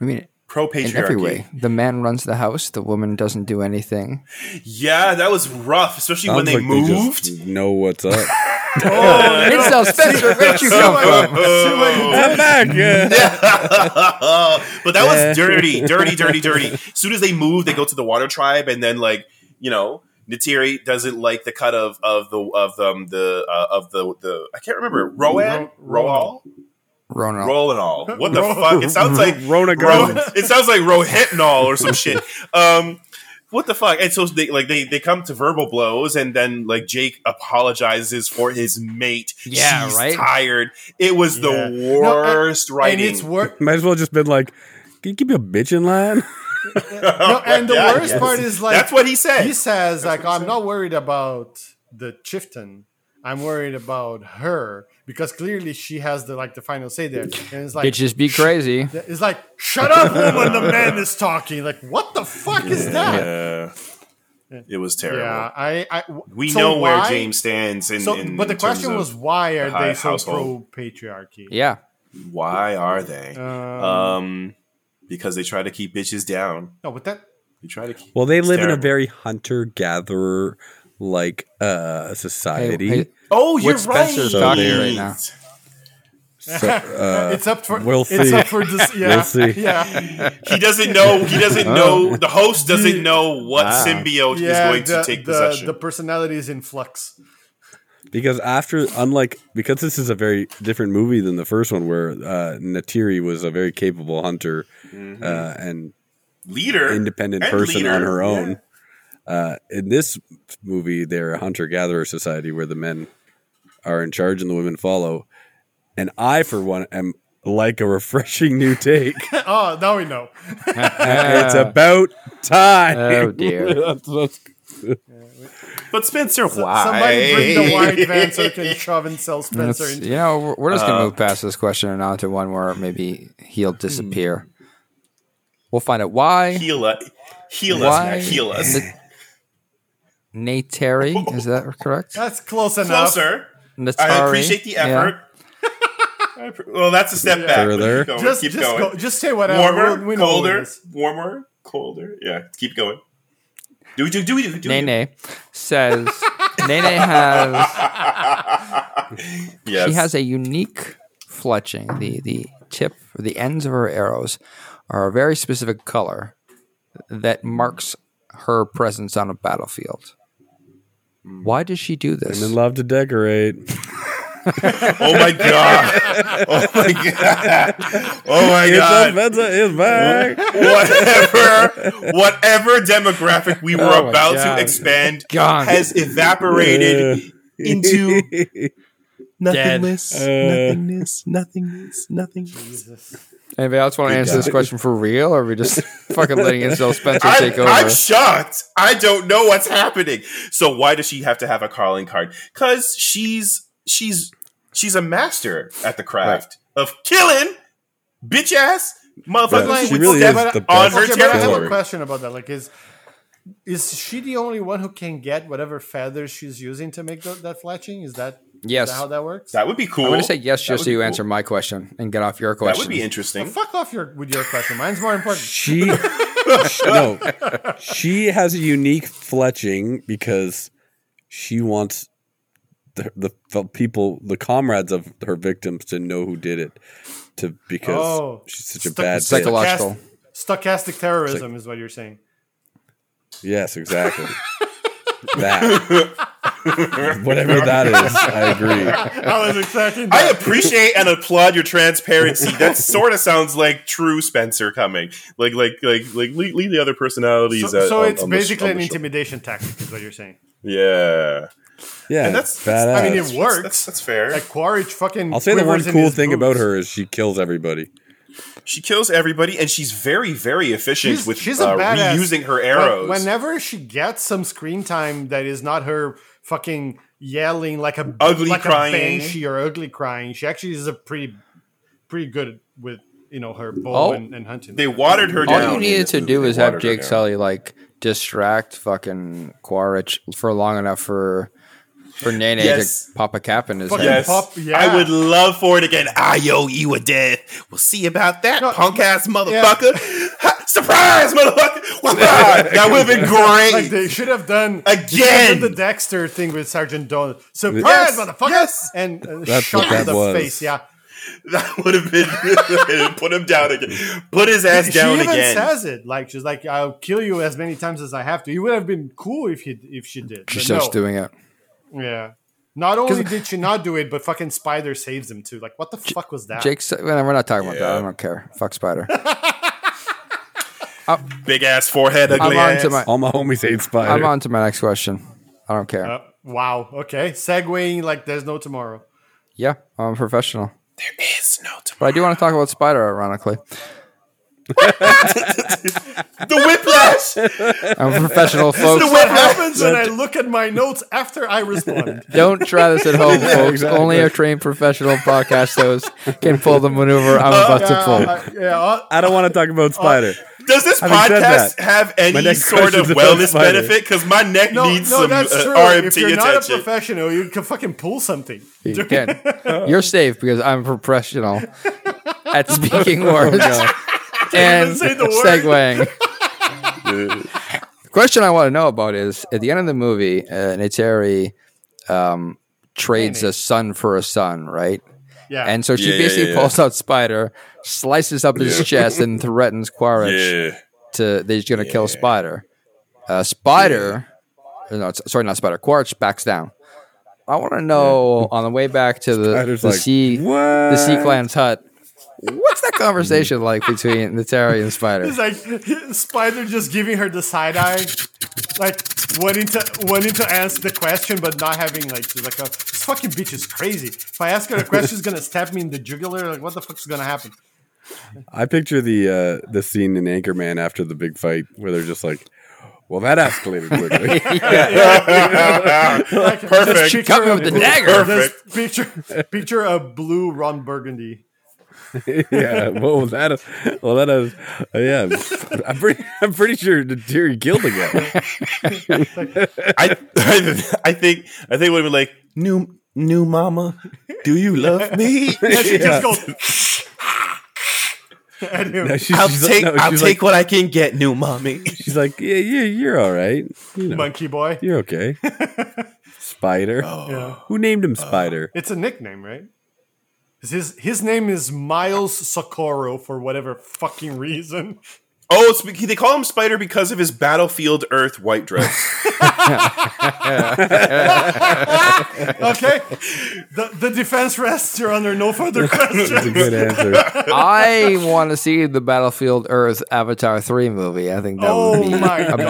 Speaker 1: I mean,
Speaker 2: Pro
Speaker 1: in every
Speaker 2: patriarchy.
Speaker 1: way. The man runs the house, the woman doesn't do anything.
Speaker 2: Yeah, that was rough, especially when
Speaker 4: Sounds
Speaker 2: they
Speaker 4: like
Speaker 2: moved.
Speaker 4: just know what's up.
Speaker 1: Incel Spencer, where'd you come from?
Speaker 4: Come back. Yeah.
Speaker 2: but that was dirty, dirty, dirty, dirty. As soon as they move, they go to the water tribe, and then like you know, Natiri doesn't like the cut of of the of um, the uh, of the the I can't remember Roan
Speaker 1: Ronald.
Speaker 2: Roal
Speaker 3: Oh.
Speaker 2: Rolinol. What the fuck? It sounds like
Speaker 4: Rona
Speaker 2: Ro-
Speaker 4: Gardens.
Speaker 2: It sounds like Rohypnol or some shit. Um, what the fuck? And so they like they they come to verbal blows, and then like Jake apologizes for his mate.
Speaker 1: Yeah,
Speaker 2: She's
Speaker 1: right?
Speaker 2: Tired. It was
Speaker 3: Yeah.
Speaker 2: the
Speaker 3: No, and-
Speaker 2: worst
Speaker 3: and
Speaker 2: writing.
Speaker 3: it's work.
Speaker 4: Might as well just been like, can you keep a bitch in line?
Speaker 3: No, and the
Speaker 2: Yeah,
Speaker 3: worst
Speaker 2: yes.
Speaker 3: part is like
Speaker 2: that's what he said.
Speaker 3: he says like i'm not worried about the chieftain i'm worried about her because clearly she has the like the final say there and it's like
Speaker 1: Bitches just be crazy.
Speaker 3: it's like shut up woman the man is talking like what the fuck is that
Speaker 2: Yeah. it was terrible.
Speaker 3: yeah i i
Speaker 2: We
Speaker 3: so
Speaker 2: know where
Speaker 3: why-
Speaker 2: James stands. In,
Speaker 3: so
Speaker 2: in-
Speaker 3: but the
Speaker 2: in terms
Speaker 3: question
Speaker 2: of
Speaker 3: was why are
Speaker 2: high
Speaker 3: they so
Speaker 2: household.
Speaker 3: pro patriarchy
Speaker 1: Yeah.
Speaker 2: why are they?
Speaker 3: uh,
Speaker 2: um, because they try to keep bitches down.
Speaker 3: no but that
Speaker 2: They try to keep.
Speaker 4: Well, they
Speaker 2: It's
Speaker 4: live in a
Speaker 2: terrible.
Speaker 4: very hunter gatherer like uh,
Speaker 1: Hey,
Speaker 4: society.
Speaker 1: hey,
Speaker 2: Oh, you're
Speaker 1: What Spencer's
Speaker 2: right.
Speaker 1: talking right now.
Speaker 4: So, uh,
Speaker 3: it's up for
Speaker 4: we'll
Speaker 3: it's
Speaker 4: see.
Speaker 3: up for this yeah
Speaker 4: We'll see.
Speaker 3: yeah
Speaker 2: He doesn't know. He doesn't know. The host doesn't know what
Speaker 1: Ah.
Speaker 2: symbiote
Speaker 3: yeah
Speaker 2: is going
Speaker 3: the,
Speaker 2: to take
Speaker 3: the,
Speaker 2: possession.
Speaker 3: the personality is in flux
Speaker 4: because after, unlike, because this is a very different movie than the first one where uh, Natiri was a very capable hunter
Speaker 2: Mm-hmm.
Speaker 4: uh, and
Speaker 2: leader,
Speaker 4: independent
Speaker 2: and
Speaker 4: person
Speaker 2: leader.
Speaker 4: on her own.
Speaker 2: Yeah.
Speaker 4: Uh, in this movie, they're a hunter gatherer society where the men are in charge and the women follow. And I, for one, am like a refreshing new take.
Speaker 3: oh now we know
Speaker 4: it's about time.
Speaker 1: Uh, Oh, dear.
Speaker 4: That's- that's-
Speaker 2: But Spencer, why?
Speaker 3: Somebody bring the white van so we can shove and sell Spencer.
Speaker 1: That's-
Speaker 3: into
Speaker 1: you know, we're, we're just gonna move past this question and on to one where maybe he'll disappear. We'll find out why.
Speaker 2: heal us. Heal
Speaker 1: why
Speaker 2: us. Mac, Heal us.
Speaker 1: the- Nateri, is that correct?
Speaker 3: That's close enough.
Speaker 2: Closer.
Speaker 1: Natari.
Speaker 2: I appreciate the
Speaker 1: yeah.
Speaker 2: effort. I appre- well, that's a step back. but
Speaker 4: Further.
Speaker 2: Keep going.
Speaker 3: Just,
Speaker 2: keep
Speaker 3: just,
Speaker 2: going.
Speaker 3: go, just say whatever.
Speaker 2: warmer,
Speaker 3: we, we know what it
Speaker 2: colder,
Speaker 3: is.
Speaker 2: warmer, colder. Yeah, keep going. Do do do do do.
Speaker 1: Nene says Nene has
Speaker 2: Yes.
Speaker 1: she has a unique fletching. The the tip or the ends of her arrows are a very specific color that marks her presence on a battlefield.
Speaker 2: Hmm.
Speaker 1: Why does she do this?
Speaker 4: Women love to decorate.
Speaker 2: oh my god. Oh my god. Oh my
Speaker 4: It's
Speaker 2: god.
Speaker 4: offensive, it's back.
Speaker 2: whatever whatever demographic we were
Speaker 1: Oh my
Speaker 2: about
Speaker 1: God.
Speaker 2: to expand
Speaker 1: Gone.
Speaker 2: has evaporated into
Speaker 5: Nothingness,
Speaker 4: Uh.
Speaker 5: nothingness, nothingness, nothingness.
Speaker 1: Anybody else want to answer this question for real, or are we just fucking letting Isabel Spencer
Speaker 2: I'm,
Speaker 1: take over?
Speaker 2: I'm shocked. I don't know what's happening. So why does she have to have a calling card? Because she's she's she's a master at the craft of killing bitch ass motherfuckers
Speaker 4: Right. She
Speaker 2: with
Speaker 4: really
Speaker 2: step
Speaker 4: is the
Speaker 2: on
Speaker 4: best
Speaker 2: her
Speaker 3: okay, but I have a
Speaker 2: territory.
Speaker 3: question about that. Like, is is she the only one who can get whatever feathers she's using to make tho- that fletching? Is that is
Speaker 1: Yes.
Speaker 3: that how that works?
Speaker 2: That would be cool.
Speaker 1: I'm going to say yes, just
Speaker 2: would
Speaker 1: so
Speaker 2: be
Speaker 1: you
Speaker 2: cool.
Speaker 1: answer my question and get off your
Speaker 2: That
Speaker 1: question.
Speaker 2: would be
Speaker 3: Well,
Speaker 2: interesting.
Speaker 3: fuck off your with your question. Mine's more important.
Speaker 4: She no, she has a unique fletching because she wants the, the the people, the comrades of her victims, to know who did it. To because
Speaker 3: Oh.
Speaker 4: she's such a
Speaker 3: Stuck-
Speaker 4: bad bitch.
Speaker 1: psycholo- Logical.
Speaker 3: Stochast- stochastic terrorism is what you're saying.
Speaker 4: Yes, exactly. that whatever that is, I agree.
Speaker 3: I was expecting
Speaker 2: I
Speaker 3: that.
Speaker 2: appreciate and applaud your transparency. That sort of sounds like true Spencer coming. Like like like like leave, leave the other personalities.
Speaker 3: so
Speaker 2: out
Speaker 3: so
Speaker 2: on-
Speaker 3: it's
Speaker 2: on the sh-
Speaker 3: basically
Speaker 2: on
Speaker 3: an
Speaker 2: the show.
Speaker 3: intimidation tactic, is what you're saying.
Speaker 2: Yeah.
Speaker 4: Yeah,
Speaker 2: And
Speaker 4: that's,
Speaker 2: that's-
Speaker 4: badass.
Speaker 3: I mean, it works.
Speaker 2: That's, that's fair.
Speaker 3: Like Quaritch fucking.
Speaker 4: I'll say the one
Speaker 3: quivers in
Speaker 4: cool
Speaker 3: his
Speaker 4: thing about
Speaker 3: boots.
Speaker 4: her is she kills everybody.
Speaker 2: she kills everybody, and she's very, very efficient
Speaker 3: She's-
Speaker 2: with
Speaker 3: she's a
Speaker 2: uh,
Speaker 3: badass.
Speaker 2: reusing her
Speaker 3: But
Speaker 2: arrows.
Speaker 3: whenever she gets some screen time that is not her fucking yelling like a
Speaker 2: Ugly
Speaker 3: like
Speaker 2: crying.
Speaker 3: a banshee or ugly crying, she actually is a pretty pretty good with you know her bow
Speaker 4: Oh.
Speaker 1: All-
Speaker 3: and, and hunting.
Speaker 2: they watered her down.
Speaker 1: All you
Speaker 2: in
Speaker 1: needed
Speaker 2: this
Speaker 1: to
Speaker 2: movie.
Speaker 1: do
Speaker 2: They
Speaker 1: is have
Speaker 2: watered her
Speaker 1: Jake
Speaker 2: down.
Speaker 1: Sully like distract fucking Quaritch for long enough for for Nene
Speaker 2: Yes.
Speaker 1: to pop a cap in his
Speaker 3: Fucking
Speaker 1: head.
Speaker 2: Yes,
Speaker 3: Pop- yeah.
Speaker 2: I would love for it again. I owe you a death. We'll see about that, punk ass motherfucker. Ha, surprise, motherfucker! Wah, wah. that would have been great.
Speaker 3: like they should have done
Speaker 2: Again!
Speaker 3: they should have done the Dexter thing with Sergeant Dolan. Surprise,
Speaker 2: Yes,
Speaker 3: motherfucker!
Speaker 2: yes.
Speaker 3: And uh,
Speaker 4: That's
Speaker 3: shot
Speaker 4: what
Speaker 3: in
Speaker 4: that
Speaker 3: the
Speaker 4: was.
Speaker 3: face. Yeah,
Speaker 2: That would have been put him down again. Put his ass
Speaker 3: she
Speaker 2: down
Speaker 3: even
Speaker 2: again.
Speaker 3: says it. Like she's like, "I'll kill you as many times as I have to." It would have been cool if he if she did.
Speaker 1: She's
Speaker 3: but
Speaker 1: just
Speaker 3: no.
Speaker 1: doing it.
Speaker 3: Yeah. Not only did she not do it, but fucking Spider saves him too. Like, what the fuck was that?
Speaker 1: Jake, Su- well, we're not talking about that.
Speaker 2: Yeah.
Speaker 1: I don't care. Fuck Spider.
Speaker 2: Big ass forehead, ugly
Speaker 1: I'm on
Speaker 2: ass.
Speaker 1: to my
Speaker 4: All my homies hate spider.
Speaker 1: I'm on to my next question. I don't care.
Speaker 3: Uh, wow. Okay. Segwaying like there's no tomorrow.
Speaker 1: yeah, I'm a professional.
Speaker 5: There is no tomorrow.
Speaker 1: But I do want to talk about Spider, ironically.
Speaker 2: the whiplash.
Speaker 1: I'm a professional, folks.
Speaker 3: What happens when I look at my notes after I respond?
Speaker 1: Don't try this at home, folks. Only a trained professional podcast host can pull the maneuver I'm about to pull.
Speaker 3: Uh, yeah. uh,
Speaker 4: I don't want to talk about spider.
Speaker 2: Does this
Speaker 4: Having said
Speaker 2: podcast
Speaker 4: that,
Speaker 2: have
Speaker 4: my
Speaker 2: any
Speaker 4: next
Speaker 2: sort of
Speaker 4: question's about
Speaker 2: wellness
Speaker 4: spider.
Speaker 2: benefit? Because my neck
Speaker 3: no,
Speaker 2: needs
Speaker 3: no,
Speaker 2: some
Speaker 3: that's
Speaker 2: uh,
Speaker 3: true. if
Speaker 2: RMT
Speaker 3: you're not a
Speaker 2: attention.
Speaker 3: professional, you can fucking pull something.
Speaker 1: You can. You're safe because I'm a professional
Speaker 2: Oh,
Speaker 1: at speaking words and
Speaker 3: say the word.
Speaker 1: segueing. question I want to know about is at the end of the movie, uh, Neytiri, um trades a son for a son, right?
Speaker 3: Yeah.
Speaker 1: And so she
Speaker 2: Yeah, yeah,
Speaker 1: basically
Speaker 2: yeah, yeah.
Speaker 1: pulls out Spider, slices up his chest, and threatens Quaritch
Speaker 2: yeah.
Speaker 1: to that he's going to kill Spider. Uh, Spider, uh, no, it's- sorry, not Spider. Quaritch backs down. I want to know on the way back to the,
Speaker 4: Spider's
Speaker 1: the
Speaker 4: like,
Speaker 1: sea,
Speaker 4: "What?"
Speaker 1: the sea clan's hut. What's that conversation like between Natari and Spider?
Speaker 3: It's like Spider just giving her the side eye, like wanting to wanting to answer the question but not having like she's like a, this fucking bitch is crazy. If I ask her a question, she's gonna stab me in the jugular. Like what the fuck's gonna happen?
Speaker 4: I picture the uh, the scene in Anchorman after the big fight where they're just like, "Well, that escalated quickly."
Speaker 3: Like, just
Speaker 2: Perfect.
Speaker 3: picture
Speaker 1: Cut me
Speaker 3: a
Speaker 1: with the
Speaker 3: blue-
Speaker 1: dagger.
Speaker 3: just Picture picture a blue Ron Burgundy.
Speaker 4: yeah. Well, that. Well, that is. uh, yeah. I'm pretty. I'm pretty sure the Terry killed the guy.
Speaker 2: I, I think I think would have been like
Speaker 5: New new mama, do you love me?
Speaker 3: And she just goes. at him.
Speaker 4: No, she's-
Speaker 5: I'll
Speaker 4: she's-
Speaker 5: take
Speaker 4: no,
Speaker 5: I'll
Speaker 4: she's
Speaker 5: take
Speaker 4: like-
Speaker 5: what I can get, new mommy.
Speaker 4: She's like, yeah, yeah, you're all right. You know,
Speaker 3: monkey boy.
Speaker 4: you're okay. Spider.
Speaker 3: Yeah.
Speaker 4: Who named him Spider?
Speaker 3: It's a nickname, right? 'Cause His his name is Miles Socorro for whatever fucking reason.
Speaker 2: Oh, it's, be- they call him Spider because of his Battlefield Earth white dress.
Speaker 3: Okay, the the defense rests. Your Honor, no further
Speaker 4: That's a
Speaker 3: questions.
Speaker 4: good answer.
Speaker 1: I want to see the Battlefield Earth Avatar 3 movie. I think that
Speaker 3: Oh
Speaker 1: would be
Speaker 3: my
Speaker 1: a
Speaker 3: God.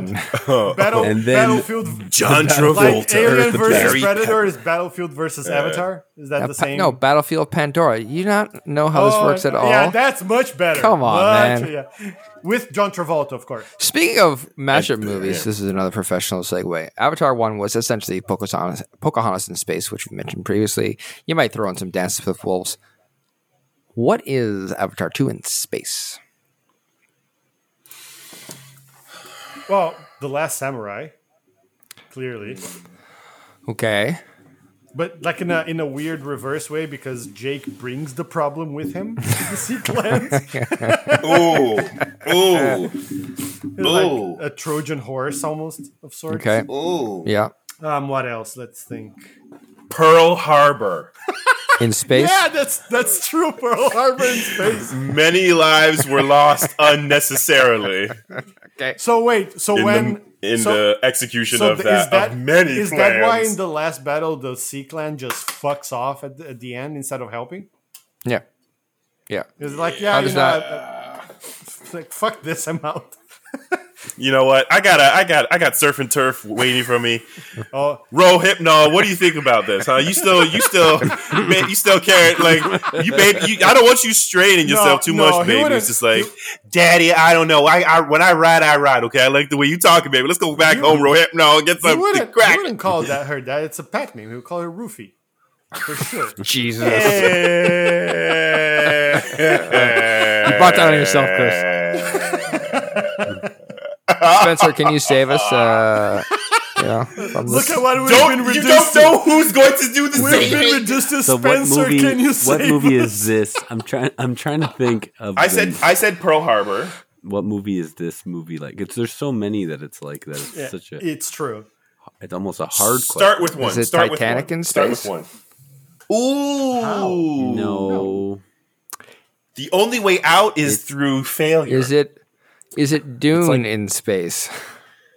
Speaker 1: bitchin'.
Speaker 3: Battle,
Speaker 4: And then-
Speaker 3: Battlefield
Speaker 5: John
Speaker 3: like
Speaker 5: Travolta,
Speaker 3: Alien
Speaker 5: Earth
Speaker 3: versus
Speaker 5: Barry
Speaker 3: Predator is Battlefield versus Avatar. Is that
Speaker 1: Uh,
Speaker 3: the
Speaker 1: pa-
Speaker 3: same?
Speaker 1: No, Battlefield Pandora. You not know how this
Speaker 3: Oh,
Speaker 1: works at all?
Speaker 3: Yeah, that's much better.
Speaker 1: Come on,
Speaker 3: Much-
Speaker 1: man.
Speaker 3: yeah. With John Travolta, of course.
Speaker 1: Speaking of mashup movies, this is another professional segue. Avatar 1 was essentially Pocahontas, Pocahontas in space, which we mentioned previously. You might throw in some Dances with Wolves. What is Avatar 2 in space?
Speaker 3: Well, The Last Samurai, clearly,
Speaker 1: Okay.
Speaker 3: but like in a in a weird reverse way because Jake brings the problem with him. to the sea clans.
Speaker 2: ooh, ooh,
Speaker 3: like
Speaker 2: Ooh.
Speaker 3: a Trojan horse almost of sorts.
Speaker 1: Okay.
Speaker 2: ooh.
Speaker 1: Yeah.
Speaker 3: Um, what else? Let's think.
Speaker 2: Pearl Harbor.
Speaker 1: In space?
Speaker 3: Yeah, that's that's true. Pearl Harbor in space.
Speaker 2: Many lives were lost unnecessarily
Speaker 3: So wait, so
Speaker 2: in,
Speaker 3: when
Speaker 2: the, in
Speaker 3: so,
Speaker 2: the execution
Speaker 3: so
Speaker 2: of
Speaker 3: th-
Speaker 2: that, of many
Speaker 3: is that why in
Speaker 2: plans.
Speaker 3: the last battle the Sea Clan just fucks off at the, at the end instead of helping?
Speaker 1: Yeah. Yeah.
Speaker 3: It's like yeah,
Speaker 1: How
Speaker 3: you
Speaker 1: does
Speaker 3: know,
Speaker 1: that-
Speaker 3: I- I- it's like fuck this, I'm out.
Speaker 2: you know what? I got I got I got surf and turf waiting for me.
Speaker 3: Oh,
Speaker 2: Ro Hypnol, what do you think about this? Huh? You still you still man, you still care like you baby you, I don't want you straining yourself too
Speaker 3: no,
Speaker 2: much,
Speaker 3: he
Speaker 2: baby.
Speaker 3: would've-
Speaker 2: It's just like Daddy, I don't know. I, I when I ride, I ride, okay? I like the way you talking, baby. Let's go back home, Ro Hypnol, and get
Speaker 3: you
Speaker 2: some
Speaker 3: wouldn't, you
Speaker 2: crack.
Speaker 3: wouldn't call that her that. It's a pet name. We would call her Roofy for sure.
Speaker 1: Jesus.
Speaker 2: you
Speaker 1: brought that on yourself, Spencer, can you save us? Uh, you know, from
Speaker 3: Look
Speaker 1: this?
Speaker 3: at what we've been
Speaker 2: Don't, you
Speaker 3: reduced.
Speaker 2: don't
Speaker 3: to.
Speaker 2: know who's going to do the
Speaker 3: We've
Speaker 2: same.
Speaker 3: been reduced to
Speaker 6: So
Speaker 3: Spencer.
Speaker 6: what movie?
Speaker 3: can you
Speaker 6: what
Speaker 3: save
Speaker 6: movie
Speaker 3: us?
Speaker 6: is this? I'm trying. I'm trying to think of.
Speaker 2: I said
Speaker 6: the-
Speaker 2: I said Pearl Harbor.
Speaker 6: what movie is this movie like? It's there's so many that it's like that. It's
Speaker 3: Yeah,
Speaker 6: such a.
Speaker 3: it's true.
Speaker 6: It's almost a hard
Speaker 2: Start with one.
Speaker 1: Is it
Speaker 2: Start
Speaker 1: Titanic
Speaker 2: with one.
Speaker 1: in
Speaker 2: Start with
Speaker 1: space?
Speaker 2: one. Ooh.
Speaker 6: question. No.
Speaker 2: The only way out is through failure.
Speaker 1: Is it is it Dune in space?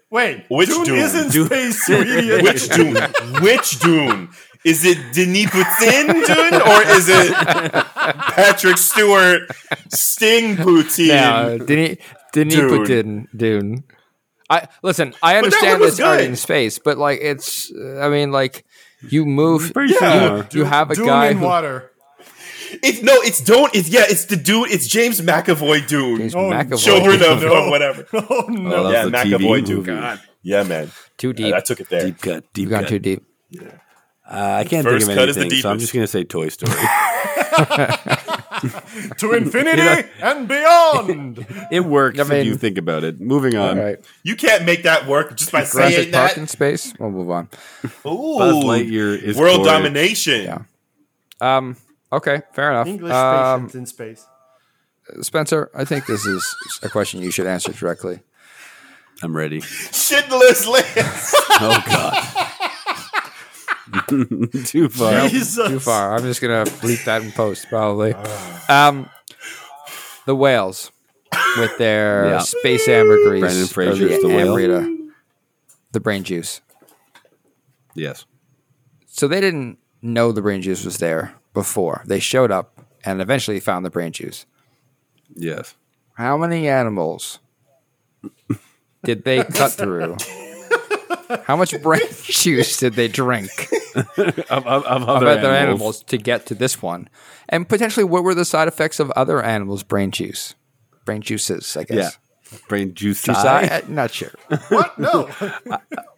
Speaker 3: Wait,
Speaker 2: Which
Speaker 3: Dune,
Speaker 2: Dune?
Speaker 3: isn't space, you idiot.
Speaker 2: Which Dune? Which Dune? Is it Denis Poutine Dune or is it Patrick Stewart Sting Poutine?
Speaker 1: Denis, Didn't he put
Speaker 2: Dune.
Speaker 1: Dune? Dune. I listen. I
Speaker 2: But that one
Speaker 1: understand
Speaker 2: was
Speaker 1: it's art
Speaker 2: good.
Speaker 1: in space, but like it's. uh, I mean, like you move.
Speaker 2: Yeah.
Speaker 1: You have a
Speaker 3: Doom
Speaker 1: guy
Speaker 3: in
Speaker 1: who-
Speaker 3: water.
Speaker 2: It's no, it's don't. It's yeah, it's the dude. It's James McAvoy Dune.
Speaker 1: James
Speaker 3: Oh,
Speaker 1: McAvoy.
Speaker 2: Children of
Speaker 3: No.
Speaker 2: of whatever.
Speaker 3: Oh no!
Speaker 7: Oh,
Speaker 2: yeah,
Speaker 7: that's the TV
Speaker 2: McAvoy Dune.
Speaker 7: movie.
Speaker 2: God. Yeah, man.
Speaker 1: Too deep.
Speaker 2: Yeah, I took it there.
Speaker 4: Deep cut. Deep
Speaker 1: You've gone
Speaker 4: cut.
Speaker 1: too deep.
Speaker 4: Uh, I can't
Speaker 2: First
Speaker 4: think of
Speaker 2: cut is the
Speaker 4: anything, so I'm
Speaker 2: deepest.
Speaker 4: just gonna say Toy Story.
Speaker 3: to infinity and beyond.
Speaker 4: it works
Speaker 1: I
Speaker 4: if you
Speaker 1: mean-
Speaker 4: think about it. Moving
Speaker 1: All
Speaker 4: on.
Speaker 1: right.
Speaker 2: You can't make that work just by
Speaker 1: Jurassic
Speaker 2: saying
Speaker 1: Park
Speaker 2: that.
Speaker 1: in space. We'll move on.
Speaker 2: Ooh,
Speaker 4: Buzz Lightyear is
Speaker 2: world
Speaker 4: glorious.
Speaker 2: domination.
Speaker 1: Yeah. Um. Okay. Fair enough.
Speaker 3: English
Speaker 1: um,
Speaker 3: patients in space.
Speaker 1: Spencer, I think this is a question you should answer directly.
Speaker 4: I'm ready.
Speaker 2: Schindler's List.
Speaker 4: Oh god. Too far.
Speaker 3: Jesus.
Speaker 1: Too far. I'm just gonna bleep that in post probably. Um, the whales with their
Speaker 4: Yeah.
Speaker 1: space ambergris,
Speaker 4: Brendan
Speaker 1: or
Speaker 4: Fraser's the whale.
Speaker 1: amrita, the brain juice.
Speaker 4: Yes.
Speaker 1: So they didn't know the brain juice was there before they showed up and eventually found the brain juice.
Speaker 4: Yes.
Speaker 1: How many animals did they cut through? How much brain juice did they drink?
Speaker 4: Of, of, of
Speaker 1: of
Speaker 4: other
Speaker 1: other animals.
Speaker 4: animals.
Speaker 1: to get to this one, and potentially what were the side effects of other animals' brain juice, brain juices? I
Speaker 4: Yeah.
Speaker 1: guess.
Speaker 4: Brain juice.
Speaker 1: Juice? I, I'm not sure.
Speaker 3: What? No.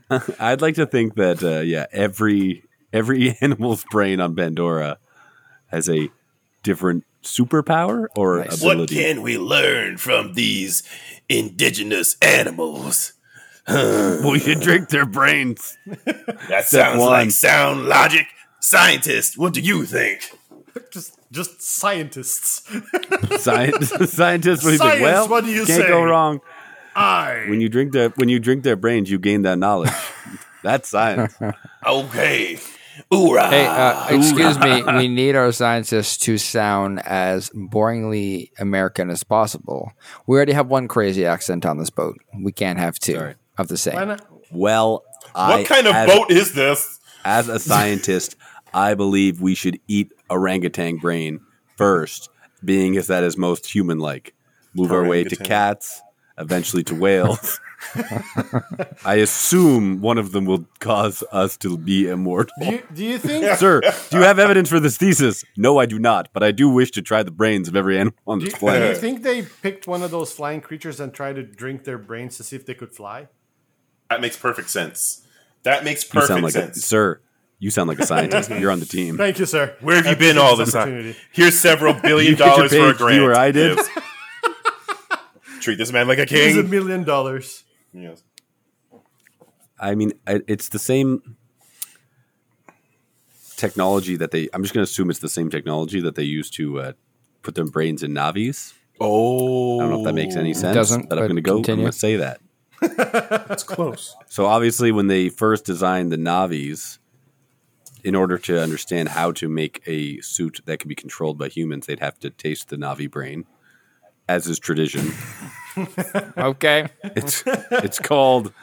Speaker 4: I'd like to think that uh, yeah, every every animal's brain on Bandora has a different superpower or
Speaker 1: Nice.
Speaker 2: what
Speaker 4: ability.
Speaker 2: can we learn from these indigenous animals?
Speaker 4: Well, you drink their brains.
Speaker 2: That sounds
Speaker 4: one.
Speaker 2: like sound logic. Scientist, what do you think?
Speaker 3: just just scientists.
Speaker 4: Science, scientists, what do you
Speaker 3: Science,
Speaker 4: think? Well,
Speaker 3: what do you
Speaker 4: can't
Speaker 3: say?
Speaker 4: go wrong.
Speaker 3: I.
Speaker 4: When you drink their when you drink their brains, you gain that knowledge. That's science.
Speaker 2: Okay. Oorah.
Speaker 1: Hey, uh, excuse me. We need our scientists to sound as boringly American as possible. We already have one crazy accent on this boat. We can't have two
Speaker 4: Sorry.
Speaker 1: of the same.
Speaker 3: Why not?
Speaker 4: Well,
Speaker 2: what
Speaker 4: I,
Speaker 2: kind of
Speaker 4: as,
Speaker 2: boat is this?
Speaker 4: As a scientist, I believe we should eat orangutan brain first, being as that is most human-like. Move our way to
Speaker 2: Orangutan.
Speaker 4: cats, eventually to whales. I assume one of them will cause us to be immortal.
Speaker 3: Do you, do you think?
Speaker 4: Sir, do you have evidence for this thesis? No, I do not, but I do wish to try the brains of every animal on
Speaker 3: Do you,
Speaker 4: this
Speaker 3: do you
Speaker 4: planet.
Speaker 3: think they picked one of those flying creatures and tried to drink their brains to see if they could fly?
Speaker 2: That makes perfect sense. That makes
Speaker 4: You
Speaker 2: perfect
Speaker 4: sound like a
Speaker 2: sense.
Speaker 4: sir. You sound like a scientist. You're on the team.
Speaker 3: Thank you, sir.
Speaker 2: Where have
Speaker 3: I
Speaker 2: you been
Speaker 3: appreciate
Speaker 2: all
Speaker 3: this
Speaker 2: this time?
Speaker 3: opportunity.
Speaker 2: Here's several billion
Speaker 4: get your
Speaker 2: dollars for a
Speaker 4: page, do
Speaker 2: grant.
Speaker 4: what I did?
Speaker 2: Yes. Treat this man like a
Speaker 3: Here's a
Speaker 2: king.
Speaker 3: million dollars.
Speaker 2: Yes.
Speaker 4: I mean, I- it's the same technology that they. I'm just going to assume it's the same technology that they use to uh, put their brains in navies.
Speaker 2: Oh,
Speaker 4: I don't know if that makes any sense.
Speaker 1: doesn't,
Speaker 4: but I'm
Speaker 1: but
Speaker 4: going to go. I'm
Speaker 1: continue.
Speaker 4: going to say that.
Speaker 2: That's close.
Speaker 4: So obviously, when they first designed the navies, in order to understand how to make a suit that could be controlled by humans, they'd have to taste the navi brain, as is tradition.
Speaker 1: Okay.
Speaker 4: it's it's called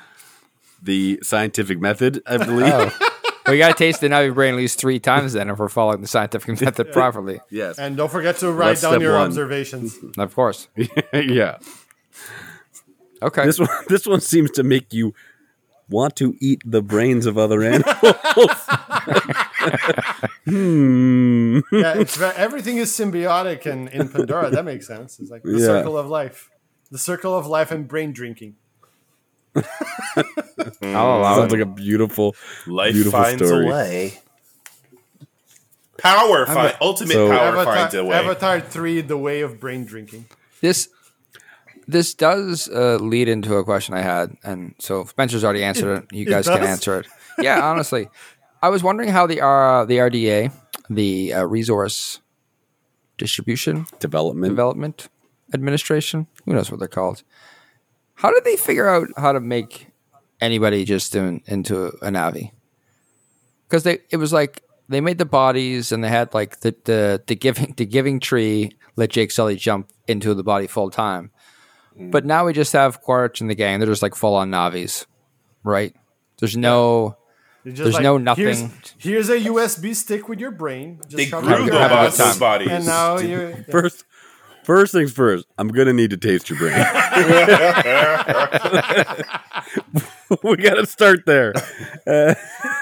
Speaker 4: the scientific method, I believe.
Speaker 1: Oh. we got to taste the Navi brain at least three times then if we're following the scientific method properly.
Speaker 4: Yes.
Speaker 3: And don't forget to write
Speaker 4: That's
Speaker 3: down
Speaker 4: step
Speaker 3: your
Speaker 4: one.
Speaker 3: observations.
Speaker 1: Of course.
Speaker 4: yeah.
Speaker 1: Okay.
Speaker 4: This one, this one seems to make you want to eat the brains of other animals. hmm.
Speaker 3: yeah, it's ve- everything is symbiotic in, in Pandora. That makes sense. It's like the
Speaker 4: Yeah.
Speaker 3: circle of life. The circle of life and brain drinking.
Speaker 1: I'll allow it.
Speaker 4: Sounds like a beautiful.
Speaker 2: Life
Speaker 4: Beautiful
Speaker 2: finds
Speaker 4: story.
Speaker 2: a way. Power finds ultimate
Speaker 4: so-
Speaker 2: power
Speaker 3: Avatar,
Speaker 2: finds a way.
Speaker 3: Avatar 3, The Way of Brain Drinking.
Speaker 1: this this does uh, lead into a question I had, and so Spencer's already answered it. You
Speaker 3: it
Speaker 1: guys can
Speaker 3: does?
Speaker 1: answer it. Yeah, honestly, I was wondering how the uh, the RDA, the uh, Resource Distribution
Speaker 4: Development.
Speaker 1: Development Administration, who knows what they're called? How did they figure out how to make anybody just in, into a Navi? Because they it was like they made the bodies and they had like the the the giving the giving tree let Jake Sully jump into the body full time. But now we just have Quaritch in the gang. They're just like full on Navis, right? There's no
Speaker 3: It's just
Speaker 1: There's no
Speaker 3: here's-
Speaker 1: nothing.
Speaker 3: Here's, a USB stick with your brain. Just
Speaker 2: they
Speaker 3: cover
Speaker 2: grew
Speaker 3: your
Speaker 2: the
Speaker 1: Have a
Speaker 3: eyes,
Speaker 1: good
Speaker 2: boss's
Speaker 1: time.
Speaker 2: bodies.
Speaker 3: And now you
Speaker 4: First, First things first, I'm gonna need to taste your brain. we gotta start there. Uh,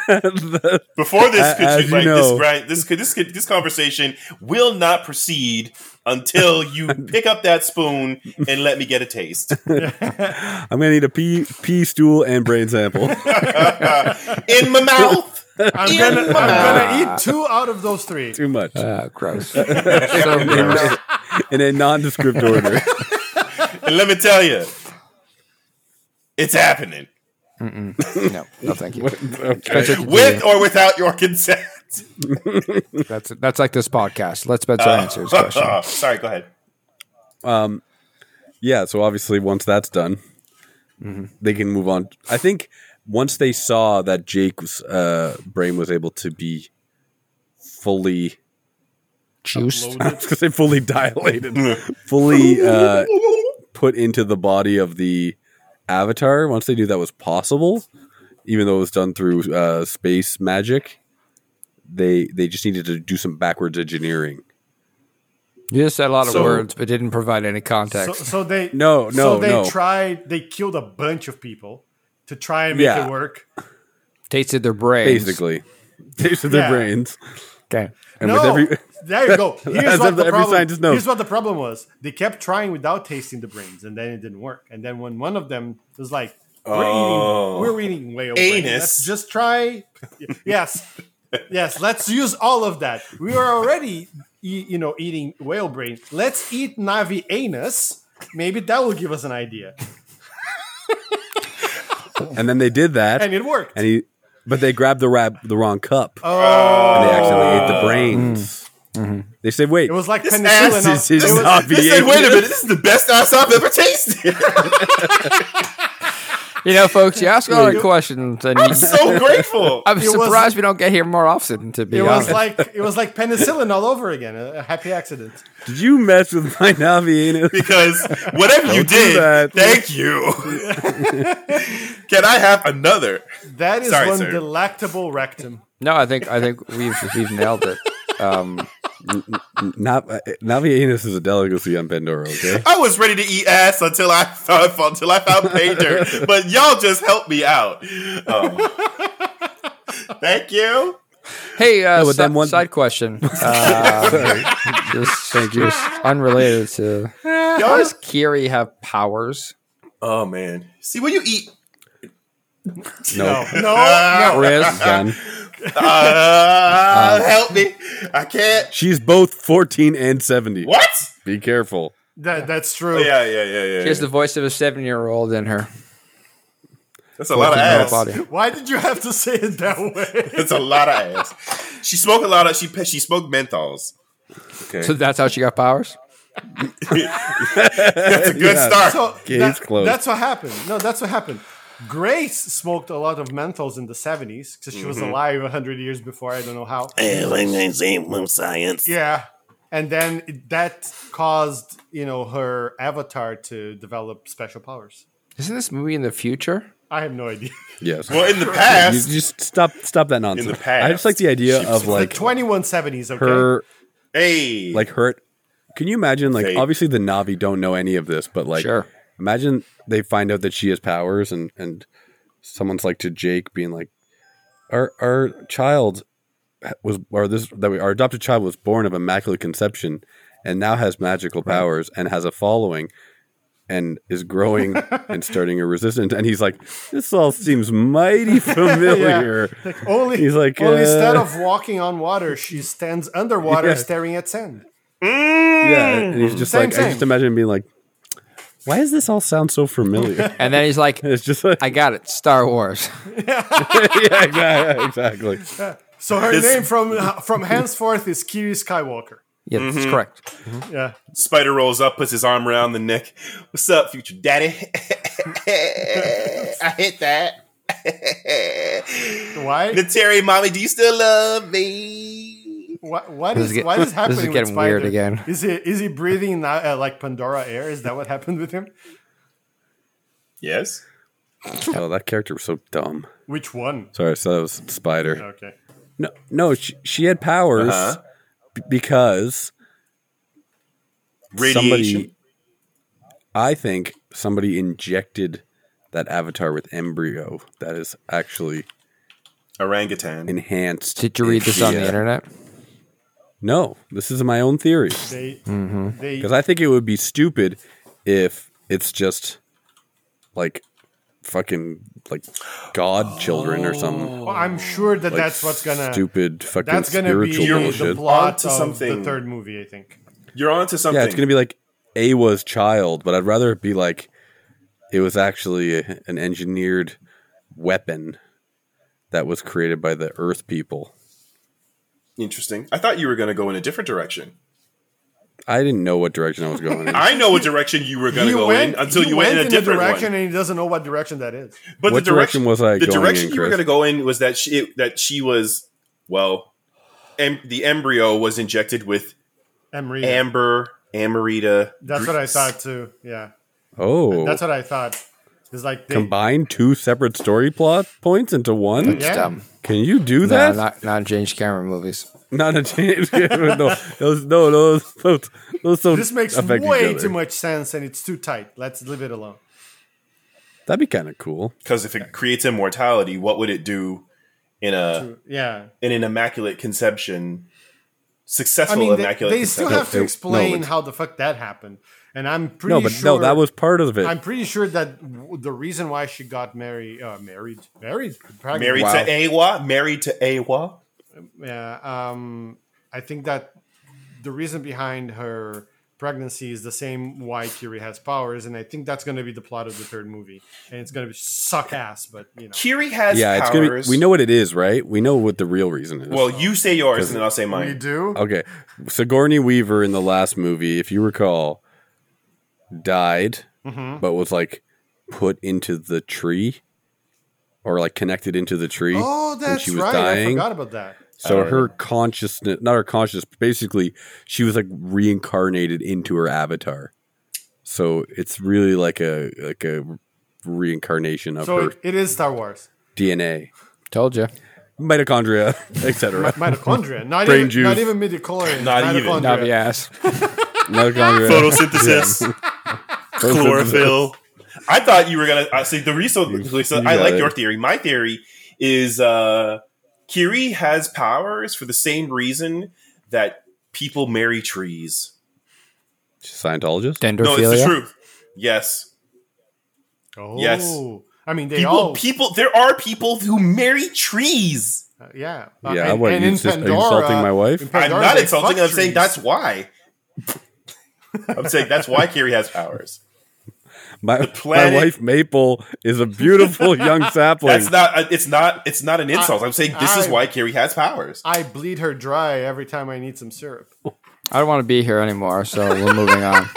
Speaker 4: the-
Speaker 2: Before this, could,
Speaker 4: As
Speaker 2: you,
Speaker 4: you
Speaker 2: like,
Speaker 4: know.
Speaker 2: this, right, this, could, this, could, this conversation will not proceed until you pick up that spoon and let me get a taste.
Speaker 4: I'm gonna need a pee pee stool and brain sample.
Speaker 2: In my mouth.
Speaker 3: I'm gonna, I'm gonna eat two out of those three.
Speaker 4: Too much
Speaker 1: Ah, gross. so gross.
Speaker 4: in a nondescript order.
Speaker 2: And let me tell you, it's happening
Speaker 1: No, no, thank you.
Speaker 4: okay.
Speaker 2: with or without your consent.
Speaker 1: That's that's like this podcast. Let's bet uh, answers question.
Speaker 2: Oh, sorry, go ahead.
Speaker 4: Yeah. So obviously, once that's done, they can move on. I think once they saw that Jake's uh, brain was able to be fully
Speaker 1: Juiced.
Speaker 4: I was gonna say fully dilated, fully uh, put into the body of the avatar. Once they knew that was possible, even though it was done through uh, space magic, they they just needed to do some backwards engineering.
Speaker 1: You just said a lot of
Speaker 4: So-
Speaker 1: words, but didn't provide any
Speaker 3: So,
Speaker 1: context.
Speaker 3: so they
Speaker 4: No,
Speaker 3: so
Speaker 4: no,
Speaker 3: they
Speaker 4: no.
Speaker 3: tried. They killed a bunch of people to try and make
Speaker 4: Yeah.
Speaker 3: it work.
Speaker 1: Tasted their brains.
Speaker 4: Basically, tasted their
Speaker 3: Yeah.
Speaker 4: brains,
Speaker 1: Okay.
Speaker 4: and
Speaker 3: no,
Speaker 4: with every
Speaker 3: there you go. Here's
Speaker 4: As
Speaker 3: what
Speaker 4: if
Speaker 3: the
Speaker 4: every
Speaker 3: problem.
Speaker 4: scientist knows.
Speaker 3: Here's what the problem was. They kept trying without tasting the brains, and then it didn't work. And then when one of them was like, "We're
Speaker 2: Oh.
Speaker 3: eating, we're eating whale brain.
Speaker 2: Anus.
Speaker 3: Let's just try." yes, yes. Let's use all of that. We are already, e- you know, eating whale brain. Let's eat Navi anus. Maybe that will give us an idea.
Speaker 4: and then they did that,
Speaker 3: And
Speaker 4: and,
Speaker 3: it worked.
Speaker 4: he, but they grabbed the rab- the wrong cup,
Speaker 3: oh,
Speaker 4: and they accidentally ate the brains. They said, "Wait,
Speaker 3: it was like
Speaker 2: This
Speaker 3: penicillin.
Speaker 2: ass
Speaker 3: on-
Speaker 4: this is
Speaker 3: it was-
Speaker 4: not
Speaker 2: This
Speaker 4: the
Speaker 2: is- wait a minute, this is the best ass I've ever tasted.
Speaker 1: You know, folks, you ask all the questions, and
Speaker 2: I'm
Speaker 1: you,
Speaker 2: so grateful.
Speaker 1: I'm
Speaker 3: was-
Speaker 1: surprised we don't get here more often. To be
Speaker 3: It
Speaker 1: honest,
Speaker 3: was like it was like penicillin all over again. A a happy accident.
Speaker 4: Did you mess with my Navi anus?"
Speaker 2: because whatever you
Speaker 4: Don't do
Speaker 2: did,
Speaker 4: that.
Speaker 2: thank you. Can I have another?
Speaker 3: That is
Speaker 2: Sorry,
Speaker 3: one
Speaker 2: sir.
Speaker 3: delectable rectum.
Speaker 1: no, I think I think we've we've nailed it. Um,
Speaker 4: Nav- uh, Navi anus is a delicacy on Pandora, okay?
Speaker 2: I was ready to eat ass until I found until I found painter, but y'all just helped me out. Um, thank you.
Speaker 1: hey, uh,
Speaker 4: No, but
Speaker 1: si-
Speaker 4: then one-
Speaker 1: side question. Uh, just, thank you. Unrelated to. How
Speaker 2: Y'all
Speaker 1: does Kiri have powers?
Speaker 2: oh man, see when you eat.
Speaker 3: No, no,
Speaker 1: Riz,
Speaker 4: Done.
Speaker 2: Uh, help me! I can't.
Speaker 4: She's both 14 and 70.
Speaker 2: What?
Speaker 4: Be careful.
Speaker 3: that, that's
Speaker 2: Oh,
Speaker 3: true.
Speaker 2: yeah, yeah, yeah, yeah.
Speaker 1: she has the voice of a seven-year-old in her,
Speaker 2: That's a lot
Speaker 1: in
Speaker 2: of
Speaker 1: her
Speaker 2: ass.
Speaker 1: body.
Speaker 3: Why did you have to say it that way?
Speaker 2: That's a lot of ass. She smoked a lot of. She she smoked menthols.
Speaker 1: So that's how she got powers.
Speaker 2: That's a good
Speaker 4: Yeah.
Speaker 2: start.
Speaker 3: So
Speaker 4: Gaze
Speaker 3: that-
Speaker 4: closed.
Speaker 3: that's what happened. No, that's what happened. Grace smoked a lot of menthols in the seventies because she was
Speaker 2: Mm-hmm.
Speaker 3: alive hundred years before. I don't know how.
Speaker 5: science.
Speaker 3: Yeah, and then it- that caused you know her avatar to develop special powers.
Speaker 1: Isn't this movie in the future?
Speaker 3: I have no idea.
Speaker 4: Yes.
Speaker 2: well, in the
Speaker 4: You
Speaker 2: past,
Speaker 4: just stop stop that nonsense.
Speaker 2: In the past,
Speaker 4: I just like the idea
Speaker 2: she was
Speaker 4: of like
Speaker 3: Twenty one seventies. Okay.
Speaker 4: her
Speaker 2: hey,
Speaker 4: like her Can you imagine like
Speaker 2: Fate.
Speaker 4: obviously the Navi don't know any of this, but like
Speaker 1: Sure.
Speaker 4: imagine they find out that she has powers and and someone's like to Jake being like our our child was or this that we, our adopted child was born of immaculate conception and now has magical powers and has a following and is growing and starting a resistance and he's like this all seems mighty familiar
Speaker 3: Only
Speaker 4: He's like,
Speaker 3: only
Speaker 4: uh,
Speaker 3: instead of walking on water, she stands underwater
Speaker 4: Yeah.
Speaker 3: staring at sand.
Speaker 4: yeah and he's just
Speaker 3: Same,
Speaker 4: like i
Speaker 3: same.
Speaker 4: just imagine him being like why does this all sound so familiar
Speaker 1: And then he's like,
Speaker 4: it's just like
Speaker 1: "I got it, Star Wars."
Speaker 4: yeah, yeah, exactly
Speaker 3: So her
Speaker 2: This-
Speaker 3: name from from henceforth is Kiri Skywalker.
Speaker 1: Yeah,
Speaker 2: Mm-hmm.
Speaker 1: that's correct.
Speaker 3: Yeah.
Speaker 2: Spider rolls up, puts his arm around the neck. What's up, future daddy? I hit that.
Speaker 3: Why?
Speaker 2: Nateri, mommy, do you still love me?
Speaker 3: What, what
Speaker 1: This
Speaker 3: is
Speaker 1: is get-
Speaker 3: what is happening?
Speaker 1: this is
Speaker 3: with
Speaker 1: getting weird
Speaker 3: Spider?
Speaker 1: again.
Speaker 3: Is he is he breathing now, uh, like Pandora air? Is that what happened with him?
Speaker 2: Yes.
Speaker 4: oh that character was so dumb
Speaker 3: Which one?
Speaker 4: sorry so that was spider
Speaker 3: Okay.
Speaker 4: No, no, she, she had powers
Speaker 2: Uh-huh.
Speaker 4: b- because
Speaker 2: Radiation.
Speaker 4: Somebody, I think somebody injected that avatar with embryo that is actually
Speaker 2: Orangutan.
Speaker 4: enhanced.
Speaker 1: Did you read
Speaker 4: if
Speaker 1: this on the
Speaker 4: uh,
Speaker 1: internet?
Speaker 4: No, this is my own theory.
Speaker 3: They, they
Speaker 4: Because I think it would be stupid if it's just like fucking like god children or something.
Speaker 3: Well, I'm sure that
Speaker 4: Like,
Speaker 3: that's what's gonna
Speaker 4: stupid fucking
Speaker 3: that's gonna be
Speaker 4: spiritual
Speaker 3: the
Speaker 4: bullshit.
Speaker 3: plot
Speaker 2: Onto
Speaker 3: of
Speaker 2: something.
Speaker 3: the third movie. I think.
Speaker 2: You're on to something.
Speaker 4: yeah, it's gonna be like Awa's child, but I'd rather it be like it was actually a- an engineered weapon that was created by the Earth people.
Speaker 2: interesting. I thought you were going to go in a different direction.
Speaker 4: I didn't know what direction I was going. in.
Speaker 2: I know what direction you were going to go in until
Speaker 3: he
Speaker 2: you went in a different
Speaker 3: direction,
Speaker 2: one.
Speaker 3: and he doesn't know what direction that is.
Speaker 2: But
Speaker 4: What
Speaker 2: the direction,
Speaker 4: direction was I
Speaker 2: The
Speaker 4: going
Speaker 2: direction
Speaker 4: in,
Speaker 2: you were
Speaker 4: Chris?
Speaker 2: going to go in was that she that she was well, em, the embryo was injected with
Speaker 3: Emery.
Speaker 2: amber amarita.
Speaker 3: that's what I thought too. Yeah,
Speaker 4: oh,
Speaker 3: that's what I thought. It's like they,
Speaker 4: combine two separate story plot points into one.
Speaker 1: It's
Speaker 3: yeah.
Speaker 1: dumb.
Speaker 4: Can you do
Speaker 1: No,
Speaker 4: that?
Speaker 1: not not James Cameron movies.
Speaker 4: Not a James Cameron. no, those, no, those, those, those don't
Speaker 3: this makes
Speaker 4: affect each
Speaker 3: way
Speaker 4: other.
Speaker 3: too much sense, and it's too tight. Let's leave it alone.
Speaker 4: That'd be kind of cool.
Speaker 2: Because if it creates immortality, what would it do in a
Speaker 3: Yeah,
Speaker 2: in an immaculate conception?
Speaker 3: I
Speaker 2: Successful
Speaker 3: mean they,
Speaker 2: immaculate
Speaker 3: they
Speaker 2: conception.
Speaker 3: still have
Speaker 4: No,
Speaker 3: to
Speaker 4: it-
Speaker 3: explain
Speaker 4: no,
Speaker 3: how the fuck that happened, and I'm pretty
Speaker 4: No, but
Speaker 3: sure
Speaker 4: no, that was part of it.
Speaker 3: I'm pretty sure that w- the reason why she got married, uh, married, married, pregnant-
Speaker 2: married to Awa, married to Awa.
Speaker 3: Yeah, um, I think that the reason behind her pregnancy is the same why Kiri has powers, and I think that's going to be the plot of the third movie, and it's going to be suck ass, but you know,
Speaker 2: Kiri has
Speaker 4: yeah, it's gonna
Speaker 2: powers.
Speaker 4: be. We know what it is, right? We know what the real reason is.
Speaker 2: Well, you say yours, and then I'll say mine.
Speaker 3: we Oh, do.
Speaker 4: okay. Sigourney Weaver in the last movie, if you recall, died,
Speaker 3: Mm-hmm.
Speaker 4: but was like put into the tree, or like connected into the tree.
Speaker 3: Oh,
Speaker 4: when
Speaker 3: that's
Speaker 4: she was
Speaker 3: right. I
Speaker 4: dying.
Speaker 3: forgot about that.
Speaker 4: So her consciousness, not her consciousness, but basically she was like reincarnated into her avatar. So it's really like a like a reincarnation of
Speaker 3: So
Speaker 4: her
Speaker 3: it, it is Star Wars.
Speaker 4: DNA,
Speaker 1: Told you.
Speaker 4: mitochondria, etc.
Speaker 3: Mitochondria, not
Speaker 4: Brain
Speaker 3: even, not
Speaker 4: juice.
Speaker 3: even midichlorians.
Speaker 2: Not even.
Speaker 3: mitochondria.
Speaker 1: Navi ass.
Speaker 4: mitochondria.
Speaker 2: photosynthesis, chlorophyll. I thought you were gonna I see the reason. Lisa,
Speaker 4: you
Speaker 2: I
Speaker 4: got
Speaker 2: like
Speaker 4: it.
Speaker 2: your theory. My theory is uh, Kiri has powers for the same reason that people marry trees.
Speaker 4: Scientologist.
Speaker 2: No, it's the
Speaker 1: Dendrophilia.
Speaker 2: truth. Yes,
Speaker 3: Oh,
Speaker 2: Yes.
Speaker 3: I mean, they
Speaker 2: people.
Speaker 3: all.
Speaker 2: People. There are people who marry trees.
Speaker 3: uh, yeah. Uh,
Speaker 4: Yeah, what, you just- are you insulting my wife?
Speaker 3: in
Speaker 2: I'm
Speaker 3: Pandora,
Speaker 2: not
Speaker 3: they
Speaker 2: insulting.
Speaker 3: fuck
Speaker 2: I'm saying
Speaker 3: trees.
Speaker 2: that's why. I'm saying that's why Kiri has powers.
Speaker 4: My, my
Speaker 2: planet-
Speaker 4: wife Maple is a beautiful young sapling.
Speaker 2: That's not. uh, It's not. It's not an insult. I, am saying this is
Speaker 3: I-
Speaker 2: why Kiri has powers.
Speaker 3: I bleed her dry every time I need some syrup.
Speaker 1: I don't want to be here anymore, so we're moving on.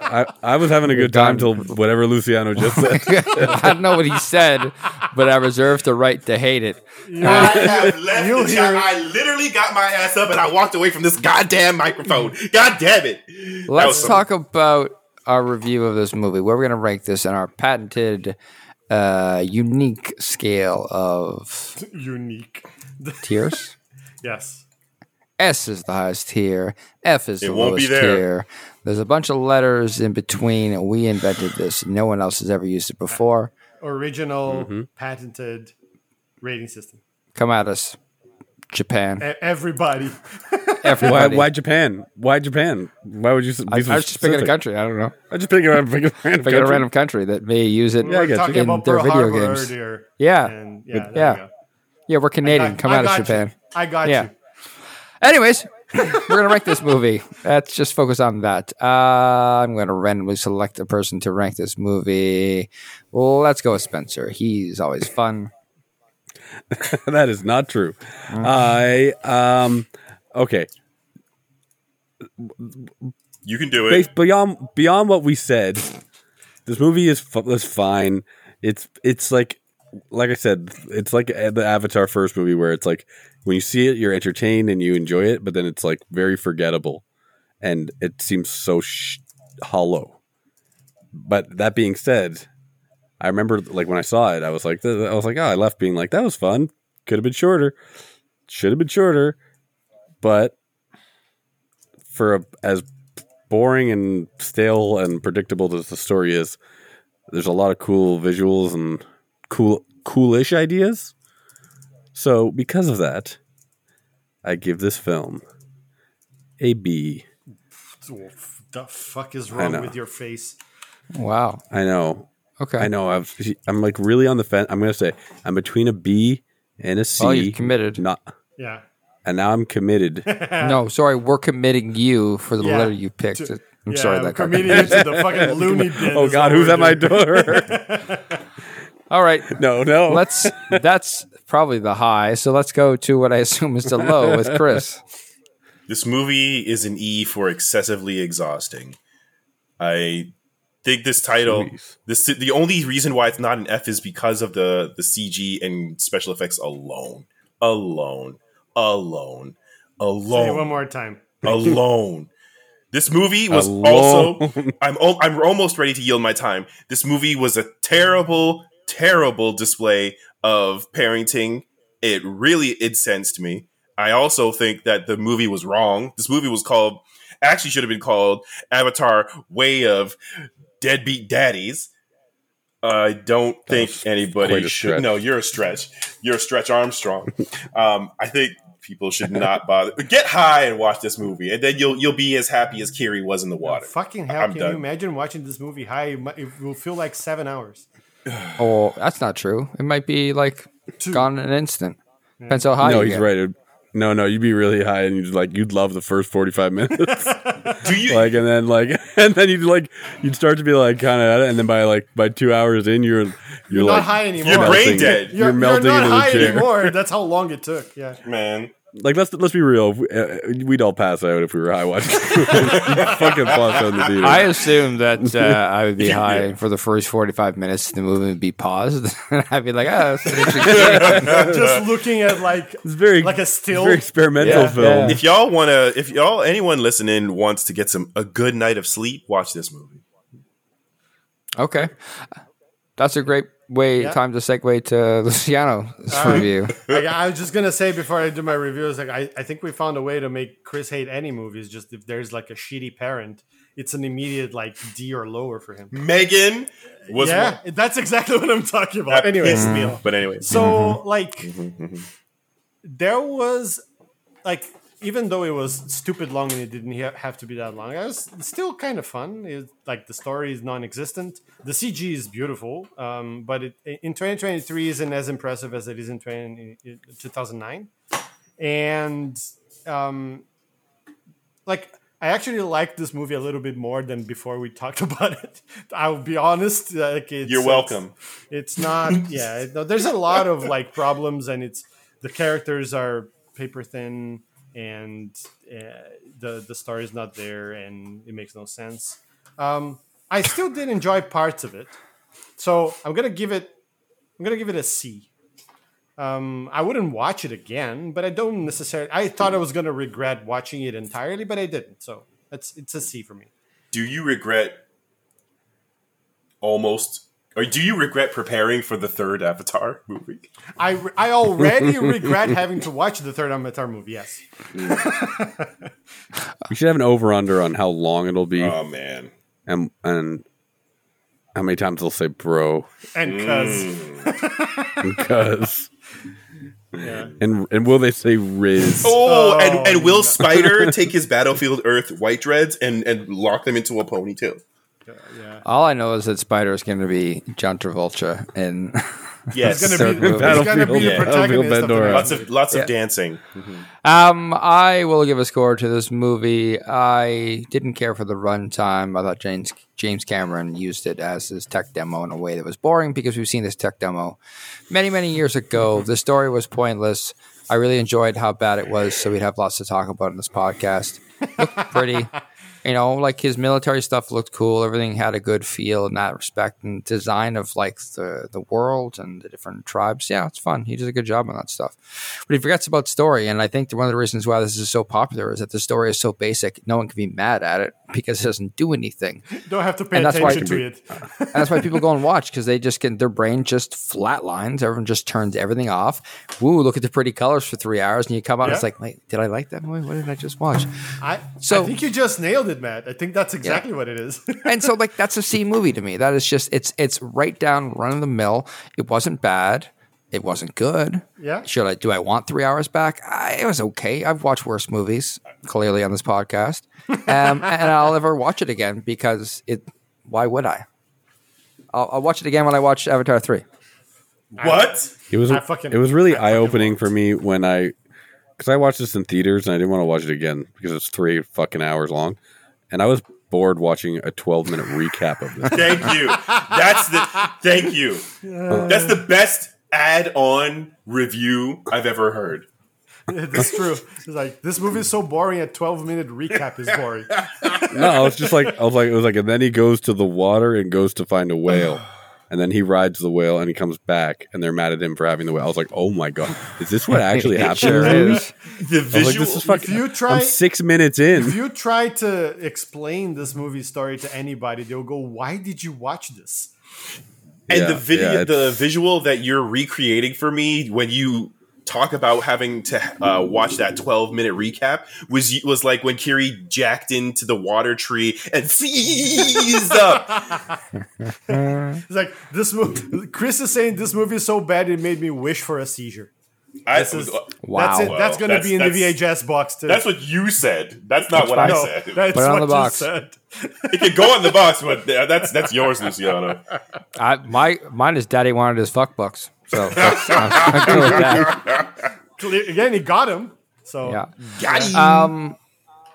Speaker 4: I, I was having a good time till whatever Luciano just said.
Speaker 1: I don't know what he said, but I reserve the right to hate it.
Speaker 2: I have left
Speaker 3: You'll
Speaker 2: the chat.
Speaker 3: hear it.
Speaker 2: I literally got my ass up and I walked away from this goddamn microphone. God damn it. That was
Speaker 1: Let's
Speaker 2: some-
Speaker 1: talk about our review of this movie. Where we're going to rank this in our patented, uh, unique scale of
Speaker 3: Unique.
Speaker 1: tiers.
Speaker 3: Yes.
Speaker 1: S is the highest tier. F is the
Speaker 2: It won't
Speaker 1: lowest
Speaker 2: be there.
Speaker 1: tier. There's a bunch of letters in between. We invented this. No one else has ever used it before.
Speaker 3: Original
Speaker 1: Mm-hmm.
Speaker 3: patented rating system.
Speaker 1: Come at us, Japan.
Speaker 3: E- everybody.
Speaker 4: Why,
Speaker 1: Everybody.
Speaker 4: why Japan? Why Japan? Why would you? s- Be
Speaker 1: I, I was just picking a country. I don't know.
Speaker 4: I just picking a, picking a random.
Speaker 1: Picking a
Speaker 4: country.
Speaker 1: random country that may use it
Speaker 4: I
Speaker 3: We were
Speaker 4: get you.
Speaker 3: talking
Speaker 1: in
Speaker 3: about
Speaker 1: their
Speaker 3: Pearl
Speaker 1: video
Speaker 3: Harbor
Speaker 1: games.
Speaker 3: earlier.
Speaker 1: Yeah.
Speaker 3: And yeah, there
Speaker 1: yeah.
Speaker 3: you go.
Speaker 1: Yeah, we're Canadian. Come
Speaker 3: I
Speaker 1: out of
Speaker 3: got you.
Speaker 1: Japan.
Speaker 3: I got
Speaker 1: Yeah.
Speaker 3: you.
Speaker 1: Anyways, we're gonna rank this movie. Let's just focus on that. Uh, I'm gonna randomly select a person to rank this movie. Let's go with Spencer. He's always fun.
Speaker 4: that is not true.
Speaker 1: Mm.
Speaker 4: I um okay.
Speaker 2: You can do
Speaker 4: Based
Speaker 2: it.
Speaker 4: beyond beyond what we said, this movie is fu- is fine. It's it's like like I said, it's like uh, the Avatar first movie where it's like when you see it, you're entertained and you enjoy it, but then it's like very forgettable, and it seems so sh- hollow. But that being said, I remember like when I saw it, I was like, I was like, oh, I left being like that was fun. Could have been shorter. Should have been shorter, but for a, as boring and stale and predictable as the story is, there's a lot of cool visuals and cool coolish ideas. So because of that, I give this film a B.
Speaker 3: The fuck is
Speaker 4: know.
Speaker 3: wrong with your face?
Speaker 1: Wow.
Speaker 4: I know,
Speaker 1: Okay.
Speaker 4: I know. I've, I'm like really on the fence. I'm gonna say I'm between a B and a C.
Speaker 1: Well, Oh, you're committed.
Speaker 4: Not,
Speaker 3: Yeah.
Speaker 4: and now I'm committed.
Speaker 1: No, sorry, we're committing you for the
Speaker 3: Yeah.
Speaker 1: letter you picked.
Speaker 3: To-
Speaker 1: I'm
Speaker 3: yeah,
Speaker 1: sorry
Speaker 3: I'm
Speaker 1: that got
Speaker 3: committing you to the fucking loony bin.
Speaker 4: oh
Speaker 3: is
Speaker 4: God,
Speaker 3: what
Speaker 4: who's
Speaker 3: we're
Speaker 4: at my
Speaker 3: doing.
Speaker 4: door?
Speaker 1: All right.
Speaker 4: no, no.
Speaker 1: Let's that's probably the high. So let's go to what I assume is the low with Chris.
Speaker 2: This movie is an E for excessively exhausting. I think this title, this the only reason why it's not an F is because of the the CG and special effects alone, alone, alone,
Speaker 3: Say
Speaker 2: alone,
Speaker 3: it one more time.
Speaker 2: alone. This movie was
Speaker 4: Alone.
Speaker 2: also. I'm al- I'm almost ready to yield my time. This movie was a terrible, terrible display of parenting. It really incensed me. I also think that the movie was wrong. This movie was called actually should have been called Avatar: Way of Deadbeat Daddies. I don't think
Speaker 4: quite
Speaker 2: anybody
Speaker 4: a
Speaker 2: should.
Speaker 4: stretch.
Speaker 2: No, you're a stretch. You're a stretch Armstrong. um, I think people should not bother. Get high and watch this movie, and then you'll you'll be as happy as Kiri was in the water.
Speaker 3: Fucking hell!
Speaker 2: I'm
Speaker 3: can
Speaker 2: done.
Speaker 3: you imagine watching this movie high? It mi- It will feel like seven hours.
Speaker 1: Oh, that's not true. It might be like gone in an instant. Depends how high.
Speaker 4: no,
Speaker 1: you
Speaker 4: he's
Speaker 1: get.
Speaker 4: right. It- No, no, you'd be really high, and you'd like you'd love the first forty five minutes,
Speaker 2: Do you?
Speaker 4: like, and then like, and then you'd like you'd start to be like kind of, and then by like by two hours in, you're you're,
Speaker 3: not
Speaker 4: like
Speaker 3: high anymore.
Speaker 2: you're brain
Speaker 4: melting-
Speaker 2: dead.
Speaker 4: You're, melting
Speaker 3: not
Speaker 4: into
Speaker 3: high
Speaker 4: the chair.
Speaker 3: anymore. That's how long it took. Yeah.
Speaker 2: man.
Speaker 4: Like let's let's be real, we, uh, we'd all pass out if we were high watching. You'd fucking pass out in the theater.
Speaker 1: I assume that uh, I would be high and for the first 45 minutes. The movie would be paused. I'd be like, oh, that's an interesting
Speaker 3: Just looking at like
Speaker 4: it's very
Speaker 3: like a still.
Speaker 4: very experimental
Speaker 1: Yeah.
Speaker 4: film.
Speaker 1: Yeah.
Speaker 2: If y'all wanna, if y'all anyone listening wants to get some a good night of sleep, watch this movie.
Speaker 1: Okay. That's a great way time to segue to Luciano's review.
Speaker 3: like, I was just gonna say before I do my reviews, like I, I think we found a way to make Chris hate any movies. Just if there's like a shitty parent, it's an immediate like D or lower for him.
Speaker 2: Megan was
Speaker 3: yeah, that's exactly what I'm talking
Speaker 2: That
Speaker 3: about. Anyway,
Speaker 2: pissed me
Speaker 3: Neil.
Speaker 2: off. But anyway,
Speaker 3: So
Speaker 2: Mm-hmm.
Speaker 3: like there was like even though it was stupid long and it didn't ha- have to be that long, it was still kind of fun. It, like the story is non-existent. The CG is beautiful, um, but it, in 2023 isn't as impressive as it is in 20, in 2009. And um, like I actually liked this movie a little bit more than before we talked about it. I'll be honest. Like it's,
Speaker 2: you're welcome.
Speaker 3: it's not yeah it- no, there's a lot of like problems and it's the characters are paper thin and uh, the the story is not there and it makes no sense um, i still did enjoy parts of it so i'm gonna give it i'm gonna give it a c um, i wouldn't watch it again but i don't necessarily i thought i was gonna regret watching it entirely but i didn't so it's it's a c for me
Speaker 2: do you regret almost or do you regret preparing for the third avatar movie
Speaker 3: i re- i already regret having to watch the third avatar movie yes
Speaker 4: We should have an over under on how long it'll be.
Speaker 2: oh man
Speaker 4: and and how many times they'll say bro
Speaker 3: and
Speaker 2: Mm.
Speaker 4: because
Speaker 3: cuz
Speaker 4: and and will they say riz
Speaker 2: oh, and, and will spider take his battlefield earth white dreads and and lock them into a ponytail
Speaker 1: All I know is that Spider is going to be John Travolta and
Speaker 2: yes
Speaker 3: He's gonna be,
Speaker 1: Third
Speaker 3: he's gonna be
Speaker 4: movie.
Speaker 3: the
Speaker 2: Yeah.
Speaker 3: protagonist of the
Speaker 4: Pandora.
Speaker 2: lots
Speaker 3: next
Speaker 2: of lots of dancing
Speaker 1: Um, I will give a score to this movie. I didn't care for the runtime. I thought James James Cameron used it as his tech demo in a way that was boring because we've seen this tech demo many many years ago. The story was pointless. I really enjoyed how bad it was, so we'd have lots to talk about in this podcast. Looked pretty, you know, like his military stuff looked cool. Everything had a good feel in that respect, and design of like the the world and the different tribes. Yeah, it's fun. He does a good job on that stuff but he forgets about story. And I think one of the reasons why this is so popular is that the story is so basic, no one can be mad at it because it doesn't do anything.
Speaker 3: one. Don't have to pay
Speaker 1: And that's why
Speaker 3: attention
Speaker 1: it
Speaker 3: to it.
Speaker 1: And that's why people go and watch because they just get their brain just flatlines. Everyone just turns everything off. Woo, look at the pretty colors for three hours, and you come out and it's
Speaker 3: Yeah.
Speaker 1: like, wait, did I like that movie? What did I just watch?
Speaker 3: I,
Speaker 1: So-
Speaker 3: I think you just nailed it it, Matt. I think that's exactly what it is.
Speaker 1: and so like that's a C movie to me. That is just it's it's right down run of the mill. It wasn't bad. It wasn't good.
Speaker 3: Yeah.
Speaker 1: Should I do I want three hours back? I, it was okay. I've watched worse movies clearly on this podcast, um, and I'll never watch it again because it. Why would I? I'll, I'll watch it again when I watch Avatar three.
Speaker 2: What?
Speaker 4: It was
Speaker 3: I fucking-
Speaker 4: it was really
Speaker 3: I fucking
Speaker 4: eye opening
Speaker 3: loved
Speaker 4: for me when I because I watched this in theaters and I didn't want to watch it again because it's three fucking hours long, and I was bored watching a twelve minute recap of this.
Speaker 2: Thank you. That's the thank you. That's the best add-on review I've ever heard.
Speaker 3: That's true. It's like this movie is so boring. A twelve minute recap is boring.
Speaker 4: No, I was just like I was like it was like and then he goes to the water and goes to find a whale. And then he rides the whale and he comes back and they're mad at him for having the whale. I was like, oh my god, is this what actually happened?
Speaker 1: sure is.
Speaker 2: The
Speaker 4: I was like,
Speaker 2: visual
Speaker 4: this is fucking.
Speaker 3: If you try-
Speaker 4: I'm six minutes in.
Speaker 3: If you try to explain this movie story to anybody, they'll go, "Why did you watch this?"
Speaker 2: and the
Speaker 4: Yeah,
Speaker 2: video,
Speaker 4: yeah,
Speaker 2: the
Speaker 4: it's-
Speaker 2: visual that you're recreating for me when you talk about having to uh, watch that 12 minute recap was was like when Kiri jacked into the water tree and seized up.
Speaker 3: It's like this movie. Chris is saying this movie is so bad it made me wish for a seizure.
Speaker 2: I,
Speaker 3: is-
Speaker 1: Wow.
Speaker 3: That's it.
Speaker 2: Wow.
Speaker 3: That's going to
Speaker 2: That's-
Speaker 3: be in the
Speaker 2: that's-
Speaker 3: VHS box too.
Speaker 2: that's what you said. That's not what I
Speaker 3: no,
Speaker 2: said.
Speaker 3: That's
Speaker 1: Put it on
Speaker 3: what
Speaker 1: the
Speaker 3: you
Speaker 1: box.
Speaker 3: said.
Speaker 2: it could go on the box, but th- uh, that's that's yours, Luciano.
Speaker 1: I, my mine is Daddy wanted his fuck bucks. So that's, I'm cool with that.
Speaker 3: Cle- Again, he got him. So
Speaker 1: Yeah. Um,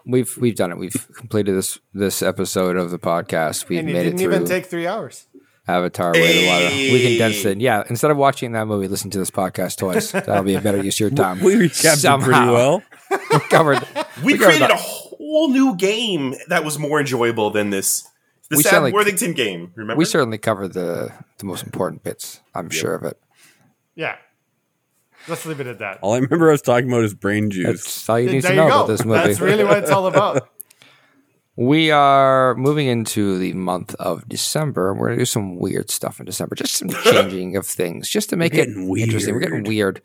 Speaker 1: we've we've done it. We've completed this this episode of the podcast. We've
Speaker 3: and he
Speaker 1: made it
Speaker 3: didn't
Speaker 1: through
Speaker 3: even take three hours.
Speaker 1: Avatar. Way to Water. We condensed it. Yeah. Instead of watching that movie, listen to this podcast twice. That'll be a better use of your time.
Speaker 4: We recapped it pretty
Speaker 1: Somehow.
Speaker 4: well.
Speaker 1: We covered.
Speaker 2: We
Speaker 1: covered
Speaker 2: created
Speaker 1: that.
Speaker 2: a whole new game that was more enjoyable than this. The
Speaker 1: We
Speaker 2: Sam
Speaker 1: sound like-
Speaker 2: Worthington game. Remember?
Speaker 1: We certainly covered the the most important bits. I'm sure of it.
Speaker 3: Yeah. Let's leave it at that.
Speaker 4: All I remember us talking about is brain juice.
Speaker 1: That's all you need
Speaker 3: there
Speaker 1: to
Speaker 3: you
Speaker 1: know
Speaker 3: go.
Speaker 1: about this movie.
Speaker 3: That's really what it's all about.
Speaker 1: We are moving into the month of December. We're going to do some weird stuff in December, just some changing of things, just to make it interesting. We're getting weird.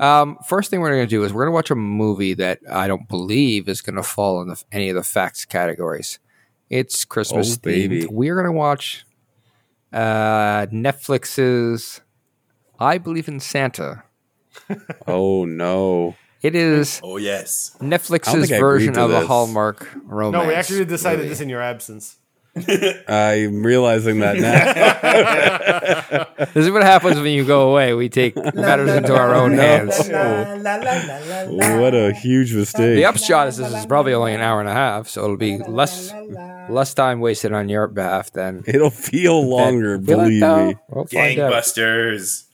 Speaker 1: Um, first thing we're going to do is we're going to watch a movie that I don't believe is going to fall in the, any of the facts categories. It's Christmas
Speaker 4: Oh, baby.
Speaker 1: themed. We're going to watch uh, Netflix's I Believe in Santa.
Speaker 4: Oh no.
Speaker 1: It is
Speaker 2: oh yes.
Speaker 4: I
Speaker 1: Netflix's
Speaker 4: agree
Speaker 1: version
Speaker 4: to
Speaker 1: of a
Speaker 4: this.
Speaker 1: Hallmark romance.
Speaker 3: No, we actually decided
Speaker 1: movie.
Speaker 3: this in your absence.
Speaker 4: I'm realizing that now.
Speaker 1: This is what happens when you go away. We take matters into our own hands.
Speaker 4: what a huge mistake.
Speaker 1: The upshot is this is probably only an hour and a half, so it'll be less less time wasted on your behalf than.
Speaker 4: It'll feel longer,
Speaker 1: Will it
Speaker 4: believe
Speaker 1: though?
Speaker 4: me.
Speaker 1: We'll find out.
Speaker 2: Gangbusters.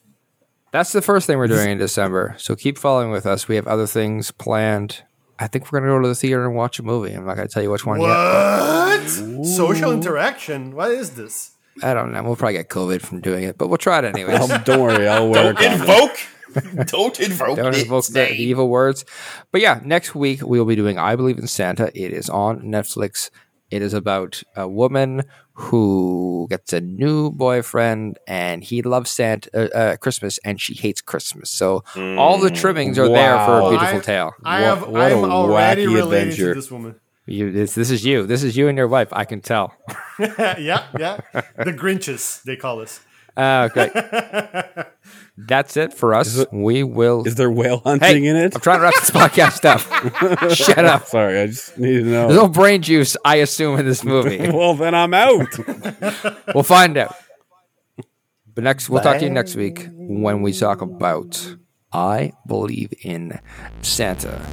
Speaker 1: That's the first thing we're doing in December. So keep following with us. We have other things planned. I think we're gonna go to the theater and watch a movie. I'm not gonna tell you which one
Speaker 3: What? Social interaction? What is this?
Speaker 1: yet. I don't know. We'll probably get COVID from doing it, but we'll try it anyways.
Speaker 4: Um, don't worry, I'll wear a
Speaker 2: Don't
Speaker 4: condom.
Speaker 2: invoke. Don't invoke.
Speaker 1: Don't
Speaker 2: it.
Speaker 1: invoke the, the evil words. But yeah, next week we will be doing I Believe in Santa. It is on Netflix. It is about a woman who gets a new boyfriend and he loves Santa uh, uh, Christmas and she hates Christmas. So all the trimmings are there for a
Speaker 4: Wow.
Speaker 1: beautiful
Speaker 3: I-
Speaker 1: tale.
Speaker 3: I
Speaker 4: What-
Speaker 3: have.
Speaker 4: what a
Speaker 3: I'm already
Speaker 4: wacky
Speaker 3: related to
Speaker 4: adventure.
Speaker 3: this woman.
Speaker 1: You, this, this is you. This is you and your wife. I can tell.
Speaker 3: yeah, yeah. The Grinches, they call us.
Speaker 1: Uh, great. That's it for us. we will.
Speaker 4: Is there whale
Speaker 1: Hey,
Speaker 4: hunting in it?
Speaker 1: I'm trying to wrap this podcast up. Shut up.
Speaker 4: Sorry, I just need to know.
Speaker 1: There's no brain juice, I assume, in this movie.
Speaker 4: well, then I'm out.
Speaker 1: We'll find out. But next, we'll talk to you next week when we talk about I believe in Santa.